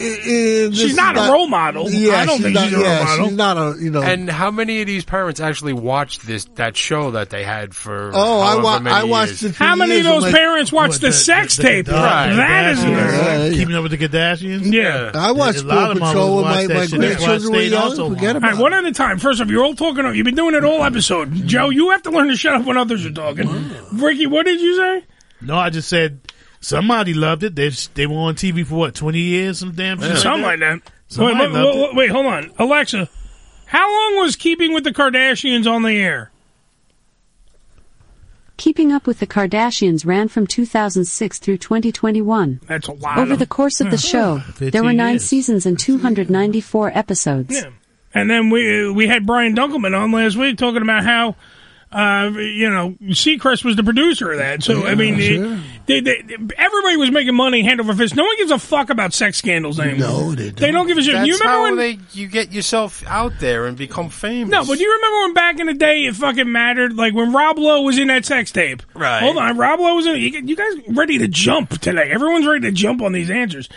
i- i- this
She's
is
not a role model.
Yeah,
I don't think she's a role
yeah,
model.
She's not a you know.
And how many of these parents actually watched this that show that they had for?
Oh, I
however
wa-
many
I watched
years?
it
How many of those parents watch
What,
the, sex tape?
Kardashians,
That is
Kardashians, Keeping up with the Kardashians.
Yeah.
I watched
A lot
Paw
of moms
Patrol when
watch
my,
that
my
shit. That's why I
grandchildren were
stayed
young.
out so
Forget
All
about Mm-hmm.
right, one at a time. First off, you're all talking. You've been doing it all episode. Joe, you have to learn to shut up when others are talking. Ricky, what did you say?
No, I just said somebody loved it. They they were on TV for what twenty years, some damn shit,
Something like that. Wait,
Somebody
wait,
loved
wait, wait, hold on. Alexa, how long was Keeping with the Kardashians on the air?
Keeping Up with the Kardashians ran from 2006 through 2021.
That's a lot.
Over the course of the show, there were nine seasons and 294 episodes.
And then we uh, we had Brian Dunkelman on last week talking about how, uh, you know, Seacrest was the producer of that. So I mean,
Yeah,
it- they, they, everybody was making money hand over fist. No one gives a fuck about sex scandals anymore. No, they don't. They don't give a shit.
That's
you remember
how
when
they, you get yourself out there and become famous.
No, but you remember when back in the day it fucking mattered? Like when Rob Lowe was in that sex tape.
Right.
Hold on, Rob Lowe was in. You, you guys ready to jump today? Everyone's ready to jump on these answers.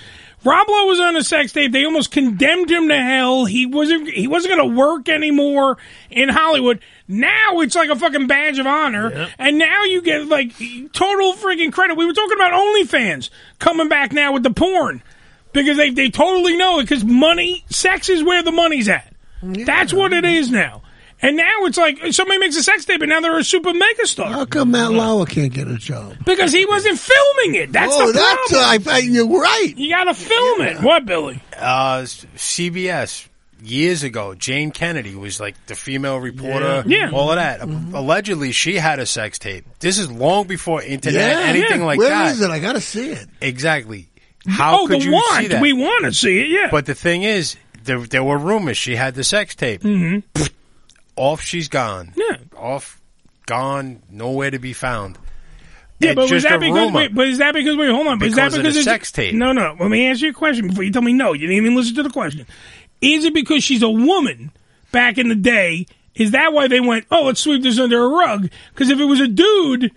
Rob Lowe was on a sex tape. They almost condemned him to hell. He wasn't. He wasn't going to work anymore in Hollywood. Now it's like a fucking badge of honor, and now you get like total freaking credit. We were talking about OnlyFans coming back now with the porn because they they totally know it because money, sex is where the money's at. That's what it is now. And now it's like somebody makes a sex tape, and now they're a super mega star. How
come Matt Lauer can't get a job?
Because he wasn't filming it. That's
oh,
the
that's
problem.
I, I, you're right.
You gotta film it. What, Billy?
uh, CBS years ago, Jane Kennedy was like the female reporter.
Yeah. Yeah.
all of that.
Mm-hmm.
Allegedly, she had a sex tape. This is long before internet, anything like
Where
that.
is it? I gotta see it.
Exactly. How
Oh,
could
the
you
want.
see that?
We want to see it. Yeah.
But the thing is, there, there were rumors she had the sex tape. Mm-hmm. Off, she's gone.
Mm. Yeah.
Off, gone, nowhere to be found.
Yeah,
It's
but was
just
that
a
because?
rumor.
Wait, but is that because? Wait, hold on. But is that
Because of
because
the
it's-
sex tape.
No, no. Let me ask you a question before you tell me no. You didn't even listen to the question. Is it because she's a woman? Back in the day, is that why they went? Oh, let's sweep this under a rug. Because if it was a dude,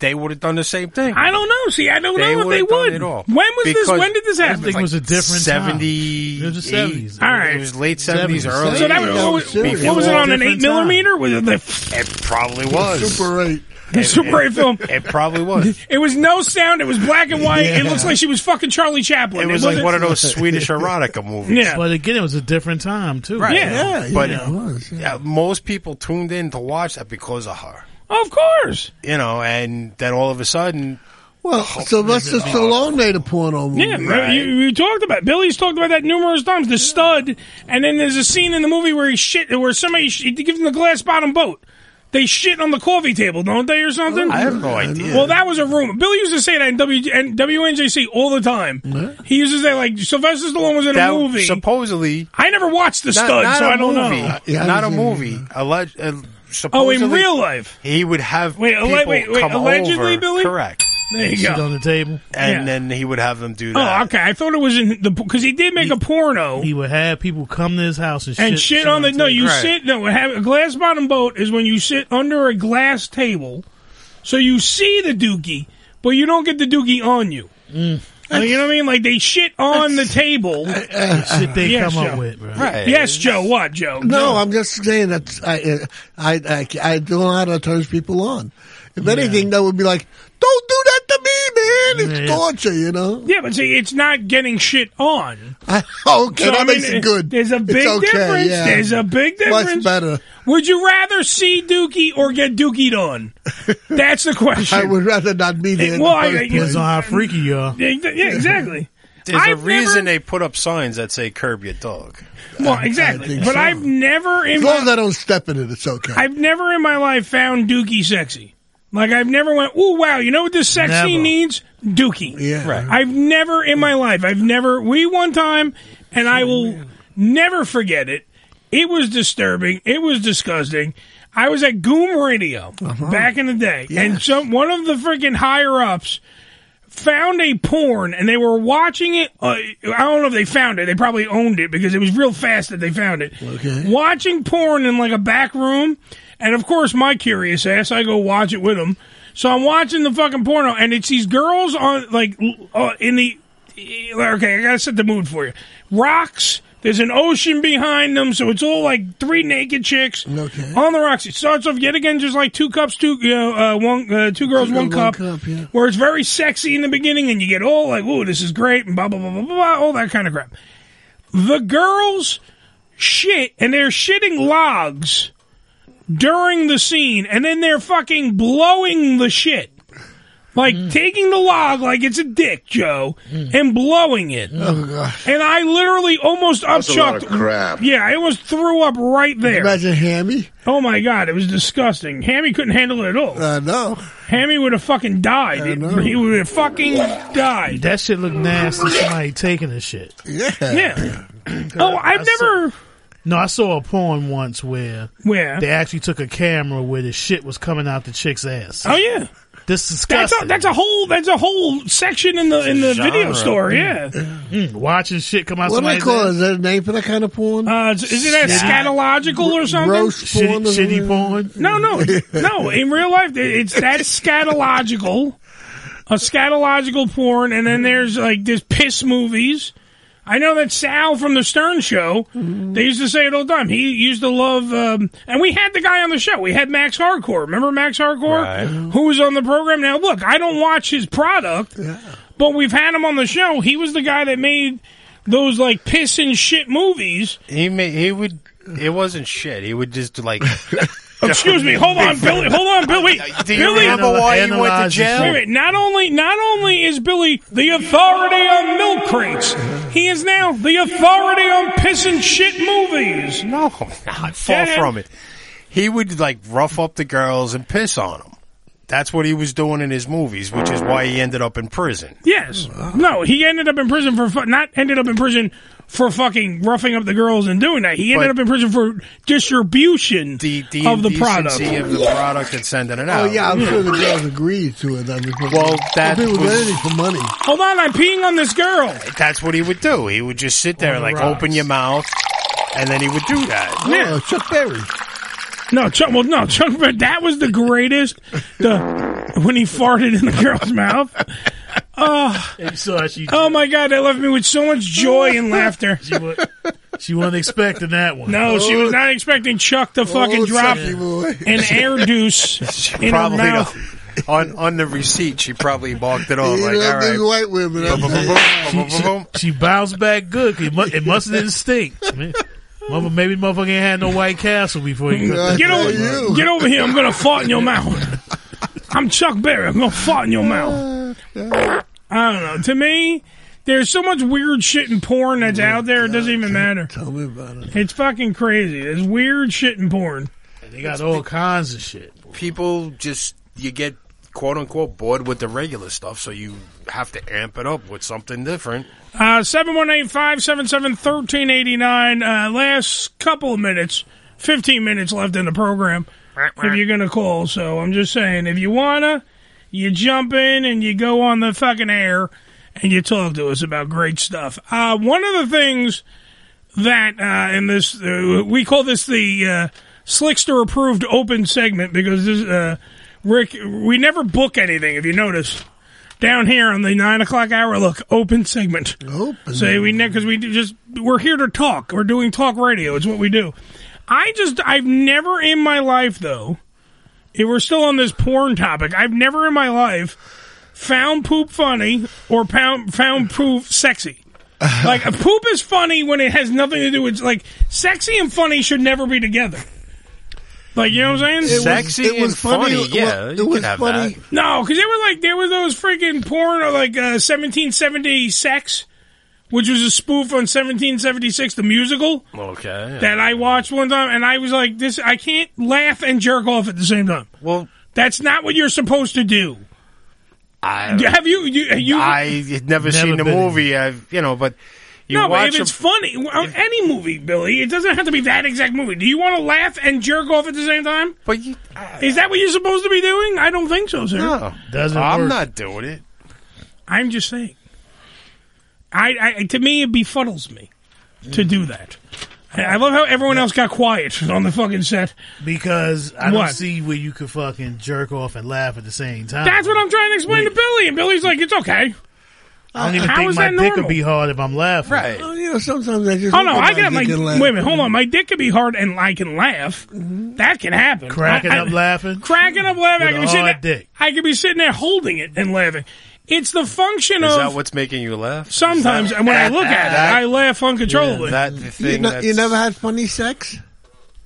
they would have done the same thing.
I don't know. See, I don't
They
know if they
would've done
would.
it all.
When was this?
Because
When did this
I
happen?
think it was a different time. 70 It was the 70s.
All right,
It was late 70s, early
So that was, what, was,
80s.
what was it on an
Different
eight
time.
millimeter? Was it the
It probably was.
Super 8.
The Super 8 film.
It probably was.
It was no sound. It was black and white. It
Yeah.
looks like she was fucking Charlie Chaplin.
It was like
wasn't-
one of those Swedish erotica movies.
Yeah.
But again, it was a different time too.
Right. but
yeah.
yeah, most people tuned in to watch that because of her.
Of course.
You know, and then all of a sudden,
Well, Sylvester Stallone made a porno movie.
Yeah, you, you talked about Billy's talked about that numerous times. The stud, and then there's a scene in the movie where he shit, where somebody sh- he gives him the glass bottom boat. They shit on the coffee table, don't they, or something?
I have no idea.
Well, that was a rumor. Billy used to say that in w- and WNJC all the time. He used to say like Sylvester Stallone was in
that
a movie.
supposedly
I never watched the
not,
stud,
not
so
a
I don't
movie,
know.
not a movie. Alleg- uh,
Oh, in
supposedly
real life.
he would have
Wait, alle-
people
wait, wait,
come
allegedly,
over,
Billy?
correct.
There you Sit go. on
the table,
and
Yeah.
then he would have them do that.
Oh, okay. I thought it was in the because he did make a porno.
He would have people come to his house and,
and shit, on the no. You
Right.
sit no. Have a glass bottom boat is when you sit under a glass
Mm.
table, so you see the dookie, but you don't get the dookie on you. Well, you know what I mean? Like they shit on the table.
shit they
Yes,
come up
Joe.
with, bro.
Right.
Yes, Joe. What, Joe?
No, I'm just saying that I, I, I, I don't know how to turn people on. If anything, that would be like, don't do that to me, man. It's torture, you know?
Yeah, but see, it's not getting shit on.
oh, okay, that makes it
eh,
good.
There's a
It's
big
okay,
difference.
yeah.
There's a big
Much
difference.
better.
Would you rather see Dookie or get Dookied on? That's the question.
I would rather not be there. in the
Well, I-
first
you-
place.
Depends on how freaky you are.
Oh, Yeah, exa- yeah, exactly.
There's
I've
a
never-
reason they put up signs that say "curb your dog."
Well, exactly.
think
But
so.
I've never in
As
my
long as I don't step in it, it's okay.
I've never in my life found Dookie sexy. Like I've never went, oh wow, you know what this sex scene
Never.
needs? Dookie.
Yeah. Right.
I've never in my life. I've never. We one time, and I will never forget it. It was disturbing. It was disgusting. I was at Goom Radio back in the day, and some one of the freaking higher ups found a porn and they were watching it. Uh, I don't know if they found it. They probably owned it because it was real fast that they found it. Okay. Watching porn in like a back room. And of course, my curious ass, I go watch it with them. So I'm watching the fucking porno and it's these girls on like l- uh, in the. Okay, I gotta set the mood for you. Rocks. There's an ocean behind them, so it's all like three naked chicks on the rocks. It starts off yet again, just like two cups, two you know, uh, one, uh, two girls, one,
one
cup where it's very sexy in the beginning and you get all like, ooh, this is great, and blah, blah, blah, blah, blah, blah, all that kind of crap. The girls shit, and they're shitting logs during the scene, and then they're fucking blowing the shit. Like taking the log like it's a dick, Joe, and blowing it. Oh, God. And I literally almost
That's a lot
upchucked.
of crap.
Yeah, I almost threw up right there.
Imagine Hammy.
Oh my God, it was disgusting. Hammy couldn't handle it at all.
I know.
Hammy would have fucking died. He would have fucking died.
That shit looked nasty. Somebody taking this shit.
Yeah.
Yeah. oh, I've never.
No, I saw a porn once where
Where?
they actually took a camera where the shit was coming out the chick's ass.
Oh yeah.
This is disgusting.
That's a, that's a whole that's a whole section in the in the
Genre.
video store. Yeah.
Mm, watching shit come out.
What do they
somebody's
call it?
ass.
Is that a name for that kind of porn?
Uh, Isn't that scatological or something?
Roast porn. or something?
porn.
No, no, no. In real life, it- it's that's scatological, a scatological porn, and then there's like this piss movies. I know that Sal from the Stern Show,
Mm-hmm.
they used to say it all the time. He used to love, um, and we had the guy on the show. We had Max Hardcore. Remember Max Hardcore, who was on the program? Now look, I don't watch his product, but we've had him on the show. He was the guy that made those like piss and shit movies.
He may, he would. It wasn't shit. He would just like.
Oh, Excuse me. Hold on, Billy. Hold on, Billy.
Do you
Billy,
remember why you went to jail?
Wait a minute. Not only, not only is Billy the authority on milk crates, he is now the authority on piss and shit movies.
No, not Oh, far from it. He would like rough up the girls and piss on them. That's what he was doing in his movies, which is why he ended up in prison.
Yes. No. He ended up in prison for fu- not ended up in prison for fucking roughing up the girls and doing that. He ended up in prison for distribution of the product.
Indecency of the product and sending it out.
Oh, yeah, I'm sure the girls agreed to it. I mean,
Well, that
people
was-
did anything for money.
Hold on, I'm peeing on this girl.
That's what he would do. He would just sit there and like open your mouth, and then he would do that.
Yeah,
Oh, Chuck Berry.
No, Chuck. Well, no, Chuck. Berry. That was the greatest. The when he farted in the girl's mouth. Oh, oh my God! That left me with so much joy and laughter.
She, wa- she wasn't expecting that one.
No, she
Oh.
was not expecting Chuck to fucking drop an air deuce in her
Probably
mouth.
on on the receipt. She probably balked
Oh,
it off.
You
Like,
know,
all
these
right,
white women. I'm
She, she, she bounced back good. 'cause It must, it must have didn't stink. Man, mother- maybe motherfucker ain't had no White Castle before he cooked
Get
that
over,
shit.
get over here! I'm gonna fart in your mouth. I'm Chuck Berry. I'm gonna fart in your mouth. I don't know. To me, there's so much weird shit in porn that's out there. It doesn't even matter.
Oh, Tell me about it.
It's fucking crazy. There's weird shit in porn.
They got all kinds of shit.
people just you get quote unquote bored with the regular stuff, so you have to amp it up with something different.
Uh, 718-577-1389. Uh, last couple of minutes, 15 minutes left in the program if you're going to call. So I'm just saying, if you want to, you jump in and you go on the fucking air and you talk to us about great stuff. Uh, one of the things that uh, in this, uh, we call this the uh, Slickster approved open segment because this, uh, Rick, we never book anything, if you notice. down here on the nine o'clock hour. Look, open segment. Open. Say we because we do just we're here to talk. We're doing talk radio. It's what we do. I just I've never in my life though. If we're still on this porn topic, I've never in my life found poop funny or pound, found poop sexy. Like a poop is funny when it has nothing to do with like sexy and funny should never be together. Like you know what I'm saying?
It was- Sexy it was and funny, funny, yeah, well, you it was can have funny. that.
No, because they were like there were those freaking porn or like uh, 1770 sex, which was a spoof on 1776 the musical
Okay.
that I watched one time, and I was like, "This, I can't laugh and jerk off at the same time."
Well,
that's not what you're supposed to do.
I
have you. you, you
I had never, seen the movie. I've you know, but you
no, but
watch
if it's funny, well, any movie, Billy, it doesn't have to be that exact movie. Do you want to laugh and jerk off at the same time?
But you,
is that what you're supposed to be doing? I don't think so, sir.
No, Oh. I'm not doing it.
I'm just saying. I, I to me it befuddles me to do that. I I love how everyone else got quiet on the fucking set
because I
what?
don't see where you could fucking jerk off and laugh at the same time.
That's what I'm trying to explain to Billy, and Billy's like, "It's okay."
I don't even
How
think
is
my
that
dick would
normal?
be hard if I'm laughing.
Right.
Oh, you know, sometimes I just.
Oh
look
no,
at
I got my wait
dick and
a
laugh.
minute, hold on. My dick can be hard, and I can laugh. That can happen.
Cracking
I-
up
I-
laughing.
cracking up laughing. I
With
can
a
be sitting.
hard
there, I can be sitting there holding it and laughing. It's the function
Is
of
that what's making you laugh?
sometimes, and when I look at
That-
it, I laugh uncontrollably.
that thing
You, ne- you never had funny sex?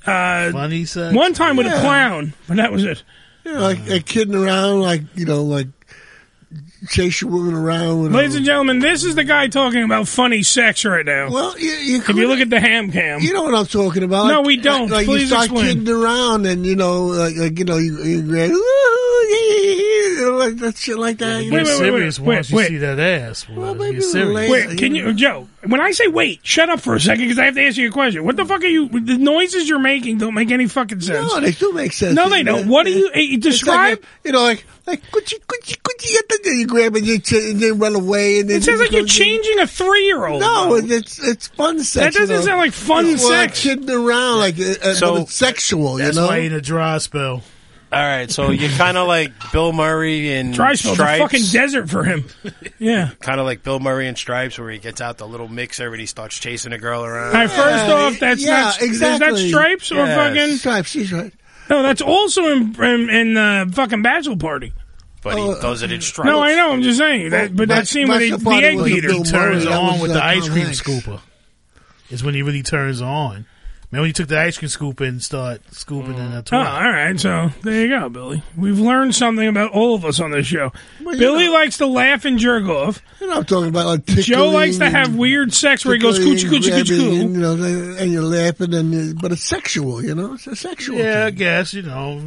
Uh,
funny sex.
One time with a
Yeah.
clown, but that was it.
You know, like uh, kidding around, like you know, like chase your woman around. With
Ladies and gentlemen, this is the guy talking about funny sex right now.
Well, you, you
if you look at the ham cam,
You know what I'm talking about?
No,
Like-
we don't.
Like,
Please
you start
explain.
kidding around, and you know, like, like you know, you, you grab, "Ooh, yeah, yeah, yeah," you know, like that shit like that.
You're serious once you see that ass. Well, you're serious.
Uh,
Wait, can you, Joe? When I say wait, shut up for a second because I have to answer your question. What the fuck are you? The noises you're making don't make any fucking sense.
No, they do make sense.
No, they don't. What do you eh, you
It's like
describe?
a- you know, like like coochie, coochie, coochie. I think you grab and you ch- and then run away, and then
It sounds like you're changing a three-year-old.
No, it's it's fun sex.
doesn't
you know.
sound like fun
It's more
sex.
Like kidding around, like uh, uh,
So-
but it's sexual. You
That's
know,
why you in a dry spell.
All right, so you're kind of like Bill Murray and
Dry spell's a
Stripes.
fucking desert for him. Yeah.
Kind of like Bill Murray and Stripes, where he gets out the little mixer and he starts chasing a girl around.
All right, first off, that's
yeah,
not
exactly.
Is that stripes or
Yes.
fucking
stripes? She's right.
No, that's also in in, in uh, fucking bachelor party.
but he does it in Stripes.
No, I know. I'm just saying that. But that scene where they, the egg beater
He turns on with
uh,
the ice cream
Hanks.
scooper. Is when he really turns on. Man, when you took the ice cream scoop and start scooping in a
Oh,
toilet.
all right. So there you go, Billy. We've learned something about all of us on this show. Billy likes to laugh and jerk off.
You know, I'm talking about like
Joe likes to
tickling
have
and-
weird sex where he goes
Tickling
coochie
and
coochie coochie
grabbing,
coo.
And, you know, they- and you're laughing, and you- but it's sexual. You know, it's a sexual.
Yeah, I
thing.
guess, you know,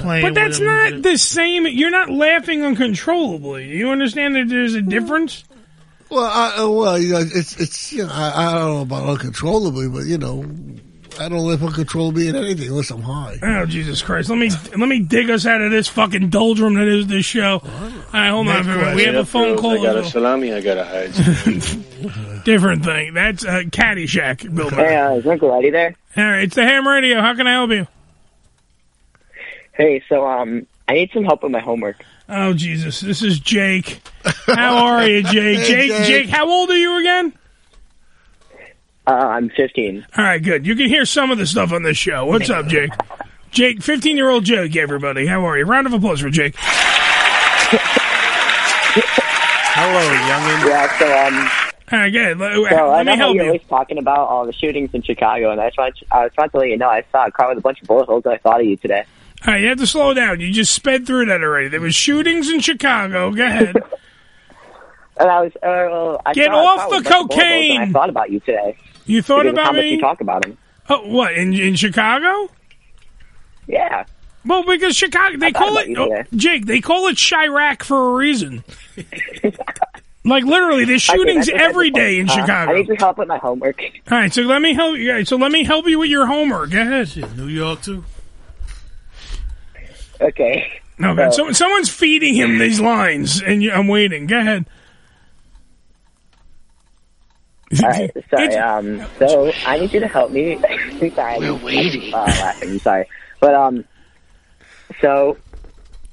playing
But that's
with him.
not the same. You're not laughing uncontrollably. You understand that there's a difference.
Well, I, uh, well, you know, it's it's. You know, I, I don't know about uncontrollably, but you know, I don't live uncontrollably in anything unless I'm high.
Oh Jesus Christ! Let me let me dig us out of this fucking doldrum that is this show. All right, hold on, everyone. We have a phone call.
I got a
as
salami. I got a hide.
well. Different thing. That's uh, Caddyshack. Bill Murray.
Hey, uh, is Uncle Eddie there?
All right, it's the Ham Radio. How can I help you?
Hey, so um, I need some help with my homework.
Oh Jesus! This is Jake. How are you, Jake?
Hey,
Jake,
Jake.
Jake, how old are you again?
Uh, I'm 15.
All right, good. You can hear some of the stuff on this show. What's up, Jake? Jake, fifteen-year-old Jake. Everybody, how are you? Round of applause for Jake.
Hello, youngin.
Yeah, so um,
All right, good. Let,
so I
Oh, let
know
me
how
help
you're
you.
always talking about all the shootings in Chicago, and I just want to, I just want to let you know I saw a car with a bunch of bullet holes. and I thought of you today.
All right, you have to slow down. You just sped through that already. There was shootings in Chicago. Go ahead.
And I was, uh, well, I
Get
saw a
off
car
the
with a bunch of bullet holes, and
cocaine!
I thought about you today.
You thought
because of
about
how
me?
much you talk about him.
Oh, what in in Chicago?
Yeah.
Well, because Chicago, they call
about
it
you
oh,
today.
Jake. They call it Chirac for a reason. like literally, there's
Okay,
shootings
that's what I
every
just-
day in
uh,
Chicago.
I need your help with my homework.
All right, so let me help you. all right, So let me help you with your homework. Go ahead.
New York too.
Okay.
No,
So-
God. So, someone's feeding him these lines, and you, I'm waiting. Go ahead.
All right, sorry. Um, so I need you to help me. sorry, we're waiting. Uh, laughing. Sorry, but um, so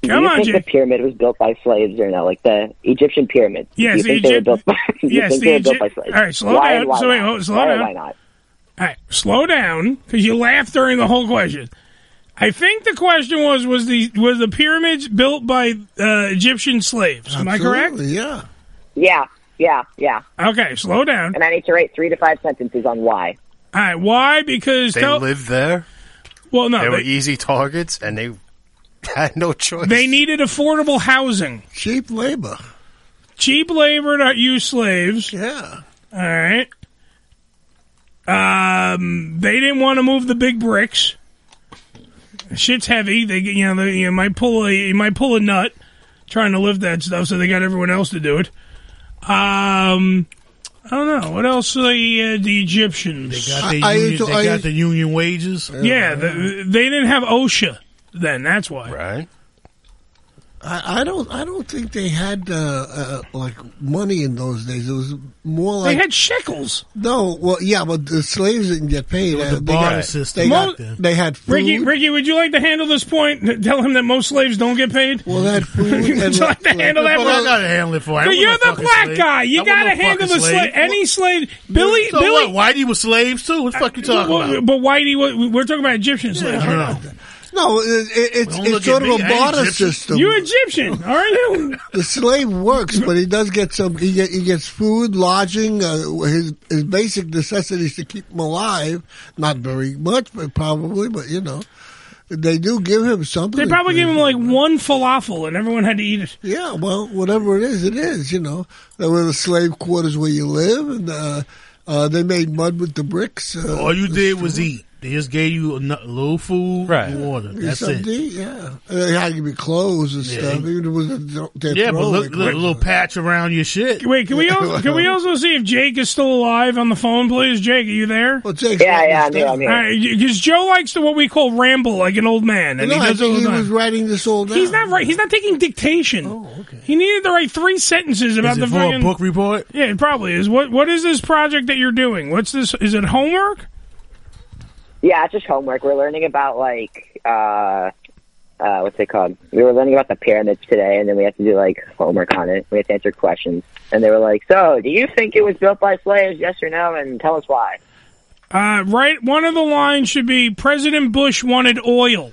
Come
do you
on,
think
Jay.
the pyramid was built by slaves or no? Like the Egyptian pyramid.
Yes,
do
the
you think they were
Egypt-
built by, do you
yes,
think
the
they were built by
Egypt-
slaves.
all right, slow
why,
down.
and Why
So wait,
not?
hold- slow
why, and
down.
Why not?
All right, slow down because you laughed during the whole question. I think the question was was the was the pyramids built by uh, Egyptian slaves? Am I correct?
Yeah.
Yeah, yeah, yeah.
Okay, slow down.
And I need to write three to five sentences on why.
All right, why? Because
They
tell-
lived there.
Well, no,
they, were
they-
easy targets, and they had no choice.
They needed affordable housing.
Cheap labor.
Cheap labor to use slaves.
Yeah.
All right. Um, they didn't want to move the big bricks. Shit's heavy. They, get- you know, they, you might pull a you might pull a nut trying to lift that stuff, so they got everyone else to do it. Um, I don't know what else. The uh, the Egyptians
They got, the union, they got the union wages.
yeah, the, they didn't have OSHA then. That's why.
Right.
I, I don't. I don't think they had uh, uh, like money in those days. It was more
They
like
had shekels.
No, well, yeah, but the slaves didn't get paid.
was a
Uh, they
barter
got,
system
They,
back
got,
then.
they had food.
Ricky, Ricky, would you like to handle this point? N- Tell him that most slaves don't get paid. Well,
that
would
food.
and
you like to
like-
handle that?
Well, I
one?
gotta handle it for you. I
But
want
You're
no
the
fucking
black
slave.
guy.
I
You
want no
gotta handle the
fucking
slave.
slave.
Any slave. Billy.
So
Billy. Uh,
what? Whitey was slaves too. What the fuck you talking
Well,
about?
But Whitey, wa- we're talking about Egyptian slaves. right?
No, it, it, it's
Don't look
it's sort
at
of a
me. I ain't
barter
Egyptian.
system.
You Egyptian, aren't you?
The slave works, but he does get some. He, get, he gets food, lodging, uh, his his basic necessities to keep him alive. Not very much, but probably, but you know, they do give him something.
They probably gave him like one falafel, and everyone had to eat it.
Yeah, well, whatever it is, it is. You know, there were the slave quarters where you live, and uh, uh, they made mud with the bricks. Uh,
All you did was eat. They just gave you a nu- little food, right. water.
Yeah,
That's
something
it.
to eat, yeah. And They had to give you clothes and
Yeah.
stuff. Even if it was a, their
Yeah, but
throwaway
look, look, a
clothes.
little patch around your shit.
Wait, can we also, can we also see if Jake is still alive on the phone, please? Jake, are you there?
Well, Jake,
Yeah, yeah, I'm here, I'm here.
because Joe likes to what we call ramble like an old man, and
No,
he
I
does it
think
all the
he
time.
was writing this all down.
He's not right. He's not taking dictation. Oh, okay. He needed to write three sentences about
it
the
for a
fucking
book report.
Yeah, it probably is. What What is this project that you're doing? What's this? Is it homework?
Yeah, it's just homework. We're learning about like uh, uh, what's it called? We were learning about the pyramids today, and then we have to do like homework on it. We have to answer questions, and they were like, "So, do you think it was built by slaves? Yes or no? And tell us why."
Uh, right. One of the lines should be President Bush wanted oil.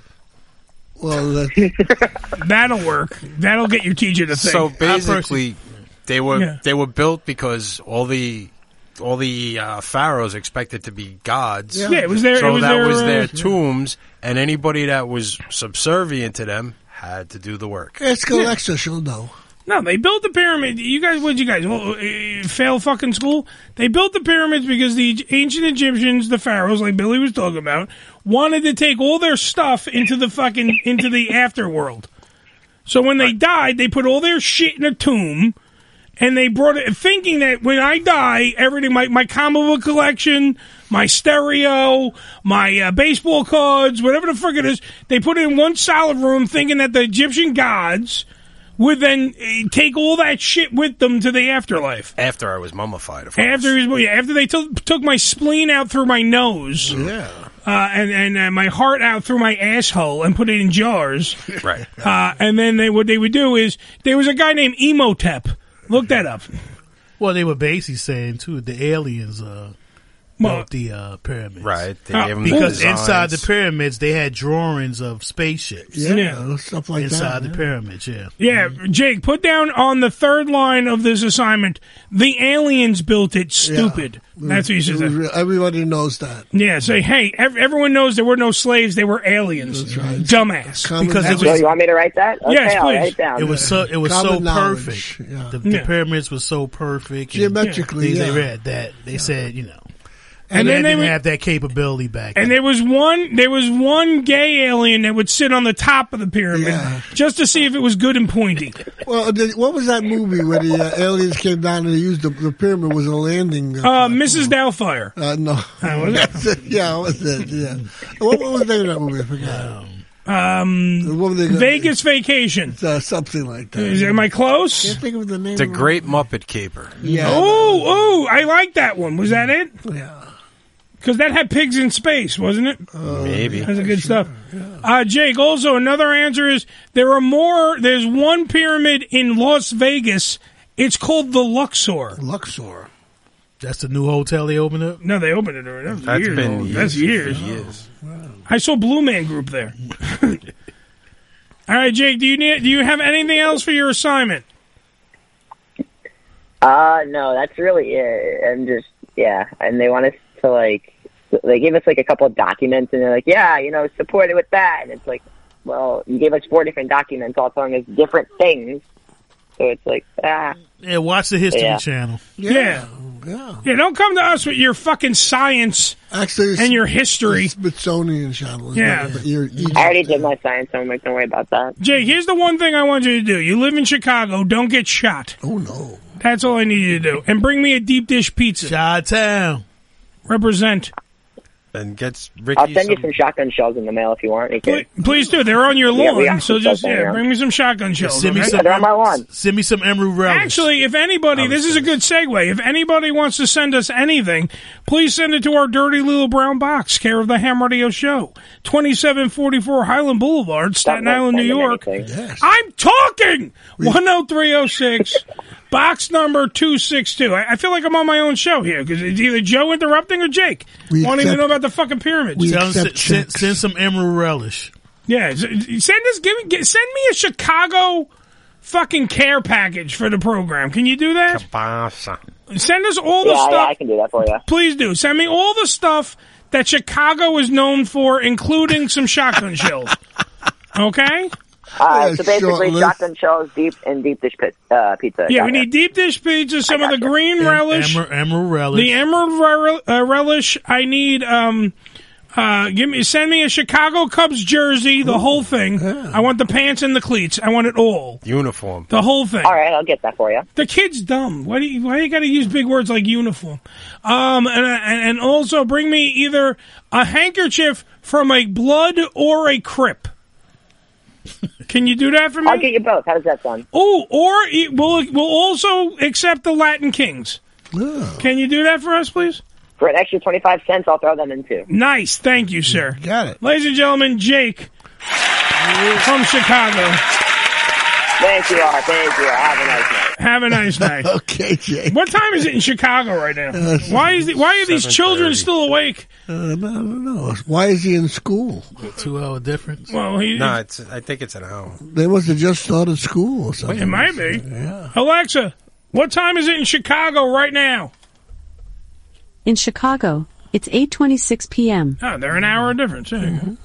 Well,
that'll work. That'll get your teacher to think.
So
I personally-
basically, they were
Yeah.
they were built because all the all the uh, pharaohs expected to be gods.
Yeah. Yeah, it was their-
So
it was
that
their,
was their
uh,
tombs, and anybody that was subservient to them had to do the work.
Ask Alexa, she'll know.
No, they built the pyramid. You guys, what would you guys well, uh, fail fucking school? They built the pyramids because the ancient Egyptians, the pharaohs, like Billy was talking about, wanted to take all their stuff into the fucking into the afterworld. So when they died, they put all their shit in a tomb, and they brought it, thinking that when I die, everything my my comic book collection, my stereo, my uh, baseball cards, whatever the frick it is, they put it in one solid room, thinking that the Egyptian gods would then uh, take all that shit with them to the afterlife.
After I was mummified, of course.
After he was- yeah, after they took took my spleen out through my nose,
yeah,
uh, and and uh, my heart out through my asshole and put it in jars,
right?
Uh, and then they what they would do is there was a guy named Emotep. Look that up.
Well, they were basically saying too the aliens uh,
Well- Oh,
built the uh, pyramids,
Right, they
Uh,
gave 'em the
because
designs.
inside the pyramids they had drawings of spaceships.
Yeah, Yeah. stuff like that,
inside
yeah.
the pyramids. Yeah,
Yeah, Jake, put down on the third line of this assignment. The aliens built it. Stupid.
Mm.
That's what you should say.
Everybody knows that.
Yeah, say hey, ev- everyone knows there were no slaves; they were aliens. Dumbass.
Because it
so
was-
you want me to write that? Okay,
Yes,
I'll
please.
write it down.
it was so it was so
Common knowledge,
perfect.
yeah.
The, the
Yeah.
pyramids were so perfect and
Geometrically,
They, they
yeah.
read that they said you know,
And
and,
then
they
they
didn't
would-
have that capability back.
And there was one there was one gay alien that would sit on the top of the pyramid just to see if it was good and pointy.
Well, the, what was that movie where the uh, aliens came down and they used the, the pyramid was a landing? Uh,
Uh, Mrs. Doubtfire.
uh, no, That's it. yeah, that was it? Yeah, what, what was the name of that movie? I forgot.
Um, Vegas Vacation.
Uh, something like that.
Is, am I close?
Can't think of the name.
The Great Muppet Caper.
Oh, oh, I like that one. Was that it?
Yeah. Uh,
Because that had pigs in space, wasn't it?
Maybe.
That's good stuff. Uh, Jake, also another answer is there are more. There's one pyramid in Las Vegas. It's called the Luxor.
Luxor. That's the new hotel they opened up.
No, they opened it already. That was
That's
years
been
ago.
years.
That's years. I saw Blue Man Group there. All right, Jake. Do you need? Do you have anything else for your assignment?
Uh, no, that's really it. And just, yeah. And they want us to, like, they gave us, like, a couple of documents, and they're like, yeah, you know, support it with that. And it's like, well, you gave us four different documents all telling us different things. So it's like, ah.
Yeah, watch the History
Yeah.
Channel.
Yeah. yeah. don't come to us with your fucking science and your history.
Smithsonian channel. is
Yeah.
not- but you're- you-
I already did my science homework. Don't worry about that.
Jake, here's the one thing I want you to do. You live in Chicago. Don't get shot.
Oh no.
That's all I need you to do. And bring me a deep dish pizza. Chi Town. Represent.
And gets
I'll
Ricky
send you
some-
some shotgun shells in the mail if you want. Okay.
Please do. They're on your
Yeah,
lawn.
we are
so
some
just
stuff
yeah,
around.
bring me some shotgun shells.
Send me
okay?
some.
lawn.
Send me some emerald relish.
Actually, if anybody, this is a good segue. If anybody wants to send us anything, please send it to our dirty little brown box, care of the Ham Radio Show, twenty-seven forty-four Highland Boulevard, Staten Island, New York. I'm talking one zero three zero six, box number two six two. I I feel like I'm on my own show here because it's either Joe interrupting or Jake
We
wanting to
accept-
know about the fucking pyramids.
Tell 'em send, send, send some emerald relish.
Yeah, s- send us give me- get- send me a Chicago fucking care package for the program. Can you do that? Send us all the
Yeah, yeah,
stuff.
I can do that for you.
Please do. Send me all the stuff that Chicago is known for, including some shotgun shells. Okay.
All right. so basically, shotgun shells, deep and deep dish pit, uh, pizza.
Yeah,
Got
we
it.
need deep dish pizza, some of the green relish,
Emer- emerald relish.
the emerald rel- uh, relish. I need. Um, uh, give me, send me a Chicago Cubs jersey, the whole thing. I want the pants and the cleats. I want it all,
uniform.
the whole thing.
All right, I'll get that for you.
The kid's dumb. Why do you, why you got to use big words like uniform? Um, and, and and also bring me either a handkerchief from a blood or a crip. Can you do that for me? I'll get
you both. How does that sound?
Oh, or e- we'll we'll also accept the Latin Kings. Can you do that for us, please?
For an extra 25 cents, I'll throw them in too.
Nice. Thank you, sir. Got it. Ladies and gentlemen, Jake from Chicago.
Thank you all. Thank you. Have a nice night.
Have a nice night.
okay, Jake.
What time is it in Chicago right now? why is the, why are these children still awake?
Uh, no, no, no. Why is he in school?
Two hour difference.
Well, he-
no, it's, I think it's an hour.
They must have just started school or something.
It might be. Alexa, what time is it in Chicago right now?
In Chicago, it's 8:26 p.m.
Oh, they're an hour difference. There you go.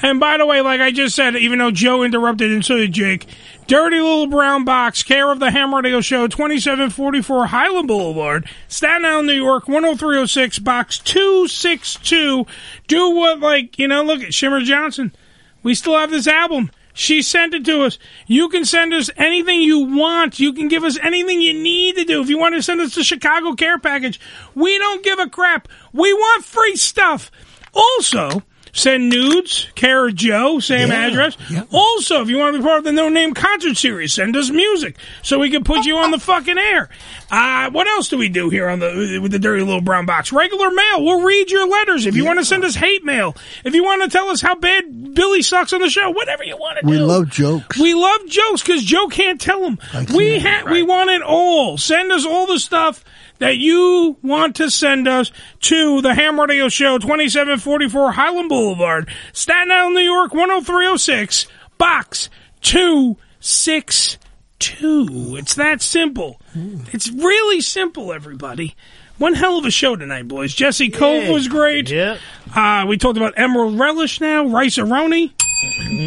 And by the way, like I just said, even though Joe interrupted and so did Jake, Dirty Little Brown Box, care of the Ham Radio Show, 2744 Highland Boulevard, Staten Island, New York, 10306, box 262. Do what, like, you know, look at Shimmer Johnson. We still have this album. She sent it to us. You can send us anything you want. You can give us anything you need to do. If you want to send us the Chicago Care Package, we don't give a crap. We want free stuff. Also, send nudes, care of Joe, same address. Also, if you want to be part of the No Name concert series, send us music so we can put you on the fucking air. Uh, what else do we do here on the with the dirty little brown box? Regular mail. We'll read your letters. If you want to send us hate mail, if you want to tell us how bad Billy sucks on the show, whatever you want to
We
do.
love jokes.
We love jokes because Joe can't tell them. We ha- we want it all. Send us all the stuff that you want to send us to the Ham Radio Show, twenty seven forty four Highland Boulevard, Staten Island, New York, one zero three zero six, box two six two. It's that simple. It's really simple, everybody. One hell of a show tonight, boys. Jesse Cove
Yeah.
was great. Yeah. Uh, we talked about Emerald Relish now, Rice Aroni,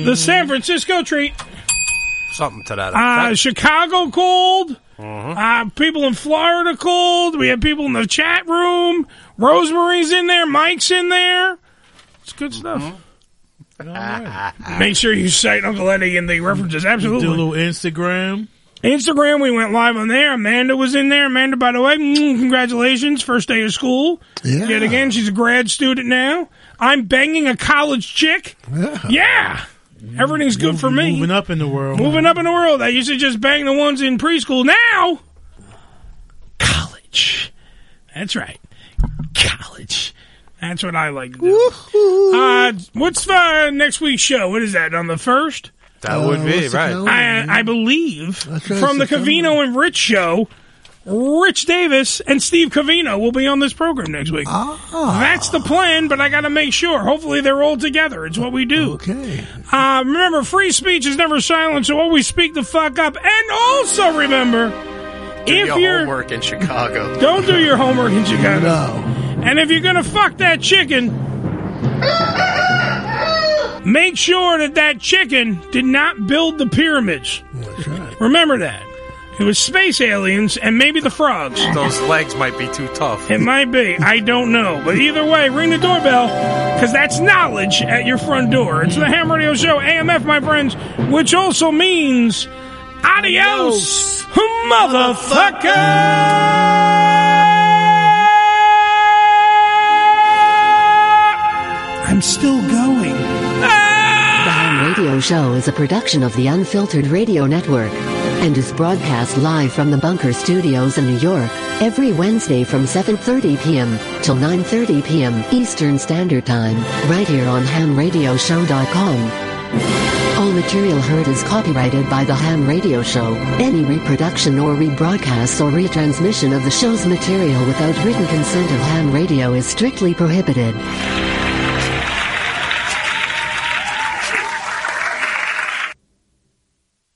the San Francisco treat.
Something to that.
Uh, Chicago cold.
Mhm.
Uh, people in Florida cold. We have people in the chat room. Rosemary's in there. Mike's in there. It's good stuff. Make sure you cite Uncle Eddie in the references. Absolutely.
Do a little Instagram.
Instagram, we went live on there. Amanda was in there. Amanda, by the way, mm, congratulations, first day of school.
Yeah.
Yet again, she's a grad student now. I'm banging a college chick. Yeah. Everything's good for me.
Moving up in the world.
Moving up in the world. I used to just bang the ones in preschool. Now, college. That's right. College. That's what I like to do. Uh, what's the next week's show? What is that, on the 1st?
That would be, right.
I, I believe
right,
from the
September.
Cavino and Rich show, Rich Davis and Steve Cavino will be on this program next week.
Ah.
That's the plan, but I got to make sure. Hopefully, they're all together. It's what we do. Okay. Uh, remember, free speech is never silent, so always speak the fuck up. And also remember,
Do
if
your
you're
homework in Chicago.
don't do your homework in Chicago. And if you're gonna fuck that chicken, make sure that that chicken did not build the pyramids. Remember that. It was space aliens and maybe the frogs.
Those legs might be too tough.
It might be. I don't know. But either way, ring the doorbell because that's knowledge at your front door. It's the Ham Radio Show, AMF, my friends, which also means adios, motherfucker! I'm still going.
The Ham Radio Show is a production of the Unfiltered Radio Network and is broadcast live from the Bunker Studios in New York every Wednesday from 7:30 p.m. till 9:30 p.m. Eastern Standard Time, right here on hamradioshow.com. All material heard is copyrighted by The Ham Radio Show. Any reproduction or rebroadcast or retransmission of the show's material without written consent of Ham Radio is strictly prohibited.